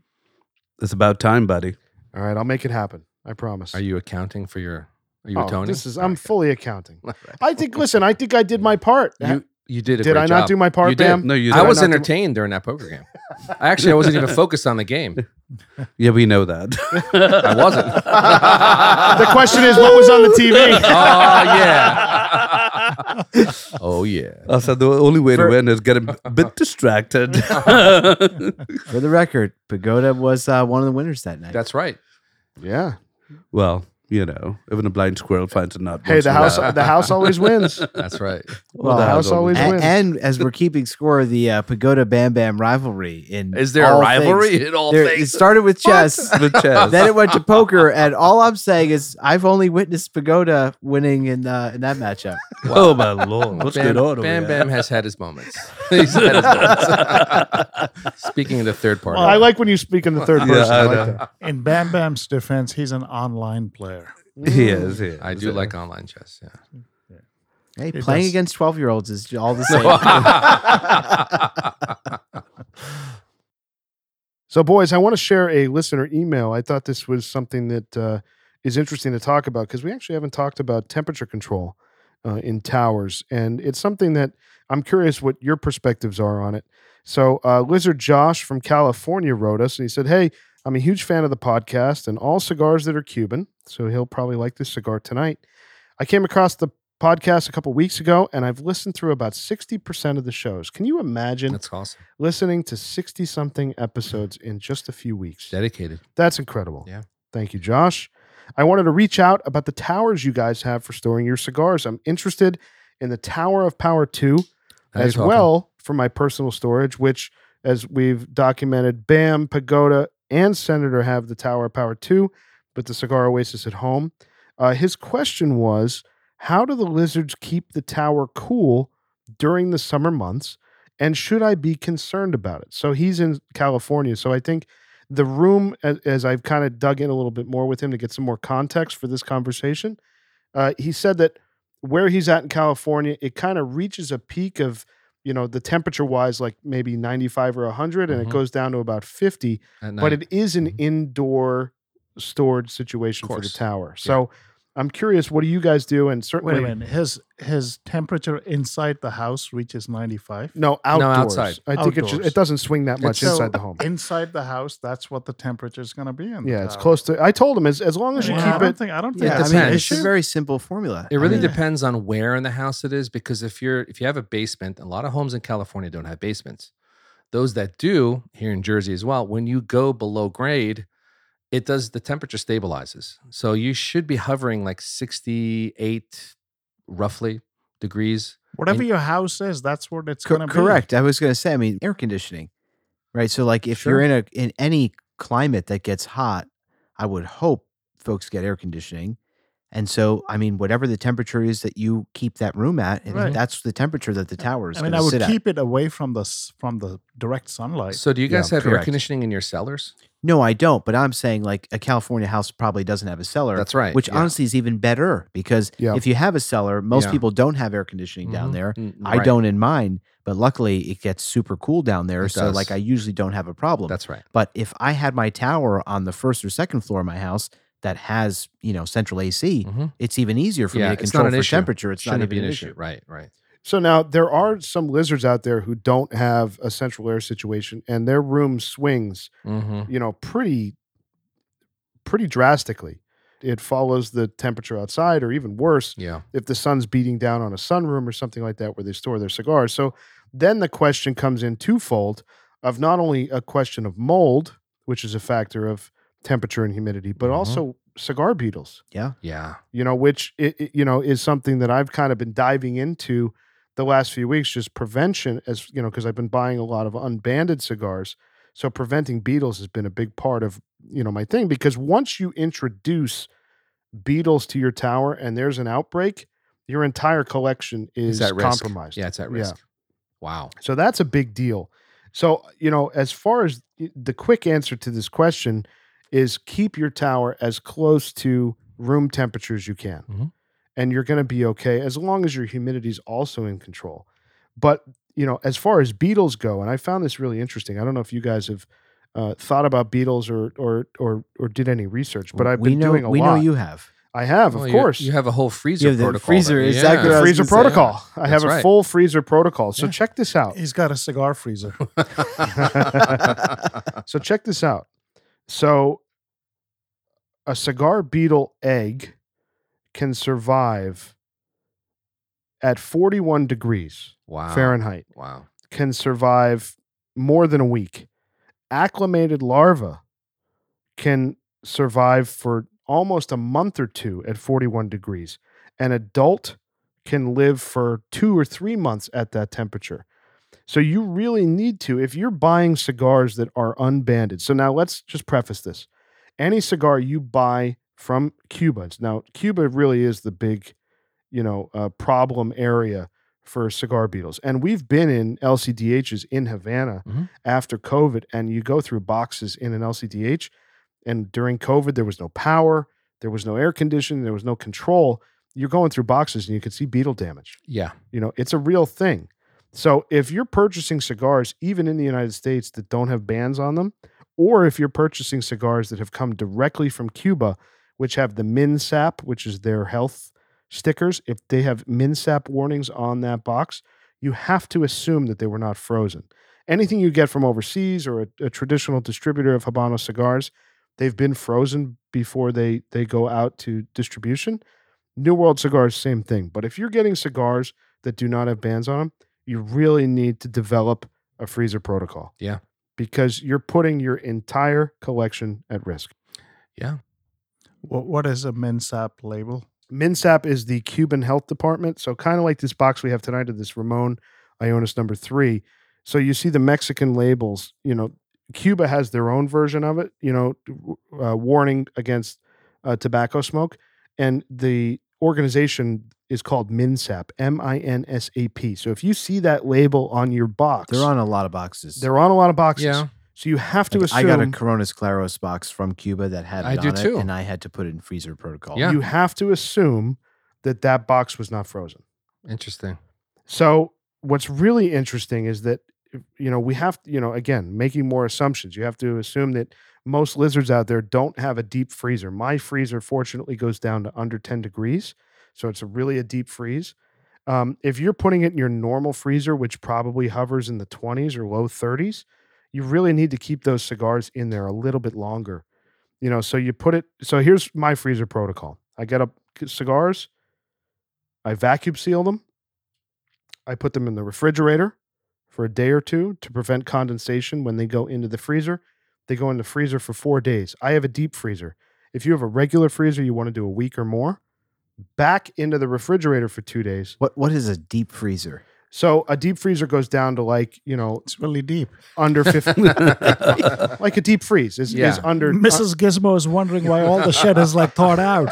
Speaker 3: it's about time buddy
Speaker 1: All right, I'll make it happen. I promise.
Speaker 2: Are you accounting for your Are you a
Speaker 1: Oh,
Speaker 2: Tony?
Speaker 1: This is I'm
Speaker 2: Okay.
Speaker 1: fully accounting.
Speaker 2: All right.
Speaker 1: I think. Listen, I think I did my part.
Speaker 2: You you did a
Speaker 1: did
Speaker 2: great
Speaker 1: I not
Speaker 2: job.
Speaker 1: do my part,
Speaker 2: You did.
Speaker 1: Bam?
Speaker 3: No, you.
Speaker 2: I
Speaker 1: I
Speaker 2: was
Speaker 1: not do my-
Speaker 2: entertained during that poker game. I actually I wasn't even focused on the game.
Speaker 3: Yeah, we know that. *laughs*
Speaker 2: I wasn't.
Speaker 1: *laughs* The question is, what was on the TV?
Speaker 2: *laughs* Oh yeah. oh yeah.
Speaker 3: I said the only way
Speaker 5: For-
Speaker 3: to win is get a *laughs* b- bit distracted. *laughs*
Speaker 5: For the record, Pagoda was uh, one of the winners that night.
Speaker 2: That's right.
Speaker 1: yeah.
Speaker 3: well, you know, even a blind squirrel finds a nut.
Speaker 1: Hey,
Speaker 3: once
Speaker 1: the
Speaker 3: in a while.
Speaker 1: house. The house always wins.
Speaker 2: That's right.
Speaker 3: Well,
Speaker 5: the
Speaker 1: house always
Speaker 5: A-
Speaker 1: wins.
Speaker 5: and, as we're keeping score, the uh, Pagoda Bam Bam rivalry in
Speaker 2: Is there a
Speaker 5: all
Speaker 2: rivalry
Speaker 5: things.
Speaker 2: in all
Speaker 5: There- it
Speaker 2: things?
Speaker 5: started with chess,
Speaker 3: with *laughs* chess.
Speaker 5: then it went
Speaker 6: *laughs*
Speaker 5: to poker, and all I'm saying is I've only witnessed Pagoda winning in uh, in that matchup.
Speaker 3: *laughs* oh my lord! What's
Speaker 2: Bam,
Speaker 3: going on? over
Speaker 2: Bam
Speaker 3: here?
Speaker 2: Bam has had his *laughs* moments. He's had his moments. *laughs* Speaking of the third party,
Speaker 1: I like when you speak in the third
Speaker 3: Yeah,
Speaker 1: person. I
Speaker 3: I
Speaker 1: like
Speaker 3: know.
Speaker 1: that.
Speaker 6: In Bam Bam's defense, he's an online player.
Speaker 3: He is. He is.
Speaker 2: I do like online chess. Yeah.
Speaker 5: Hey,
Speaker 6: It
Speaker 5: playing
Speaker 6: does.
Speaker 5: against 12 year olds is
Speaker 6: *laughs*
Speaker 5: all the same.
Speaker 1: So, boys, I want to share a listener email. I thought this was something that uh, is interesting to talk about because we actually haven't talked about temperature control uh, in towers, and it's something that I'm curious what your perspectives are on it. So, uh, Lizard Josh from California wrote us, and he said, "Hey, I'm a huge fan of the podcast and all cigars that are Cuban, so he'll probably like this cigar tonight. I came across the." podcast a couple weeks ago and I've listened through about 60% of the shows. Can you imagine
Speaker 2: *laughs* That's awesome.
Speaker 1: listening to 60 something episodes in just a few weeks.
Speaker 2: Dedicated.
Speaker 1: That's incredible.
Speaker 2: Yeah.
Speaker 1: Thank you, Josh. I wanted to reach out about the towers you guys have for storing your cigars. I'm interested in the Tower of Power 2
Speaker 2: Now you're
Speaker 1: as
Speaker 2: talking.
Speaker 1: well for my personal storage, which, as we've documented, BAM, Pagoda, and Senator have the Tower of Power 2, but the Cigar Oasis at home. Uh, his question was How do the lizards keep the tower cool during the summer months? And should I be concerned about it? So he's in California. So I think the room, as, as I've kind of dug in a little bit more with him to get some more context for this conversation, uh, he said that where he's at in California, it kind of reaches a peak of, you know, the temperature wise, like maybe 95 or 100, and it
Speaker 2: Mhm.
Speaker 1: goes down to about 50. But
Speaker 2: At night.
Speaker 1: it is an
Speaker 2: Mhm.
Speaker 1: indoor storage situation for the
Speaker 2: Course.
Speaker 1: tower. So I'm curious, what do you guys do? And certainly,
Speaker 6: Wait a minute. His his temperature inside the house reaches 95.
Speaker 1: no, outdoors.
Speaker 2: outside.
Speaker 1: I think it, just,
Speaker 6: Outdoors.
Speaker 1: it doesn't swing that much
Speaker 2: It's-
Speaker 1: inside the home.
Speaker 6: Inside the house, that's what the temperature is going to be in. the
Speaker 1: Yeah, it's
Speaker 6: tower.
Speaker 1: close to. I told him as, as long
Speaker 6: I,
Speaker 1: as you
Speaker 6: mean, I
Speaker 1: keep
Speaker 6: don't
Speaker 1: it.
Speaker 6: think. I don't think
Speaker 5: yeah,
Speaker 6: that's
Speaker 5: I mean,
Speaker 6: an
Speaker 5: it's
Speaker 6: issue.
Speaker 5: a very simple formula.
Speaker 2: It really
Speaker 6: Yeah.
Speaker 2: depends on where in the house it is because if you're if you have a basement, a lot of homes in California don't have basements. Those that do here in Jersey as well, when you go below grade, it does the temperature stabilizes. So you should be hovering like 68 roughly degrees.
Speaker 6: Whatever
Speaker 2: in-
Speaker 6: your house is, that's what it's
Speaker 5: Co-
Speaker 6: going to be.
Speaker 5: correct. I was going to say, I mean, air conditioning, right? So, like, if you're in a in any climate that gets hot, I would hope folks get air conditioning. And so, I mean, whatever the temperature is that you keep that room at, if
Speaker 6: Right.
Speaker 5: that's the temperature that the tower is
Speaker 6: I mean,
Speaker 5: going
Speaker 6: I
Speaker 5: to
Speaker 6: would
Speaker 5: sit at.
Speaker 6: keep it away from the s- from the direct sunlight.
Speaker 2: So do you guys
Speaker 5: Yeah,
Speaker 2: have air
Speaker 5: correct.
Speaker 2: conditioning in your cellars?
Speaker 5: No, I don't. But I'm saying, like, a California house probably doesn't have a cellar.
Speaker 2: That's right.
Speaker 5: which
Speaker 2: yeah.
Speaker 5: honestly is even better because
Speaker 1: Yeah.
Speaker 5: if you have a cellar, most
Speaker 2: Yeah.
Speaker 5: people don't have air conditioning down
Speaker 2: Mhm.
Speaker 5: there.
Speaker 2: Mm,
Speaker 5: I
Speaker 2: right.
Speaker 5: don't in mine, but luckily it gets super cool down there.
Speaker 2: It
Speaker 5: so
Speaker 2: does.
Speaker 5: like I usually don't have a problem.
Speaker 2: That's right.
Speaker 5: but if I had my tower on the first or second floor of my house that has, you know, central AC,
Speaker 2: Mhm.
Speaker 5: it's even easier for
Speaker 2: Yeah,
Speaker 5: me to
Speaker 2: it's
Speaker 5: control
Speaker 2: not an
Speaker 5: for
Speaker 2: issue.
Speaker 5: temperature. It's
Speaker 2: Shouldn't
Speaker 5: not even
Speaker 2: be an
Speaker 5: an
Speaker 2: issue. Right, right.
Speaker 1: So now there are some lizards out there who don't have a central air situation, and their room swings,
Speaker 2: hmm
Speaker 1: you know, pretty, pretty drastically. It follows the temperature outside, or even worse,
Speaker 2: Yeah.
Speaker 1: if the sun's beating down on a sunroom or something like that where they store their cigars. So then the question comes in twofold of not only a question of mold, which is a factor of temperature and humidity, but
Speaker 2: Mhm.
Speaker 1: also cigar beetles,
Speaker 2: Yeah.
Speaker 1: you know, which it, it- you know is something that I've kind of been diving into the last few weeks just prevention as you know because I've been buying a lot of unbanded cigars. So preventing beetles has been a big part of, you know, my thing because once you introduce beetles to your tower and there's an outbreak, your entire collection is
Speaker 2: It's at risk.
Speaker 1: compromised.
Speaker 2: Yeah, it's at
Speaker 1: Yeah.
Speaker 2: risk. Wow.
Speaker 1: So that's a big deal. So, you know, as far as y- the quick answer to this question is keep your tower as close to room temperature as you can.
Speaker 5: Mm-hmm.
Speaker 2: Mhm.
Speaker 1: And you're going to be okay as long as your humidity is also in control. But, you know, as far as beetles go, and I found this really interesting. I don't know if you guys have uh, thought about beetles or, or, or, or did any research, but I've
Speaker 5: we
Speaker 1: been
Speaker 5: know,
Speaker 1: doing a
Speaker 5: we
Speaker 1: lot.
Speaker 5: know you have.
Speaker 1: I have, of
Speaker 2: Well, you-
Speaker 1: course.
Speaker 2: You have a whole freezer
Speaker 5: have the
Speaker 2: protocol.
Speaker 5: freezer,
Speaker 2: there.
Speaker 1: the
Speaker 5: exactly what I was
Speaker 1: freezer
Speaker 5: gonna say.
Speaker 1: protocol. I have
Speaker 2: That's
Speaker 1: a
Speaker 2: right.
Speaker 1: full freezer protocol. So
Speaker 2: Yeah.
Speaker 1: check this out.
Speaker 6: He's got a
Speaker 1: *laughs*
Speaker 6: cigar freezer.
Speaker 1: So check this out. So a cigar beetle egg can survive at 41 degrees
Speaker 2: *laughs* wow.
Speaker 1: Fahrenheit.
Speaker 2: Wow.
Speaker 1: can survive more than a week. Acclimated larvae can survive for almost a month or two at 41 degrees. An adult can live for two or three months at that temperature. So you really need to, if you're buying cigars that are unbanded. So now let's just preface this. Any cigar you buy from Cuba, now Cuba really is the big, you know, uh, problem area for cigar beetles. And we've been in LCDHs in Havana
Speaker 2: Mhm.
Speaker 1: after COVID, and you go through boxes in an LCDH. And during COVID, there was no power, there was no air conditioning, there was no control. You're going through boxes and you can see beetle damage.
Speaker 2: Yeah.
Speaker 1: You know, it's a real thing. So if you're purchasing cigars, even in the United States, that don't have bans on them, or if you're purchasing cigars that have come directly from Cuba, which have the MinSap, which is their health stickers, if they have MinSap warnings on that box, you have to assume that they were not frozen. Anything you get from overseas or a, a traditional distributor of Habano cigars, they've been frozen before they they go out to distribution. New World cigars, same thing. But if you're getting cigars that do not have bands on them, you really need to develop a freezer protocol.
Speaker 2: Yeah.
Speaker 1: Because you're putting your entire collection at risk.
Speaker 2: Yeah.
Speaker 6: what, what is a MinSap label?
Speaker 1: MinSap is the Cuban Health Department. So kind of like this box we have tonight of this Ramon Ionis number three. So you see the Mexican labels. You know, Cuba has their own version of it. You know, w- uh, warning against uh, tobacco smoke, and the organization is called MinSap, M I N S A P. So if you see that label on your box,
Speaker 5: They're on a lot of boxes.
Speaker 1: they're on a lot of boxes.
Speaker 2: Yeah.
Speaker 1: So you have to
Speaker 5: Like,
Speaker 1: assume
Speaker 5: I got a Coronas Claros box from Cuba that had it
Speaker 2: I
Speaker 5: on
Speaker 2: do
Speaker 5: it,
Speaker 2: too.
Speaker 5: and I had to put it in freezer protocol.
Speaker 2: Yeah.
Speaker 1: you have to assume that that box was not frozen.
Speaker 2: *laughs* Interesting.
Speaker 1: So what's really interesting is that you know we have you know again making more assumptions. You have to assume that most lizards out there don't have a deep freezer. My freezer fortunately goes down to under 10 degrees, so it's a really a deep freeze. Um, if you're putting it in your normal freezer, which probably hovers in the 20s or low 30s, you really need to keep those cigars in there a little bit longer. You know, so you put it. So here's my freezer protocol. I get up cigars. I vacuum seal them. I put them in the refrigerator for a day or two to prevent condensation when they go into the freezer. They go in the freezer for four days. I have a deep freezer. If you have a regular freezer, you want to do a week or more, back into the refrigerator for two days.
Speaker 5: What what is a deep freezer?
Speaker 1: So a deep freezer goes down to like, you know,
Speaker 6: It's really deep.
Speaker 1: under 50, *laughs* like a deep freeze is, is
Speaker 2: Yeah.
Speaker 1: under. uh,
Speaker 6: Mrs. Gizmo is wondering why all the shit is like thought
Speaker 1: *laughs*
Speaker 6: out.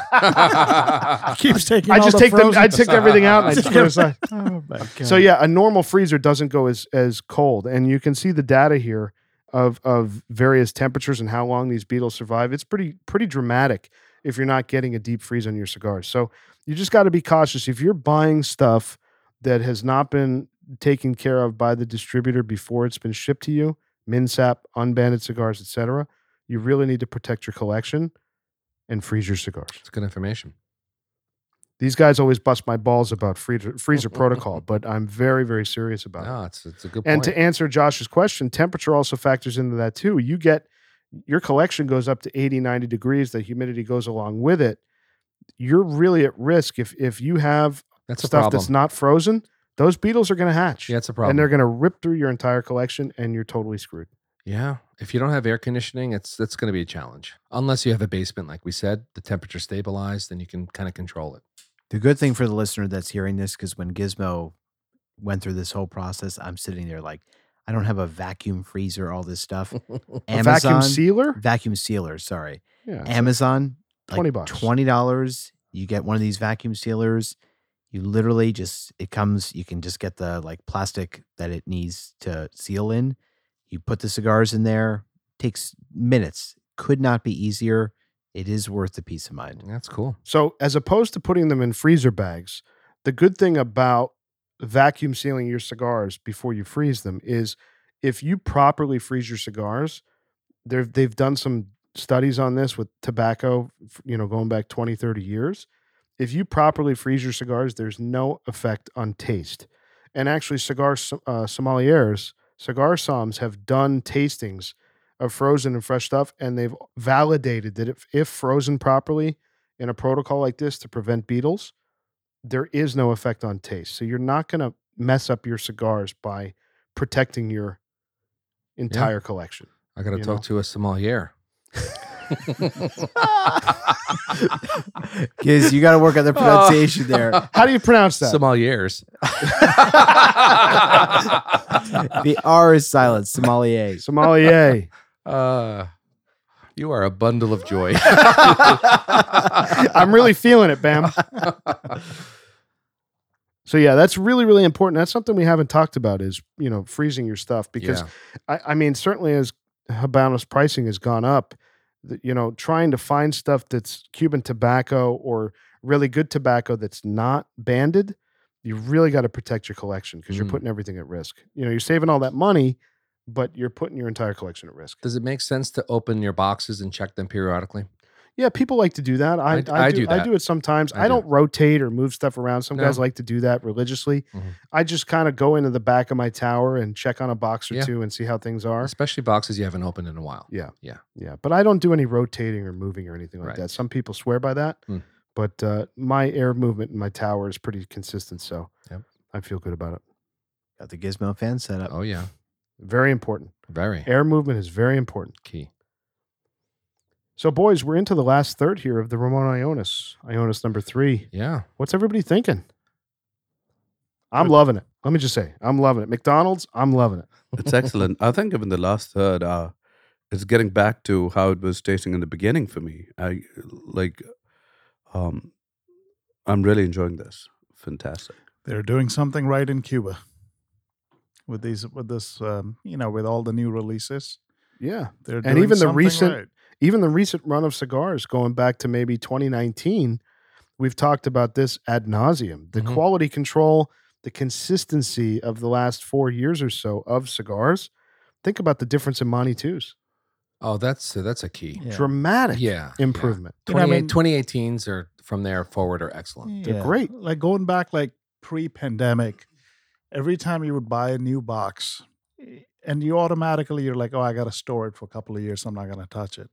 Speaker 6: Keeps taking.
Speaker 1: I
Speaker 6: all
Speaker 1: just
Speaker 6: the
Speaker 1: take them,
Speaker 6: frozen
Speaker 1: I took everything out and I
Speaker 6: *laughs*
Speaker 1: just put it aside. *laughs*
Speaker 6: Oh my God.
Speaker 1: So yeah, a normal freezer doesn't go as as cold, and you can see the data here of of various temperatures and how long these beetles survive. It's pretty pretty dramatic if you're not getting a deep freeze on your cigars. So you just got to be cautious if you're buying stuff that has not been taken care of by the distributor before it's been shipped to you. MinSap, unbanded cigars, etc. You really need to protect your collection and freeze your cigars.
Speaker 2: It's good information.
Speaker 1: These guys always bust my balls about freezer, freezer protocol, but I'm very, very serious about it.
Speaker 2: No, it's it's a good
Speaker 1: And
Speaker 2: point.
Speaker 1: to answer Josh's question, temperature also factors into that too. You get your collection goes up to 80, 90 degrees, the humidity goes along with it. You're really at risk if if you have
Speaker 2: that's a
Speaker 1: stuff
Speaker 2: problem.
Speaker 1: that's not frozen, those beetles are going to hatch.
Speaker 2: yeah, it's a
Speaker 1: and
Speaker 2: problem.
Speaker 1: they're going to rip through your entire collection and you're totally screwed.
Speaker 2: yeah, if you don't have air conditioning, it's that's going to be a challenge. Unless you have a basement, like we said, the temperature stabilized, then you can kind of control it.
Speaker 1: *laughs*
Speaker 5: The good thing for the listener that's hearing this, because when Gizmo went through this whole process, I'm sitting there like, I don't have a vacuum freezer, all this stuff.
Speaker 1: a
Speaker 5: Amazon
Speaker 1: vacuum sealer?
Speaker 5: vacuum sealer, sorry.
Speaker 1: Yeah.
Speaker 5: Amazon,
Speaker 1: 20 bucks.
Speaker 5: twenty dollars. You get one of these vacuum sealers. You literally just it comes. You can just get the like plastic that it needs to seal in. You put the cigars in there. Takes minutes. Could not be easier. It is worth the peace of
Speaker 2: *laughs*
Speaker 5: mind.
Speaker 2: That's cool.
Speaker 1: So, as opposed to putting them in freezer bags, the good thing about vacuum sealing your cigars before you freeze them is if you properly freeze your cigars, they've they've done some studies on this with tobacco, f- you know, going back 20, 30 years. If you properly freeze your cigars, there's no effect on taste. And actually, cigar som- uh, sommeliers, cigar somms have done tastings of frozen and fresh stuff, and they've validated that if, if frozen properly in a protocol like this to prevent beetles, there is no effect on taste. So you're not going to mess up your cigars by protecting your entire collection.
Speaker 2: I got to
Speaker 1: You
Speaker 2: talk
Speaker 1: know.
Speaker 2: to a
Speaker 1: *laughs*
Speaker 2: sommelier.
Speaker 5: Giz, you got to
Speaker 2: Oh.
Speaker 5: work on the pronunciation
Speaker 2: *laughs*
Speaker 5: there.
Speaker 1: How do you pronounce that?
Speaker 2: Sommeliers.
Speaker 6: *laughs*
Speaker 5: The R is silent. Sommelier.
Speaker 1: Sommelier.
Speaker 2: uh, you are a bundle of
Speaker 6: *laughs*
Speaker 2: joy.
Speaker 1: I'm really feeling it, Bam. So yeah, that's really, really important. That's something we haven't talked about is, you know, freezing your stuff because
Speaker 2: Yeah.
Speaker 1: I, I mean, certainly as Habanos pricing has gone up, th- you know, trying to find stuff that's Cuban tobacco or really good tobacco that's not banded, you really got to protect your collection because you're
Speaker 2: Mm.
Speaker 1: putting everything at risk. You know, you're saving all that money, but you're putting your entire collection at risk.
Speaker 2: Does it make sense to open your boxes and check them periodically?
Speaker 1: Yeah, people like to do that. I, I,
Speaker 2: I d-
Speaker 1: do,
Speaker 2: I do
Speaker 1: I
Speaker 2: that.
Speaker 1: do it sometimes.
Speaker 2: I
Speaker 1: I,
Speaker 2: do.
Speaker 1: do. not rotate or move stuff around. Some guys
Speaker 2: No.
Speaker 1: like to do that religiously.
Speaker 2: Mhm.
Speaker 1: I just kind of go into the back of my tower and check on a box or
Speaker 2: Yeah.
Speaker 1: two and see how things are.
Speaker 2: Especially boxes you haven't opened in a while.
Speaker 1: Yeah, but I don't do any rotating or moving or anything like
Speaker 2: Right.
Speaker 1: that. Some people swear by that,
Speaker 2: Hmm.
Speaker 1: but uh, my air movement in my tower is pretty consistent, so
Speaker 2: Yep.
Speaker 1: I feel good about it.
Speaker 5: Got the Gizmo fan set up.
Speaker 2: Oh yeah,
Speaker 1: Very important.
Speaker 2: very
Speaker 1: Air movement is very important.
Speaker 2: key.
Speaker 1: So, boys, we're into the last third here of the Ramon Ionis, Ionis number three.
Speaker 2: Yeah,
Speaker 1: What's everybody thinking? I'm loving it. Let me just say, I'm loving it. McDonald's, I'm loving it.
Speaker 3: It's excellent. I think even the last third, uh, it's getting back to how it was tasting in the beginning for me. I like, um, I'm really enjoying this. Fantastic.
Speaker 6: They're doing something right in Cuba with these, with this, um, you know, with all the new releases.
Speaker 1: Yeah.
Speaker 6: They're
Speaker 1: And
Speaker 6: doing
Speaker 1: even the
Speaker 6: something
Speaker 1: recent-
Speaker 6: right.
Speaker 1: Even the recent run of cigars going back to maybe 2019, we've talked about this ad nauseum. The
Speaker 2: Mhm.
Speaker 1: quality control, the consistency of the last four years or so of cigars. Think about the difference in Monty Twos.
Speaker 2: Oh, that's uh, that's a key.
Speaker 6: Yeah.
Speaker 1: Dramatic
Speaker 2: Yeah,
Speaker 1: improvement.
Speaker 2: Yeah.
Speaker 6: You know, I
Speaker 2: 28
Speaker 6: mean-
Speaker 2: 2018s are from there forward are excellent.
Speaker 1: They're great.
Speaker 6: Like going back like pre-pandemic, every time you would buy a new box, eh, and you automatically you're like, oh, I gotta store it for a couple of years. I'm not gonna touch it.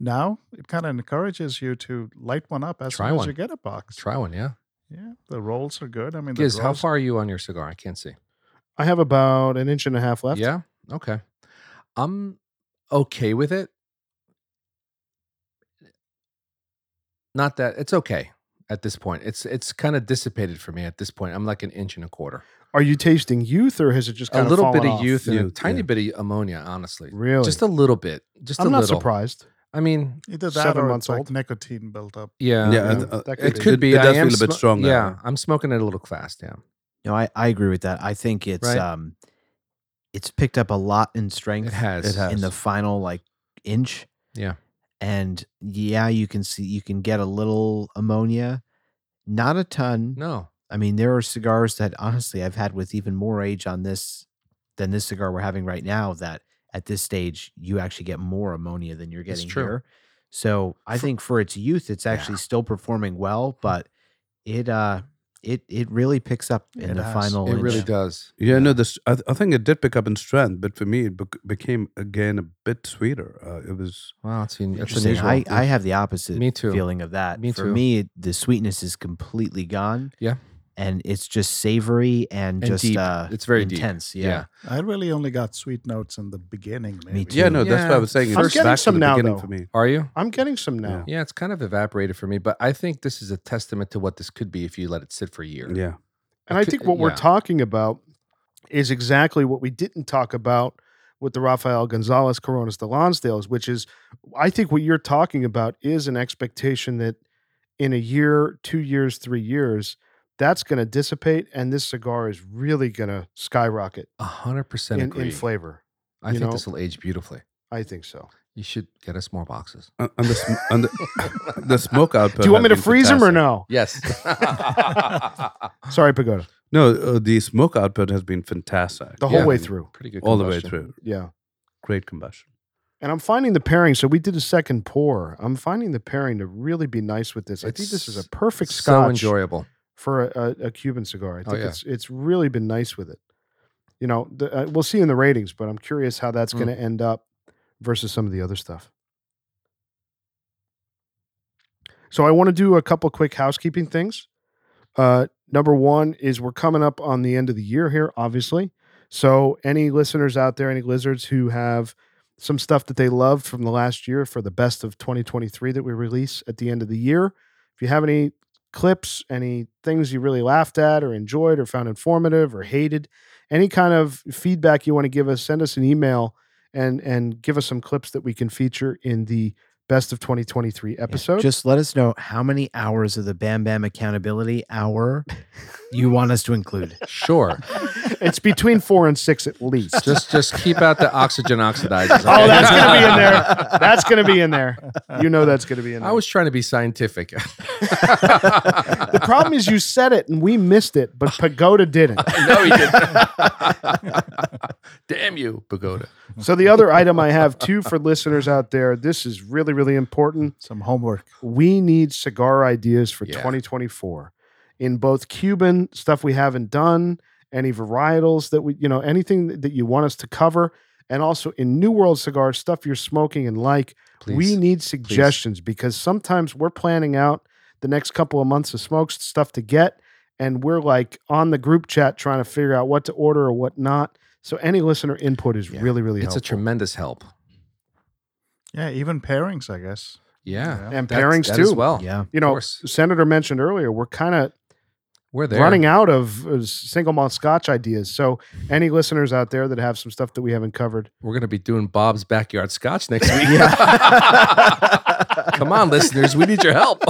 Speaker 6: Now it kind of encourages you to light one up as
Speaker 2: Try
Speaker 6: soon as
Speaker 2: one.
Speaker 6: you get a box.
Speaker 2: Try one, yeah.
Speaker 6: Yeah, the rolls are good. I mean, the
Speaker 2: Giz, how
Speaker 6: rolls-
Speaker 2: far are you on your cigar? I can't see.
Speaker 1: I have about an inch and a half left.
Speaker 2: Yeah. Okay. I'm okay with it. Not that it's okay at this point. It's it's kind of dissipated for me at this point. I'm like an inch and a quarter.
Speaker 1: Are you tasting youth or has it just
Speaker 2: A
Speaker 1: kind
Speaker 2: little bit of youth and a
Speaker 3: Youth,
Speaker 2: tiny
Speaker 3: yeah.
Speaker 2: bit of ammonia, honestly.
Speaker 1: Really?
Speaker 2: Just a little bit. Just
Speaker 1: I'm
Speaker 2: a
Speaker 1: not
Speaker 2: little.
Speaker 1: surprised.
Speaker 2: I mean,
Speaker 6: Either that
Speaker 1: Seven
Speaker 6: or
Speaker 1: months
Speaker 6: it's like
Speaker 1: old.
Speaker 6: nicotine built up.
Speaker 2: yeah.
Speaker 3: yeah,
Speaker 1: yeah,
Speaker 3: and, uh,
Speaker 1: that could
Speaker 2: It
Speaker 1: be.
Speaker 2: could be.
Speaker 3: It does
Speaker 2: I am
Speaker 3: feel a bit
Speaker 2: smo-
Speaker 3: strong now.
Speaker 2: Yeah, I'm smoking it a little fast. Yeah,
Speaker 5: No, I, I agree with that. I think it's
Speaker 2: Right.
Speaker 5: um it's picked up a lot in strength
Speaker 2: it has.
Speaker 3: It has.
Speaker 5: in the final like inch.
Speaker 2: Yeah.
Speaker 5: And yeah, you can see you can get a little ammonia, not a ton.
Speaker 2: No,
Speaker 5: I mean, there are cigars that honestly I've had with even more age on this than this cigar we're having right now that at this stage you actually get more ammonia than you're
Speaker 2: It's
Speaker 5: getting
Speaker 2: true.
Speaker 5: here. So I think for its youth, it's actually still performing
Speaker 2: Mm.
Speaker 5: well, but it uh it it really picks up in
Speaker 6: It
Speaker 5: the
Speaker 6: has.
Speaker 5: final.
Speaker 2: it really
Speaker 5: inch.
Speaker 2: does.
Speaker 3: Yeah, no, this I, th- I think it did pick up in strength, but for me, it bec- became again a bit sweeter. Uh, it was
Speaker 2: Wow, that's, un- that's
Speaker 5: Interesting.
Speaker 2: unusual.
Speaker 5: I, I have the opposite
Speaker 2: Me too.
Speaker 5: feeling of that.
Speaker 2: Me
Speaker 5: For
Speaker 2: too.
Speaker 5: me, it- the sweetness is completely gone.
Speaker 2: Yeah.
Speaker 5: And it's just savory and,
Speaker 2: And
Speaker 5: just
Speaker 2: deep.
Speaker 5: uh
Speaker 2: It's very deep.
Speaker 5: intense.
Speaker 2: Yeah.
Speaker 5: Yeah.
Speaker 6: I really only got sweet notes in the beginning. Maybe.
Speaker 5: Me too.
Speaker 3: yeah, no, that's what
Speaker 2: Yeah.
Speaker 3: I was saying.
Speaker 1: I'm
Speaker 3: It's
Speaker 1: getting
Speaker 3: back to
Speaker 1: some
Speaker 3: the
Speaker 1: now,
Speaker 3: beginning
Speaker 1: though.
Speaker 3: for me.
Speaker 2: Are you?
Speaker 1: I'm getting some now.
Speaker 2: Yeah, it's kind of evaporated for me, but I think this is a testament to what this could be if you let it sit for a year.
Speaker 3: Yeah,
Speaker 1: And I
Speaker 2: could-
Speaker 1: think what we're
Speaker 2: yeah.
Speaker 1: talking about is exactly what we didn't talk about with the Rafael Gonzalez Coronas de Lonsdales, which is, I think what you're talking about is an expectation that in a year, two years, three years, that's going to dissipate and this cigar is really going to skyrocket
Speaker 2: A hundred percent
Speaker 1: in,
Speaker 2: agree.
Speaker 1: in flavor.
Speaker 2: I
Speaker 1: you
Speaker 2: think
Speaker 1: know?
Speaker 2: this will age beautifully.
Speaker 1: I think so.
Speaker 2: You should get us more boxes.
Speaker 3: Uh, and the, sm- and the, the *laughs* smoke output.
Speaker 1: Do you want me
Speaker 3: has
Speaker 1: to
Speaker 3: been
Speaker 1: freeze them or
Speaker 3: fantastic.
Speaker 1: no? *laughs*
Speaker 2: Yes.
Speaker 1: Sorry, Pagoda.
Speaker 3: No, uh, the smoke output has been fantastic
Speaker 1: The whole
Speaker 2: Yeah.
Speaker 1: way through.
Speaker 2: *laughs* Pretty good.
Speaker 3: all the way
Speaker 2: combustion.
Speaker 3: through.
Speaker 1: Yeah.
Speaker 3: Great combustion. *laughs*
Speaker 1: And I'm finding the pairing. So we did a second pour. I'm finding the pairing to really be nice with this. I think this is a
Speaker 2: It's
Speaker 1: perfect
Speaker 2: so
Speaker 1: scotch
Speaker 2: enjoyable.
Speaker 1: for a, a, a Cuban cigar. I
Speaker 2: Oh,
Speaker 1: think
Speaker 2: yeah.
Speaker 1: it's it's really been nice with it. You know, the, uh, we'll see in the ratings, but I'm curious how that's
Speaker 2: Mm.
Speaker 1: going to end up versus some of the other stuff. So I want to do a couple quick housekeeping things. Uh, number one is we're coming up on the end of the year here, obviously. So any listeners out there, any lizards who have some stuff that they loved from the last year for the best of 2023 that we release at the end of the year, if you have any clips, any things you really laughed at or enjoyed or found informative or hated, any kind of feedback you want to give us, send us an email and and give us some clips that we can feature in the best of 2023 episode.
Speaker 5: Just *laughs* let us know how many hours of the Bam Bam accountability hour you want us
Speaker 2: *laughs*
Speaker 5: to include.
Speaker 1: *laughs*
Speaker 2: Sure.
Speaker 1: it's between 4 and 6 at least.
Speaker 2: *laughs* just just keep out the oxygen oxidizers.
Speaker 1: Oh,
Speaker 2: okay?
Speaker 1: that's gonna be in there. That's gonna be in there. You know that's gonna be in there.
Speaker 2: *laughs* I was trying to be
Speaker 1: *laughs*
Speaker 2: scientific.
Speaker 1: the problem is you said it and we missed it, but Pagoda didn't.
Speaker 2: no, he didn't. *laughs* Damn you, Pagoda.
Speaker 1: So the other item I have too for listeners out there, this is really really important.
Speaker 6: Some homework.
Speaker 1: We need cigar ideas for
Speaker 2: Yeah.
Speaker 1: 2024 in both Cuban stuff we haven't done, any varietals that we, you know, anything that you want us to cover, and also in New World cigars stuff you're smoking and like.
Speaker 2: Please.
Speaker 1: We need suggestions because sometimes we're planning out the next couple of months of smokes stuff to get, and we're like on the group chat trying to figure out what to order or what not. So any listener input is
Speaker 2: Yeah.
Speaker 1: really, really
Speaker 2: it's a
Speaker 1: helpful.
Speaker 2: tremendous help.
Speaker 6: Yeah, even pairings, I guess.
Speaker 2: Yeah.
Speaker 6: Yeah.
Speaker 1: and
Speaker 2: That's-
Speaker 1: pairings
Speaker 2: that
Speaker 1: too.
Speaker 2: as well.
Speaker 5: Yeah.
Speaker 1: you know,
Speaker 2: course.
Speaker 1: Senator mentioned earlier we're kind of
Speaker 2: We're there.
Speaker 1: running out of uh, single malt Scotch ideas. So any listeners out there that have some stuff that we haven't covered,
Speaker 2: We're going to be doing Bob's backyard scotch next week.
Speaker 5: Yeah.
Speaker 2: *laughs* Come on, listeners. We need your help.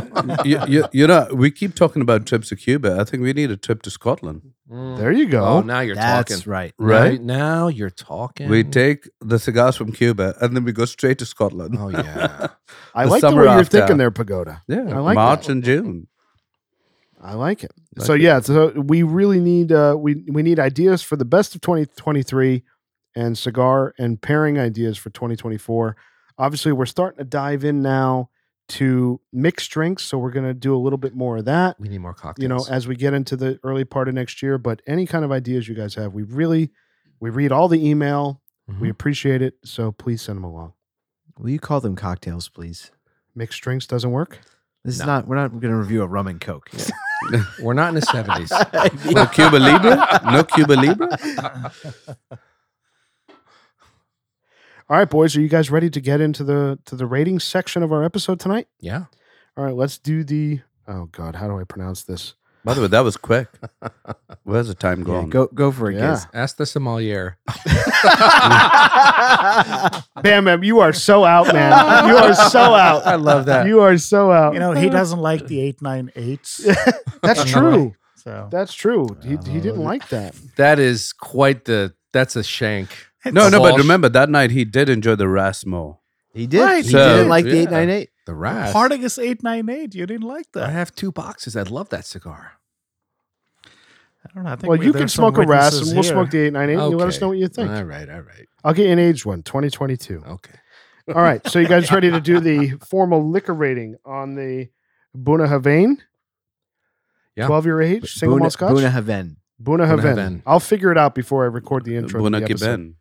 Speaker 3: you, you, you know, we keep talking about trips to Cuba. I think we need a trip to Scotland.
Speaker 1: there you go.
Speaker 2: Oh, now you're
Speaker 5: That's
Speaker 2: talking.
Speaker 5: right.
Speaker 3: Right?
Speaker 2: Now, now you're talking.
Speaker 3: We take the cigars from Cuba and then we go straight to Scotland.
Speaker 2: Oh, yeah.
Speaker 1: I
Speaker 3: the
Speaker 1: like the
Speaker 3: summer
Speaker 1: way you're
Speaker 3: after.
Speaker 1: thinking there, Pagoda.
Speaker 3: Yeah,
Speaker 1: I like
Speaker 3: March
Speaker 1: that.
Speaker 3: and June.
Speaker 1: I like it.
Speaker 3: Like
Speaker 1: so
Speaker 3: it.
Speaker 1: yeah, so we really need uh, we we need ideas for the best of 2023 and cigar and pairing ideas for 2024. Obviously, we're starting to dive in now to mixed drinks, so we're going to do a little bit more of that,
Speaker 2: we need more cocktails.
Speaker 1: you know, as we get into the early part of next year, but any kind of ideas you guys have, we really we read all the email. We
Speaker 2: Mhm.
Speaker 1: appreciate it, so please send them along.
Speaker 5: Will you call them cocktails, please?
Speaker 1: Mixed drinks doesn't work?
Speaker 5: This
Speaker 2: No.
Speaker 5: is not. We're not going to review a rum and coke. *laughs*
Speaker 2: We're not in the
Speaker 1: *laughs*
Speaker 2: 70s.
Speaker 3: No Cuba Libre? No Cuba Libre?
Speaker 1: All right, boys, are you guys ready to get into the to the ratings section of our episode tonight?
Speaker 2: Yeah.
Speaker 1: All right, let's do the. Oh God, how do I pronounce this?
Speaker 3: By the way, that was quick. Where's the time
Speaker 5: Yeah,
Speaker 3: gone?
Speaker 5: go go for it,
Speaker 1: Yeah.
Speaker 5: guys.
Speaker 2: Ask the sommelier.
Speaker 1: Bam, bam! You are so out, man. You are so out.
Speaker 2: I love that.
Speaker 1: You are so out.
Speaker 6: You know, he doesn't like the 898s.
Speaker 1: that's true.
Speaker 6: So
Speaker 1: That's true. He,
Speaker 6: Uh,
Speaker 1: he didn't like that.
Speaker 2: *laughs* That is quite the. That's a shank.
Speaker 3: no, no, but
Speaker 2: Walsh.
Speaker 3: remember that night he did enjoy the Ras more.
Speaker 5: He did.
Speaker 6: Right,
Speaker 5: he
Speaker 3: so-
Speaker 5: didn't like the
Speaker 2: yeah.
Speaker 5: eight nine eight.
Speaker 2: The rat.
Speaker 6: parting is 898. You didn't like
Speaker 2: I
Speaker 6: that.
Speaker 2: have two boxes. I love that cigar.
Speaker 6: I don't know. I think
Speaker 1: Well,
Speaker 6: we-
Speaker 1: you
Speaker 6: there's
Speaker 1: can
Speaker 6: some
Speaker 1: smoke a Ras,
Speaker 6: witnesses
Speaker 1: and we'll
Speaker 6: here.
Speaker 1: smoke the eight nine eight. and You let us
Speaker 2: Okay.
Speaker 1: know what you think.
Speaker 2: All right, all right.
Speaker 1: I'll get you an aged one, 2022.
Speaker 2: Okay.
Speaker 1: All right, so you guys ready to do the formal liquor rating on the Buna Havane?
Speaker 2: Yeah.
Speaker 1: 12 year age, single malt
Speaker 5: Buna,
Speaker 1: scotch?
Speaker 5: Buna Haven.
Speaker 1: Buna
Speaker 2: Buna Uh,
Speaker 1: Havane.
Speaker 2: Haven.
Speaker 1: I'll figure it out before I record the intro. to
Speaker 3: Buena
Speaker 1: the episode.
Speaker 3: Cuban.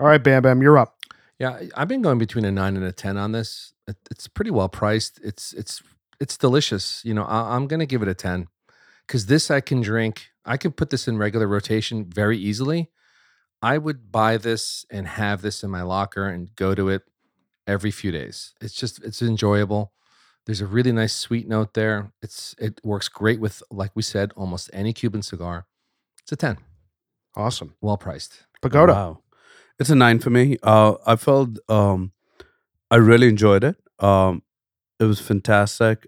Speaker 1: All right, Bam Bam, you're up.
Speaker 2: Yeah, I- I've been going between a nine and a ten on this. It, it's pretty well priced. It's it's it's delicious. You know, I, I'm gonna give it a ten because this I can drink. I can put this in regular rotation very easily. I would buy this and have this in my locker and go to it every few days. It's just it's enjoyable. There's a really nice sweet note there. It's it works great with like we said almost any Cuban cigar. It's a ten,
Speaker 1: Awesome.
Speaker 2: well priced.
Speaker 1: Pagoda.
Speaker 3: Wow. It's a nine for me. Uh, I felt um, I really enjoyed it. Um, it was fantastic.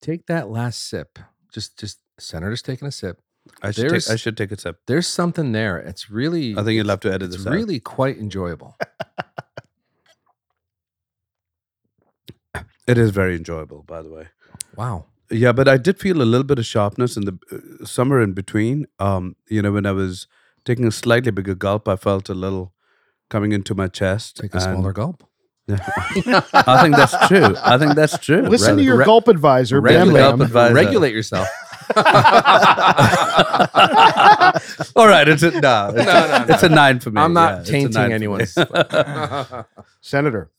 Speaker 2: Take that last sip. Just just Senator's taking a sip.
Speaker 3: I should,
Speaker 2: There's-
Speaker 3: take, I should take a sip.
Speaker 2: there's something there. It's really,
Speaker 3: I think you'll have to edit
Speaker 2: it's
Speaker 3: this
Speaker 2: really quite enjoyable.
Speaker 3: out. It is very enjoyable, by the way.
Speaker 2: Wow.
Speaker 3: Yeah, but I did feel a little bit of sharpness in the uh, somewhere in between. Um, you know, when I was taking a slightly bigger gulp, I felt a little coming into my chest.
Speaker 2: Take a
Speaker 3: and-
Speaker 2: smaller gulp.
Speaker 3: *laughs*
Speaker 2: *laughs*
Speaker 3: I think that's true. I think that's true.
Speaker 1: Listen
Speaker 3: Rather-
Speaker 1: to your
Speaker 3: re-
Speaker 1: gulp advisor, Bam
Speaker 2: regulate,
Speaker 1: Lam.
Speaker 3: up advisor.
Speaker 2: regulate
Speaker 3: *laughs*
Speaker 2: yourself.
Speaker 3: All right, it's a no. It's,
Speaker 2: *laughs* No, no,
Speaker 3: it's a nine for me.
Speaker 2: I'm not
Speaker 3: Yeah, it's a nine for
Speaker 2: tainting
Speaker 3: me.
Speaker 2: anyone's.
Speaker 3: *laughs*
Speaker 1: Senator.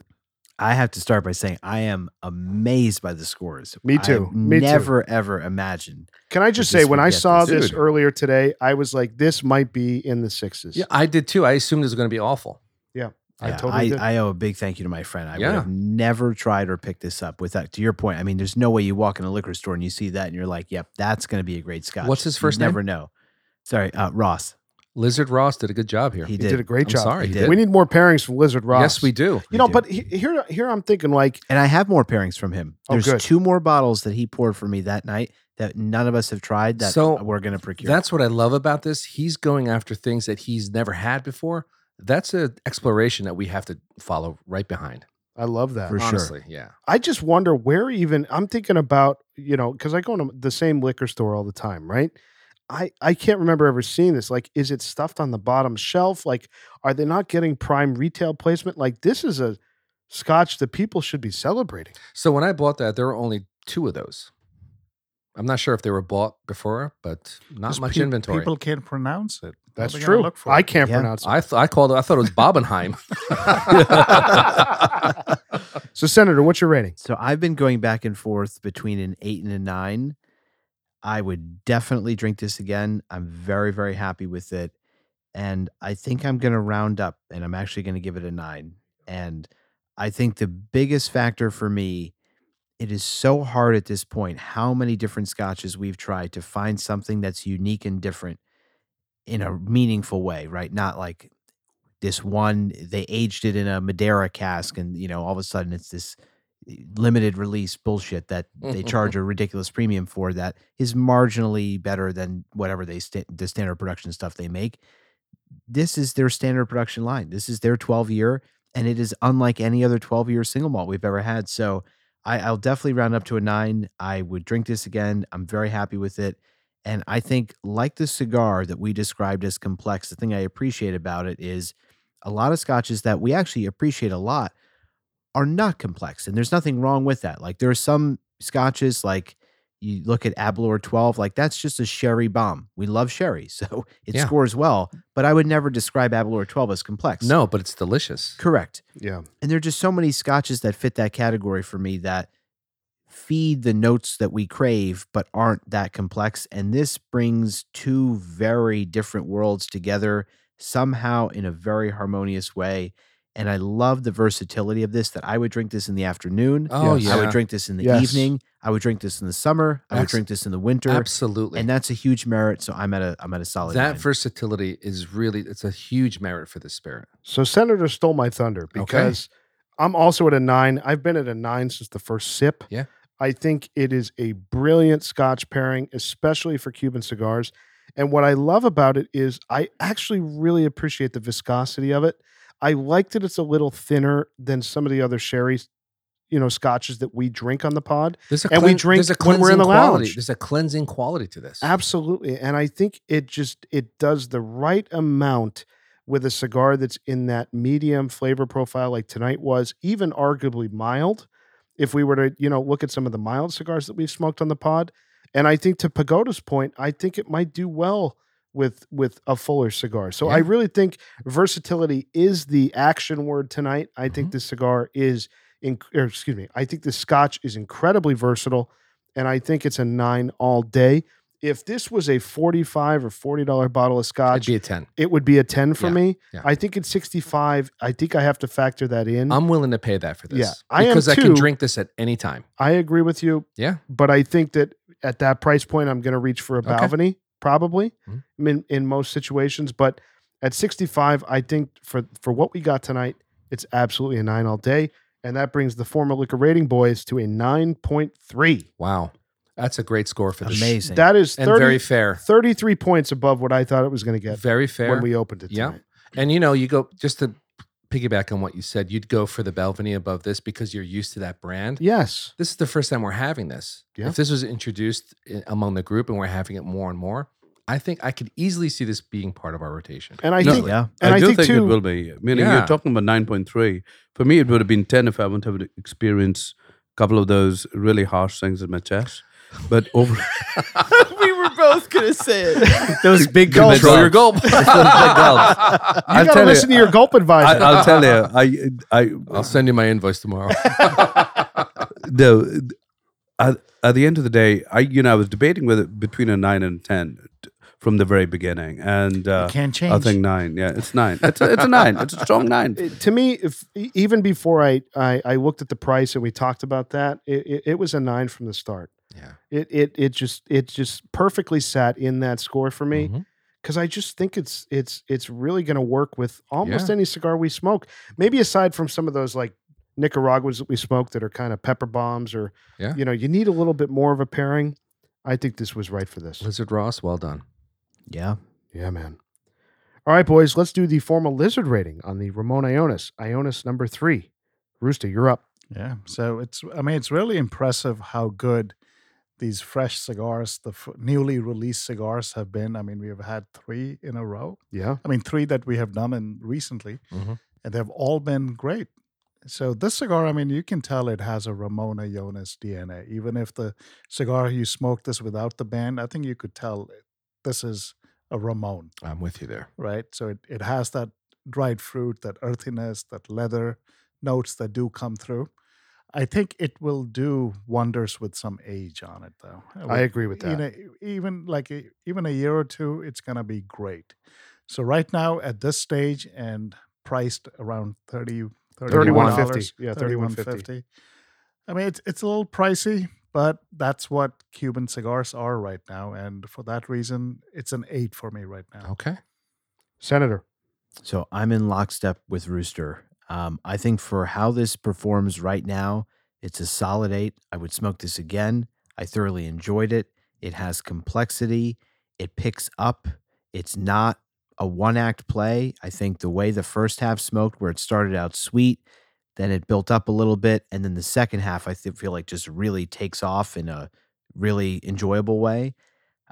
Speaker 5: I have to start by saying I am amazed by the scores.
Speaker 1: Me
Speaker 5: I
Speaker 1: too. Me too.
Speaker 5: never ever imagined.
Speaker 1: Can I just
Speaker 5: This
Speaker 1: say, when
Speaker 5: would
Speaker 1: I
Speaker 5: get
Speaker 1: saw
Speaker 5: this-
Speaker 1: this
Speaker 5: Dude.
Speaker 1: earlier today, I was like, this might be in the sixes.
Speaker 2: *laughs* yeah, I did too. I assumed it was going to be awful.
Speaker 1: I
Speaker 5: Yeah,
Speaker 1: totally did.
Speaker 5: I, I owe a big thank you to my friend. I
Speaker 2: Yeah.
Speaker 5: would have never tried or picked this up without. To your point, I mean, there's no way you walk in a liquor store and you see that and you're like, "Yep, that's going to be a great scotch."
Speaker 2: What's his first
Speaker 5: you
Speaker 2: name?
Speaker 5: Never know. Sorry, uh, Ross.
Speaker 2: Lizard Ross did a good job here.
Speaker 5: He
Speaker 1: he
Speaker 5: did.
Speaker 1: did. a great
Speaker 2: I'm
Speaker 1: job.
Speaker 2: sorry,
Speaker 5: He
Speaker 2: he
Speaker 5: did.
Speaker 2: did.
Speaker 1: We need more pairings from Lizard Ross.
Speaker 2: Yes, we do.
Speaker 1: You know,
Speaker 5: do.
Speaker 1: but he, here, here I'm thinking like,
Speaker 5: And I have more pairings from him.
Speaker 1: Oh,
Speaker 5: There's
Speaker 1: good.
Speaker 5: two more bottles that he poured for me that night that none of us have tried that
Speaker 2: So,
Speaker 5: we're going to procure.
Speaker 2: That's what I love about this. He's going after things that he's never had before. That's an exploration that we have to follow right behind.
Speaker 1: I love that.
Speaker 5: For sure.
Speaker 2: honestly, yeah.
Speaker 1: I just wonder where even I'm thinking about, you know, because I go to the same liquor store all the time, right? I, I can't remember ever seeing this. Like, is it stuffed on the bottom shelf? Like, are they not getting prime retail placement? Like, this is a scotch that people should be celebrating.
Speaker 2: So when I bought that, there were only two of those. I'm not sure if they were bought before, but not
Speaker 6: 'Cause
Speaker 2: much
Speaker 6: pe-
Speaker 2: inventory.
Speaker 6: People can't pronounce it. How
Speaker 1: That's
Speaker 6: they gonna
Speaker 1: true.
Speaker 6: Look for
Speaker 1: I
Speaker 6: it?
Speaker 1: can't
Speaker 5: Yeah.
Speaker 1: pronounce
Speaker 2: *laughs* I th- I called it. I thought it was
Speaker 1: *laughs*
Speaker 2: Bobenheim. *laughs*
Speaker 1: it. *laughs* so, Senator, what's your rating?
Speaker 5: So I've been going back and forth between an eight and a nine. I would definitely drink this again. I'm very, very happy with it. And I think I'm going to round up and I'm actually going to give it a nine. And I think the biggest factor for me, it is so hard at this point how many different scotches we've tried to find something that's unique and different in a meaningful way, right? Not like this one, they aged it in a Madeira cask and, you know, all of a sudden it's this limited release bullshit that they charge a ridiculous premium for that is marginally better than whatever they sta the standard production stuff they make. This is their standard production line. This is their 12 year, and it is unlike any other 12 year single malt we've ever had. So I, I'll definitely round up to a nine. I would drink this again. I'm very happy with it. And I think, like the cigar that we described as complex, the thing I appreciate about it is a lot of scotches that we actually appreciate a lot are not complex and there's nothing wrong with that like there are some scotches like you look at Abelor 12 like that's just a sherry bomb we love sherry *laughs* so it
Speaker 2: Yeah.
Speaker 5: scores well but i would never describe Abelor 12 as complex
Speaker 2: no, but it's delicious.
Speaker 5: correct
Speaker 1: Yeah.
Speaker 5: and there are just so many scotches that fit that category for me that feed the notes that we crave but aren't that complex and this brings two very different worlds together somehow in a very harmonious way and i love the versatility of this that i would drink this in the afternoon
Speaker 2: Oh
Speaker 1: Yes.
Speaker 2: yeah,
Speaker 5: i would drink this in the
Speaker 1: Yes.
Speaker 5: evening i would drink this in the summer i would
Speaker 2: Abs-
Speaker 5: drink this in the winter
Speaker 2: absolutely.
Speaker 5: and that's a huge merit so i'm at a i'm at a solid
Speaker 2: that
Speaker 5: nine.
Speaker 2: versatility is really it's a huge merit for the spirit.
Speaker 1: So Senator stole my thunder because I'm also at a nine. I've been at a nine since the first sip.
Speaker 2: Yeah.
Speaker 1: I think it is a brilliant Scotch pairing, especially for Cuban cigars. And what I love about it is I actually really appreciate the viscosity of it. I like that it's a little thinner than some of the other sherries, you know, scotches that we drink on the pod.
Speaker 2: There's a
Speaker 1: And we
Speaker 2: clean-
Speaker 1: drink
Speaker 2: there's a
Speaker 1: when we're in
Speaker 2: cleansing
Speaker 1: the
Speaker 2: quality.
Speaker 1: lounge.
Speaker 2: There's a cleansing quality to this.
Speaker 1: Absolutely. And I think it just it does the right amount with a cigar that's in that medium flavor profile like tonight was, even arguably mild. If we were to, you know, look at some of the mild cigars that we've smoked on the pod, and I think to Pagoda's point, I think it might do well with with a fuller cigar. So I
Speaker 2: Yeah.
Speaker 1: really think versatility is the action word tonight. I think
Speaker 2: Mhm.
Speaker 1: this cigar is in, or excuse me, I think this scotch is incredibly versatile and I think it's a 9 all day. If this was a 45 or 40 dollar bottle of
Speaker 2: I'd
Speaker 1: scotch,
Speaker 2: be a ten.
Speaker 1: it would be a 10 for
Speaker 2: Yeah,
Speaker 1: me.
Speaker 2: yeah.
Speaker 1: I think it's 65. I think I have to factor that in.
Speaker 2: I'm willing to pay that for this.
Speaker 1: Yeah, I am
Speaker 2: because I
Speaker 1: too.
Speaker 2: can drink this at any time.
Speaker 1: I agree with you,
Speaker 2: Yeah,
Speaker 1: but I think that at that price point I'm going to reach for a
Speaker 2: Okay.
Speaker 1: Balvenie probably.
Speaker 2: Mhm.
Speaker 1: I mean in most situations, but at 65 I think for for what we got tonight, it's absolutely a 9 all day. And that brings the former liquor rating boys to a 9.3.
Speaker 2: wow, that's a great score for this.
Speaker 5: amazing
Speaker 1: That is
Speaker 2: and
Speaker 1: 30
Speaker 2: very fair.
Speaker 1: 33 points above what I thought it was going to get
Speaker 2: Very fair.
Speaker 1: when we opened it.
Speaker 2: Yeah.
Speaker 1: tonight.
Speaker 2: And you know, you go just to piggyback on what you said, you'd go for the Belvany above this because you're used to that brand.
Speaker 1: Yes.
Speaker 2: This is the first time we're having this. eh,
Speaker 1: Yeah.
Speaker 2: If this was introduced i- among the group and we're having it more and more, I think I could easily see this being part of our rotation.
Speaker 1: And I
Speaker 3: No,
Speaker 1: think,
Speaker 5: yeah.
Speaker 1: and I,
Speaker 3: do
Speaker 1: think,
Speaker 3: think, it
Speaker 1: too,
Speaker 3: will be. Meaning
Speaker 2: Yeah.
Speaker 3: you're talking about nine point three. For me, it would have been ten if I wouldn't have experienced a couple of those really harsh things in my chest. But over,
Speaker 5: *laughs* we were both gonna say
Speaker 3: *laughs*
Speaker 5: it. Those big
Speaker 2: Control
Speaker 5: gulps.
Speaker 2: your *laughs*
Speaker 1: *laughs*
Speaker 2: gulp.
Speaker 1: you
Speaker 3: I'll
Speaker 1: got to
Speaker 3: tell you,
Speaker 1: listen to your gulp
Speaker 3: I,
Speaker 1: advisor.
Speaker 3: I'll tell you, I, I,
Speaker 2: I'll send you my invoice tomorrow.
Speaker 3: no, th- at, at the end of the day, I you know I was debating whether between a nine and ten t- from the very beginning, and uh,
Speaker 6: Can't change.
Speaker 3: I think nine. Yeah, it's nine. It's a, it's a nine. It's a strong nine.
Speaker 1: It- to me, if e- even before I, I I looked at the price and we talked about that, it, it, it was a nine from the start.
Speaker 2: yeah.
Speaker 1: It it it just it just perfectly sat in that score for *laughs* me
Speaker 2: Mhm.
Speaker 1: because I just think it's it's it's really going to work with almost
Speaker 2: Yeah.
Speaker 1: any cigar we smoke. Maybe aside from some of those like Nicaraguans that we smoke that are kind of pepper bombs or
Speaker 2: Yeah.
Speaker 1: you know you need a little bit more of a pairing. I think this was right for this.
Speaker 2: Lizard Ross, well done.
Speaker 5: Yeah.
Speaker 1: Yeah, man. All right, boys, let's do the formal lizard rating on the Ramon Ionis. Ionis number three. Rooster, you're up.
Speaker 6: Yeah. So it's, I mean, it's really impressive how good these fresh cigars, the f- newly released cigars have been. I mean, we've had three in a row.
Speaker 1: Yeah.
Speaker 6: I mean, three that we have done in recently,
Speaker 2: Mhm.
Speaker 6: and they've all been great. So this cigar, I mean, you can tell it has a Ramona Jonas DNA. Even if the cigar you smoked this without the band, I think you could tell this is a Ramon,
Speaker 2: I'm with you there.
Speaker 6: right? So it, it has that dried fruit, that earthiness, that leather notes that do come through. I think it will do wonders with some age on it, though.
Speaker 1: I agree with
Speaker 6: you
Speaker 1: that.
Speaker 6: know, e, even like a, even a year or two, it's gonna be great. So right now at this stage and priced around 30
Speaker 1: $31.50.
Speaker 6: $31.50.
Speaker 1: Yeah, $31.50.
Speaker 6: $31.50. I mean, it's it's a little pricey, but that's what Cuban cigars are right now, and for that reason, it's an eight for me right now.
Speaker 2: Okay.
Speaker 1: Senator.
Speaker 5: So I'm in lockstep with Rooster. Um, I think for how this performs right now, it's a solid eight. I would smoke this again. I thoroughly enjoyed it. It has complexity. It picks up. It's not a one act play. I think the way the first half smoked, where it started out sweet, then it built up a little bit, and then the second half, I thi- feel like just really takes off in a really enjoyable way.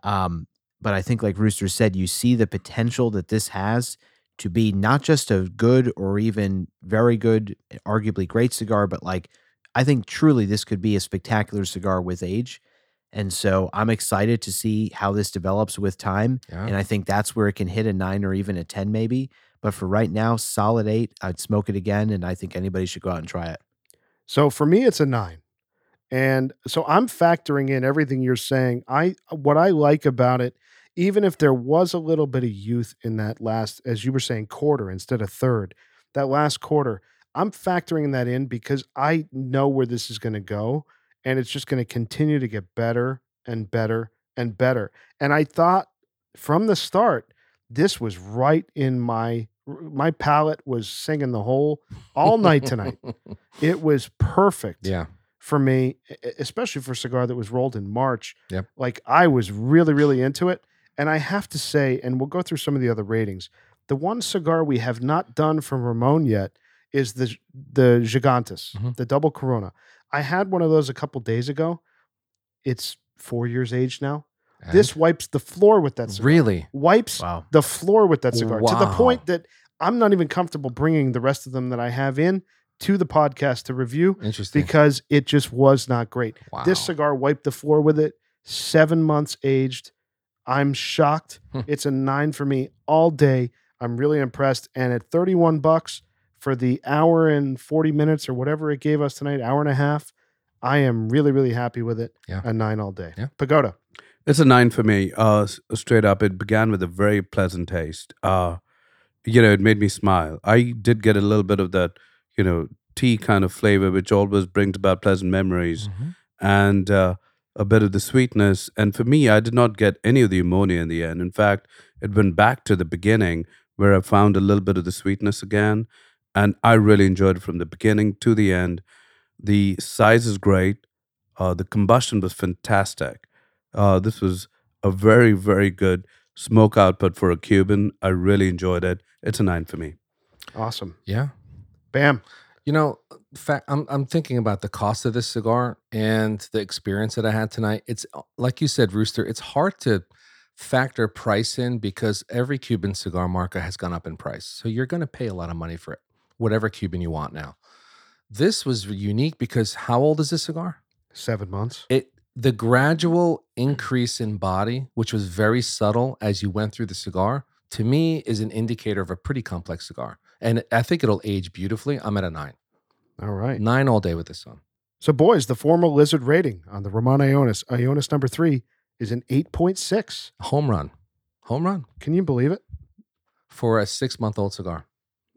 Speaker 5: Um, but I think, like Rooster said, you see the potential that this has to be not just a good or even very good, arguably great cigar, but like I think truly this could be a spectacular cigar with age. And so I'm excited to see how this develops with time.
Speaker 2: Yeah.
Speaker 5: And I think that's where it can hit a nine or even a 10, maybe. But for right now, solid eight. I'd smoke it again. And I think anybody should go out and try it.
Speaker 1: So for me, it's a nine. And so I'm factoring in everything you're saying. I uh, what I like about it, even if there was a little bit of youth in that last, as you were saying, quarter instead of third, that last quarter, I'm factoring that in because I know where this is going to go, and it's just going to continue to get better and better and better. And I thought from the start, this was right in my my palate was singing the whole all night tonight. It was perfect
Speaker 2: *laughs* yeah.
Speaker 1: for me, e- e- especially for a cigar that was rolled in March.
Speaker 2: Yep.
Speaker 1: Like I was really, really into it. And I have to say, and we'll go through some of the other ratings. The one cigar we have not done from Ramon yet is the the Gigantes,
Speaker 2: Mhm.
Speaker 1: the double Corona. I had one of those a couple days ago. It's four years age now. This wipes the floor with that
Speaker 2: And-
Speaker 1: cigar.
Speaker 2: really
Speaker 1: Wipes
Speaker 5: Wow.
Speaker 1: the floor with that cigar to the
Speaker 2: Wow.
Speaker 1: point that I'm not even comfortable bringing the rest of them that I have in to the podcast to review
Speaker 2: interesting.
Speaker 1: because it just was not great.
Speaker 2: wow.
Speaker 1: This cigar wiped the floor with it. Seven months aged. I'm shocked.
Speaker 2: Hmm.
Speaker 1: It's a nine for me all day. I'm really impressed. And at 31 bucks for the hour and 40 minutes or whatever it gave us tonight, hour and a half, I am really, really happy with it.
Speaker 2: Yeah.
Speaker 1: A nine all day.
Speaker 2: Yeah.
Speaker 1: Pagoda.
Speaker 3: It's a nine for me. Uh, s- straight up, it began with a very pleasant taste. Uh, you know, it made me smile. I did get a little bit of that, you know, tea kind of flavor, which always brings about pleasant memories,
Speaker 2: Mhm.
Speaker 3: and uh, a bit of the sweetness. And for me, I did not get any of the ammonia in the end. In fact, it went back to the beginning where I found a little bit of the sweetness again, and I really enjoyed it from the beginning to the end. The size is great. Uh, the combustion was fantastic. Uh, this was a very, very good smoke output for a Cuban. I really enjoyed it. It's a nine for me.
Speaker 1: Awesome.
Speaker 2: Yeah.
Speaker 1: Bam.
Speaker 2: You know, fact, I'm I'm thinking about the cost of this cigar and the experience that I had tonight. It's uh, like you said, Rooster. It's hard to factor price in because every Cuban cigar marca has gone up in price. So you're going to pay a lot of money for it, whatever Cuban you want now. This was unique because how old is this cigar?
Speaker 1: Seven months.
Speaker 2: it the gradual increase in body which was very subtle as you went through the cigar to me is an indicator of a pretty complex cigar and i think it'll age beautifully i'm at a nine
Speaker 1: All right.
Speaker 2: nine all day with this one
Speaker 1: So, boys, the formal lizard rating on the Roman Ionis, Ionis number three, is an 8.6.
Speaker 2: home run home run
Speaker 1: Can you believe it?
Speaker 2: for a six month old cigar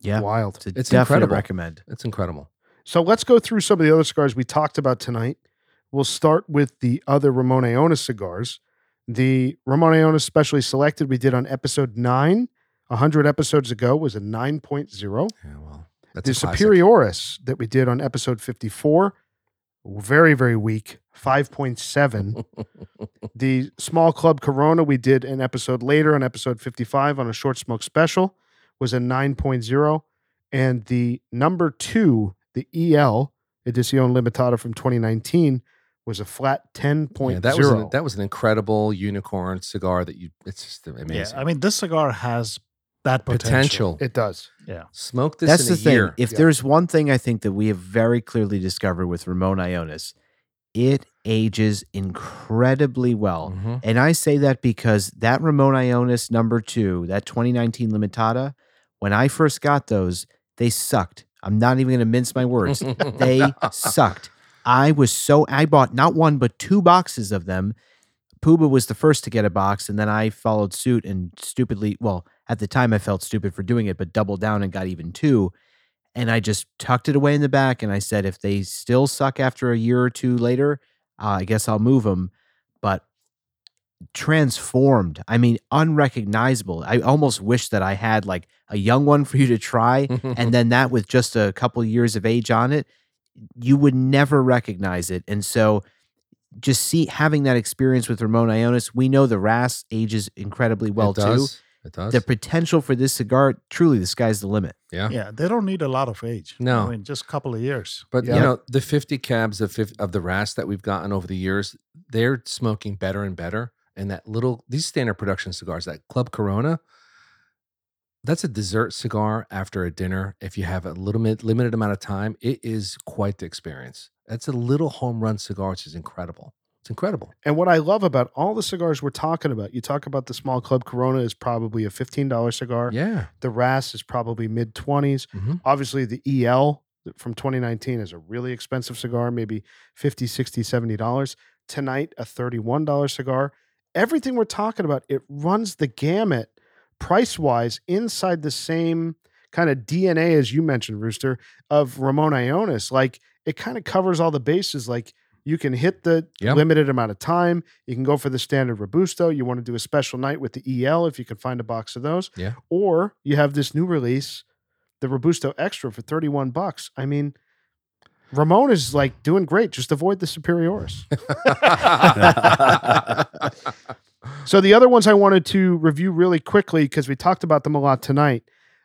Speaker 5: Yeah.
Speaker 1: Wild.
Speaker 5: It's a
Speaker 2: It's
Speaker 5: definite
Speaker 2: incredible.
Speaker 5: recommend.
Speaker 2: it's incredible
Speaker 1: So let's go through some of the other cigars we talked about tonight. We'll start with the other Ramon Ionis cigars. The Ramon Ionis Specially Selected we did on episode 9, 100 episodes ago, was a 9.0.
Speaker 2: yeah well that's
Speaker 1: The
Speaker 2: a classic.
Speaker 1: Superioris that we did on episode 54, very, very weak,
Speaker 2: *laughs*
Speaker 1: 5.7. the Small Club Corona we did an episode later on episode 55 on a short smoke special was a 9.0. And the number two, the EL, Edición Limitada from 2019, was a flat 10.0.
Speaker 2: yeah, that was an, that was an incredible unicorn cigar that you it's just amazing
Speaker 6: Yeah, I mean, this cigar has that potential.
Speaker 2: potential,
Speaker 1: it does.
Speaker 2: smoke this
Speaker 5: That's
Speaker 2: in
Speaker 5: the
Speaker 2: a
Speaker 5: thing.
Speaker 2: year
Speaker 5: If
Speaker 1: Yeah.
Speaker 5: there's one thing I think that we have very clearly discovered with Ramon Ionis, it ages incredibly well.
Speaker 2: Mhm.
Speaker 5: And I say that because that Ramon Ionis number two, that 2019 Limitada, when I first got those, they sucked. I'm not even going to mince my words. *laughs*
Speaker 2: *laughs*
Speaker 5: they sucked. I was so, I bought not one, but two boxes of them. Pooba was the first to get a box, and then I followed suit and stupidly, well, at the time I felt stupid for doing it, but doubled down and got even two. And I just tucked it away in the back, and I said, if they still suck after a year or two later, uh, I guess I'll move them. But transformed, I mean, unrecognizable. I almost wish that I had like a young one for you to try and then that with just a couple years of age on it you would never recognize it and so just see having that experience with ramon ionis we know the ras ages incredibly well
Speaker 2: it
Speaker 5: too
Speaker 2: does. it does
Speaker 5: the potential for this cigar truly the sky's
Speaker 2: *laughs*
Speaker 5: the limit
Speaker 2: yeah
Speaker 6: Yeah, they don't need a lot of age.
Speaker 2: No.
Speaker 6: I mean, just a couple of years.
Speaker 2: But
Speaker 1: Yeah.
Speaker 2: you know, the 50 cabs of 50, of the RAS that we've gotten over the years, they're smoking better and better. And that little these standard production cigars, that Club Corona, that's a dessert cigar after a dinner. If you have a little bit limited amount of time, it is quite the experience. That's a little home run cigar, which is incredible. It's incredible.
Speaker 1: And what I love about all the cigars we're talking about, you talk about the Small Club Corona is probably a $15 cigar.
Speaker 2: Yeah. *laughs*
Speaker 1: The RAS is probably mid 20s.
Speaker 2: Mhm.
Speaker 1: Obviously, the EL from 2019 is a really expensive cigar, maybe 50, 60, 70 dollars. Tonight, a $31 cigar. Everything we're talking about, it runs the gamut price wise inside the same kind of DNA as you mentioned, Rooster, of Ramon Ionis. Like it kind of covers all the bases. Like you can hit the
Speaker 2: Yep.
Speaker 1: limited amount of time. You can go for the standard Robusto. You want to do a special night with the EL if you can find a box of those.
Speaker 2: Yeah.
Speaker 1: Or you have this new release, the Robusto Extra for 31 bucks. I mean, Ramon is like doing great. Just avoid the Superioris. So the other ones I wanted to review really quickly because we talked about them a lot tonight.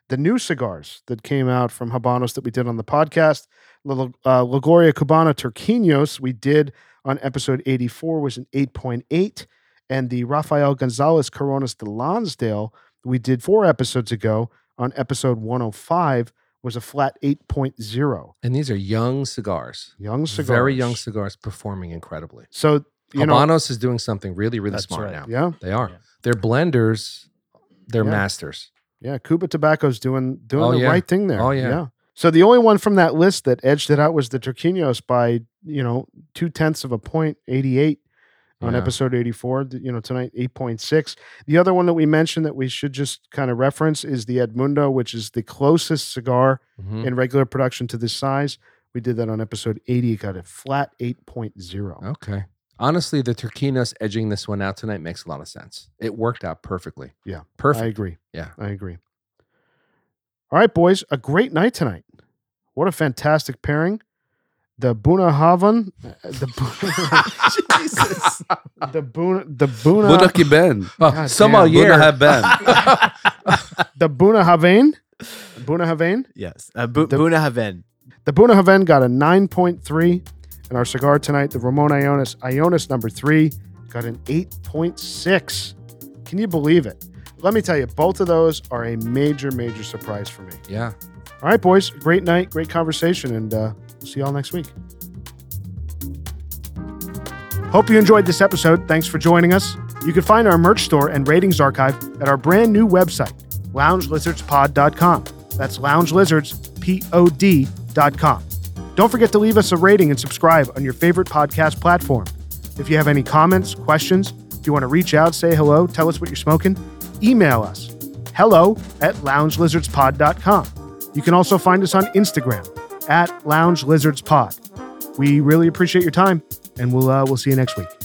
Speaker 1: The new cigars that came out from Habanos that we did on the podcast, La uh, Lagoria Cubana Turquinos we did on episode 84 was an 8.8, and the Rafael Gonzalez Coronas de Lonsdale we did four episodes ago on episode 105 was a flat 8.0.
Speaker 2: and these are young cigars.
Speaker 1: Young cigars,
Speaker 2: Very young cigars performing incredibly.
Speaker 1: So you know,
Speaker 2: Habanos is doing something really, really
Speaker 6: That's
Speaker 2: smart now.
Speaker 6: right.
Speaker 1: yeah,
Speaker 2: They are.
Speaker 6: Yeah.
Speaker 2: They're blenders. They're
Speaker 1: Yeah.
Speaker 2: masters.
Speaker 1: Yeah, Cuba Tobacco's doing doing
Speaker 2: Oh,
Speaker 1: the
Speaker 2: yeah.
Speaker 1: right thing there.
Speaker 2: Oh, yeah.
Speaker 1: So the only one from that list that edged it out was the Turquinos by you know two tenths of a point, eighty eight on
Speaker 2: Yeah.
Speaker 1: episode eighty four. You know tonight eight point six. The other one that we mentioned that we should just kind of reference is the Edmundo, which is the closest cigar
Speaker 2: Mhm.
Speaker 1: in regular production to this size. We did that on episode eighty. It got a flat eight point zero.
Speaker 2: Okay. Honestly, the Turquinos edging this one out tonight makes a lot of sense. It worked out perfectly.
Speaker 1: Yeah, I
Speaker 2: Perfect.
Speaker 1: agree.
Speaker 2: Yeah.
Speaker 1: I agree. All right, boys, a great night tonight. What a fantastic pairing. The Buna Havan, uh, the Bu- *laughs*
Speaker 5: jesus
Speaker 1: the Buna, the Buna,
Speaker 3: Budaki Ben.
Speaker 1: God
Speaker 2: oh, sommelier.
Speaker 3: Buddha have Ben.
Speaker 1: the Buna Havan, Buna Havan,
Speaker 5: *laughs* yes uh, Bu-
Speaker 1: The-
Speaker 5: buna haven
Speaker 1: the Buna Havan got a nine point three, and our cigar tonight, the Ramon Ionis Ionis number three, got an eight point six. Can you believe it? Let me tell you, both of those are a major, major surprise for me.
Speaker 2: Yeah.
Speaker 1: All right, boys. Great night, great conversation, and uh, we'll see y'all next week. Hope you enjoyed this episode. Thanks for joining us. You can find our merch store and ratings archive at our brand new website, loungelizardspod.com. That's loungelizardspod.com. Don't forget to leave us a rating and subscribe on your favorite podcast platform. If you have any comments, questions, if you want to reach out, say hello, tell us what you're smoking, email us hello at loungelizardspod.com. You can also find us on Instagram at loungelizardspod. We really appreciate your time, and we'll uh, we'll see you next week.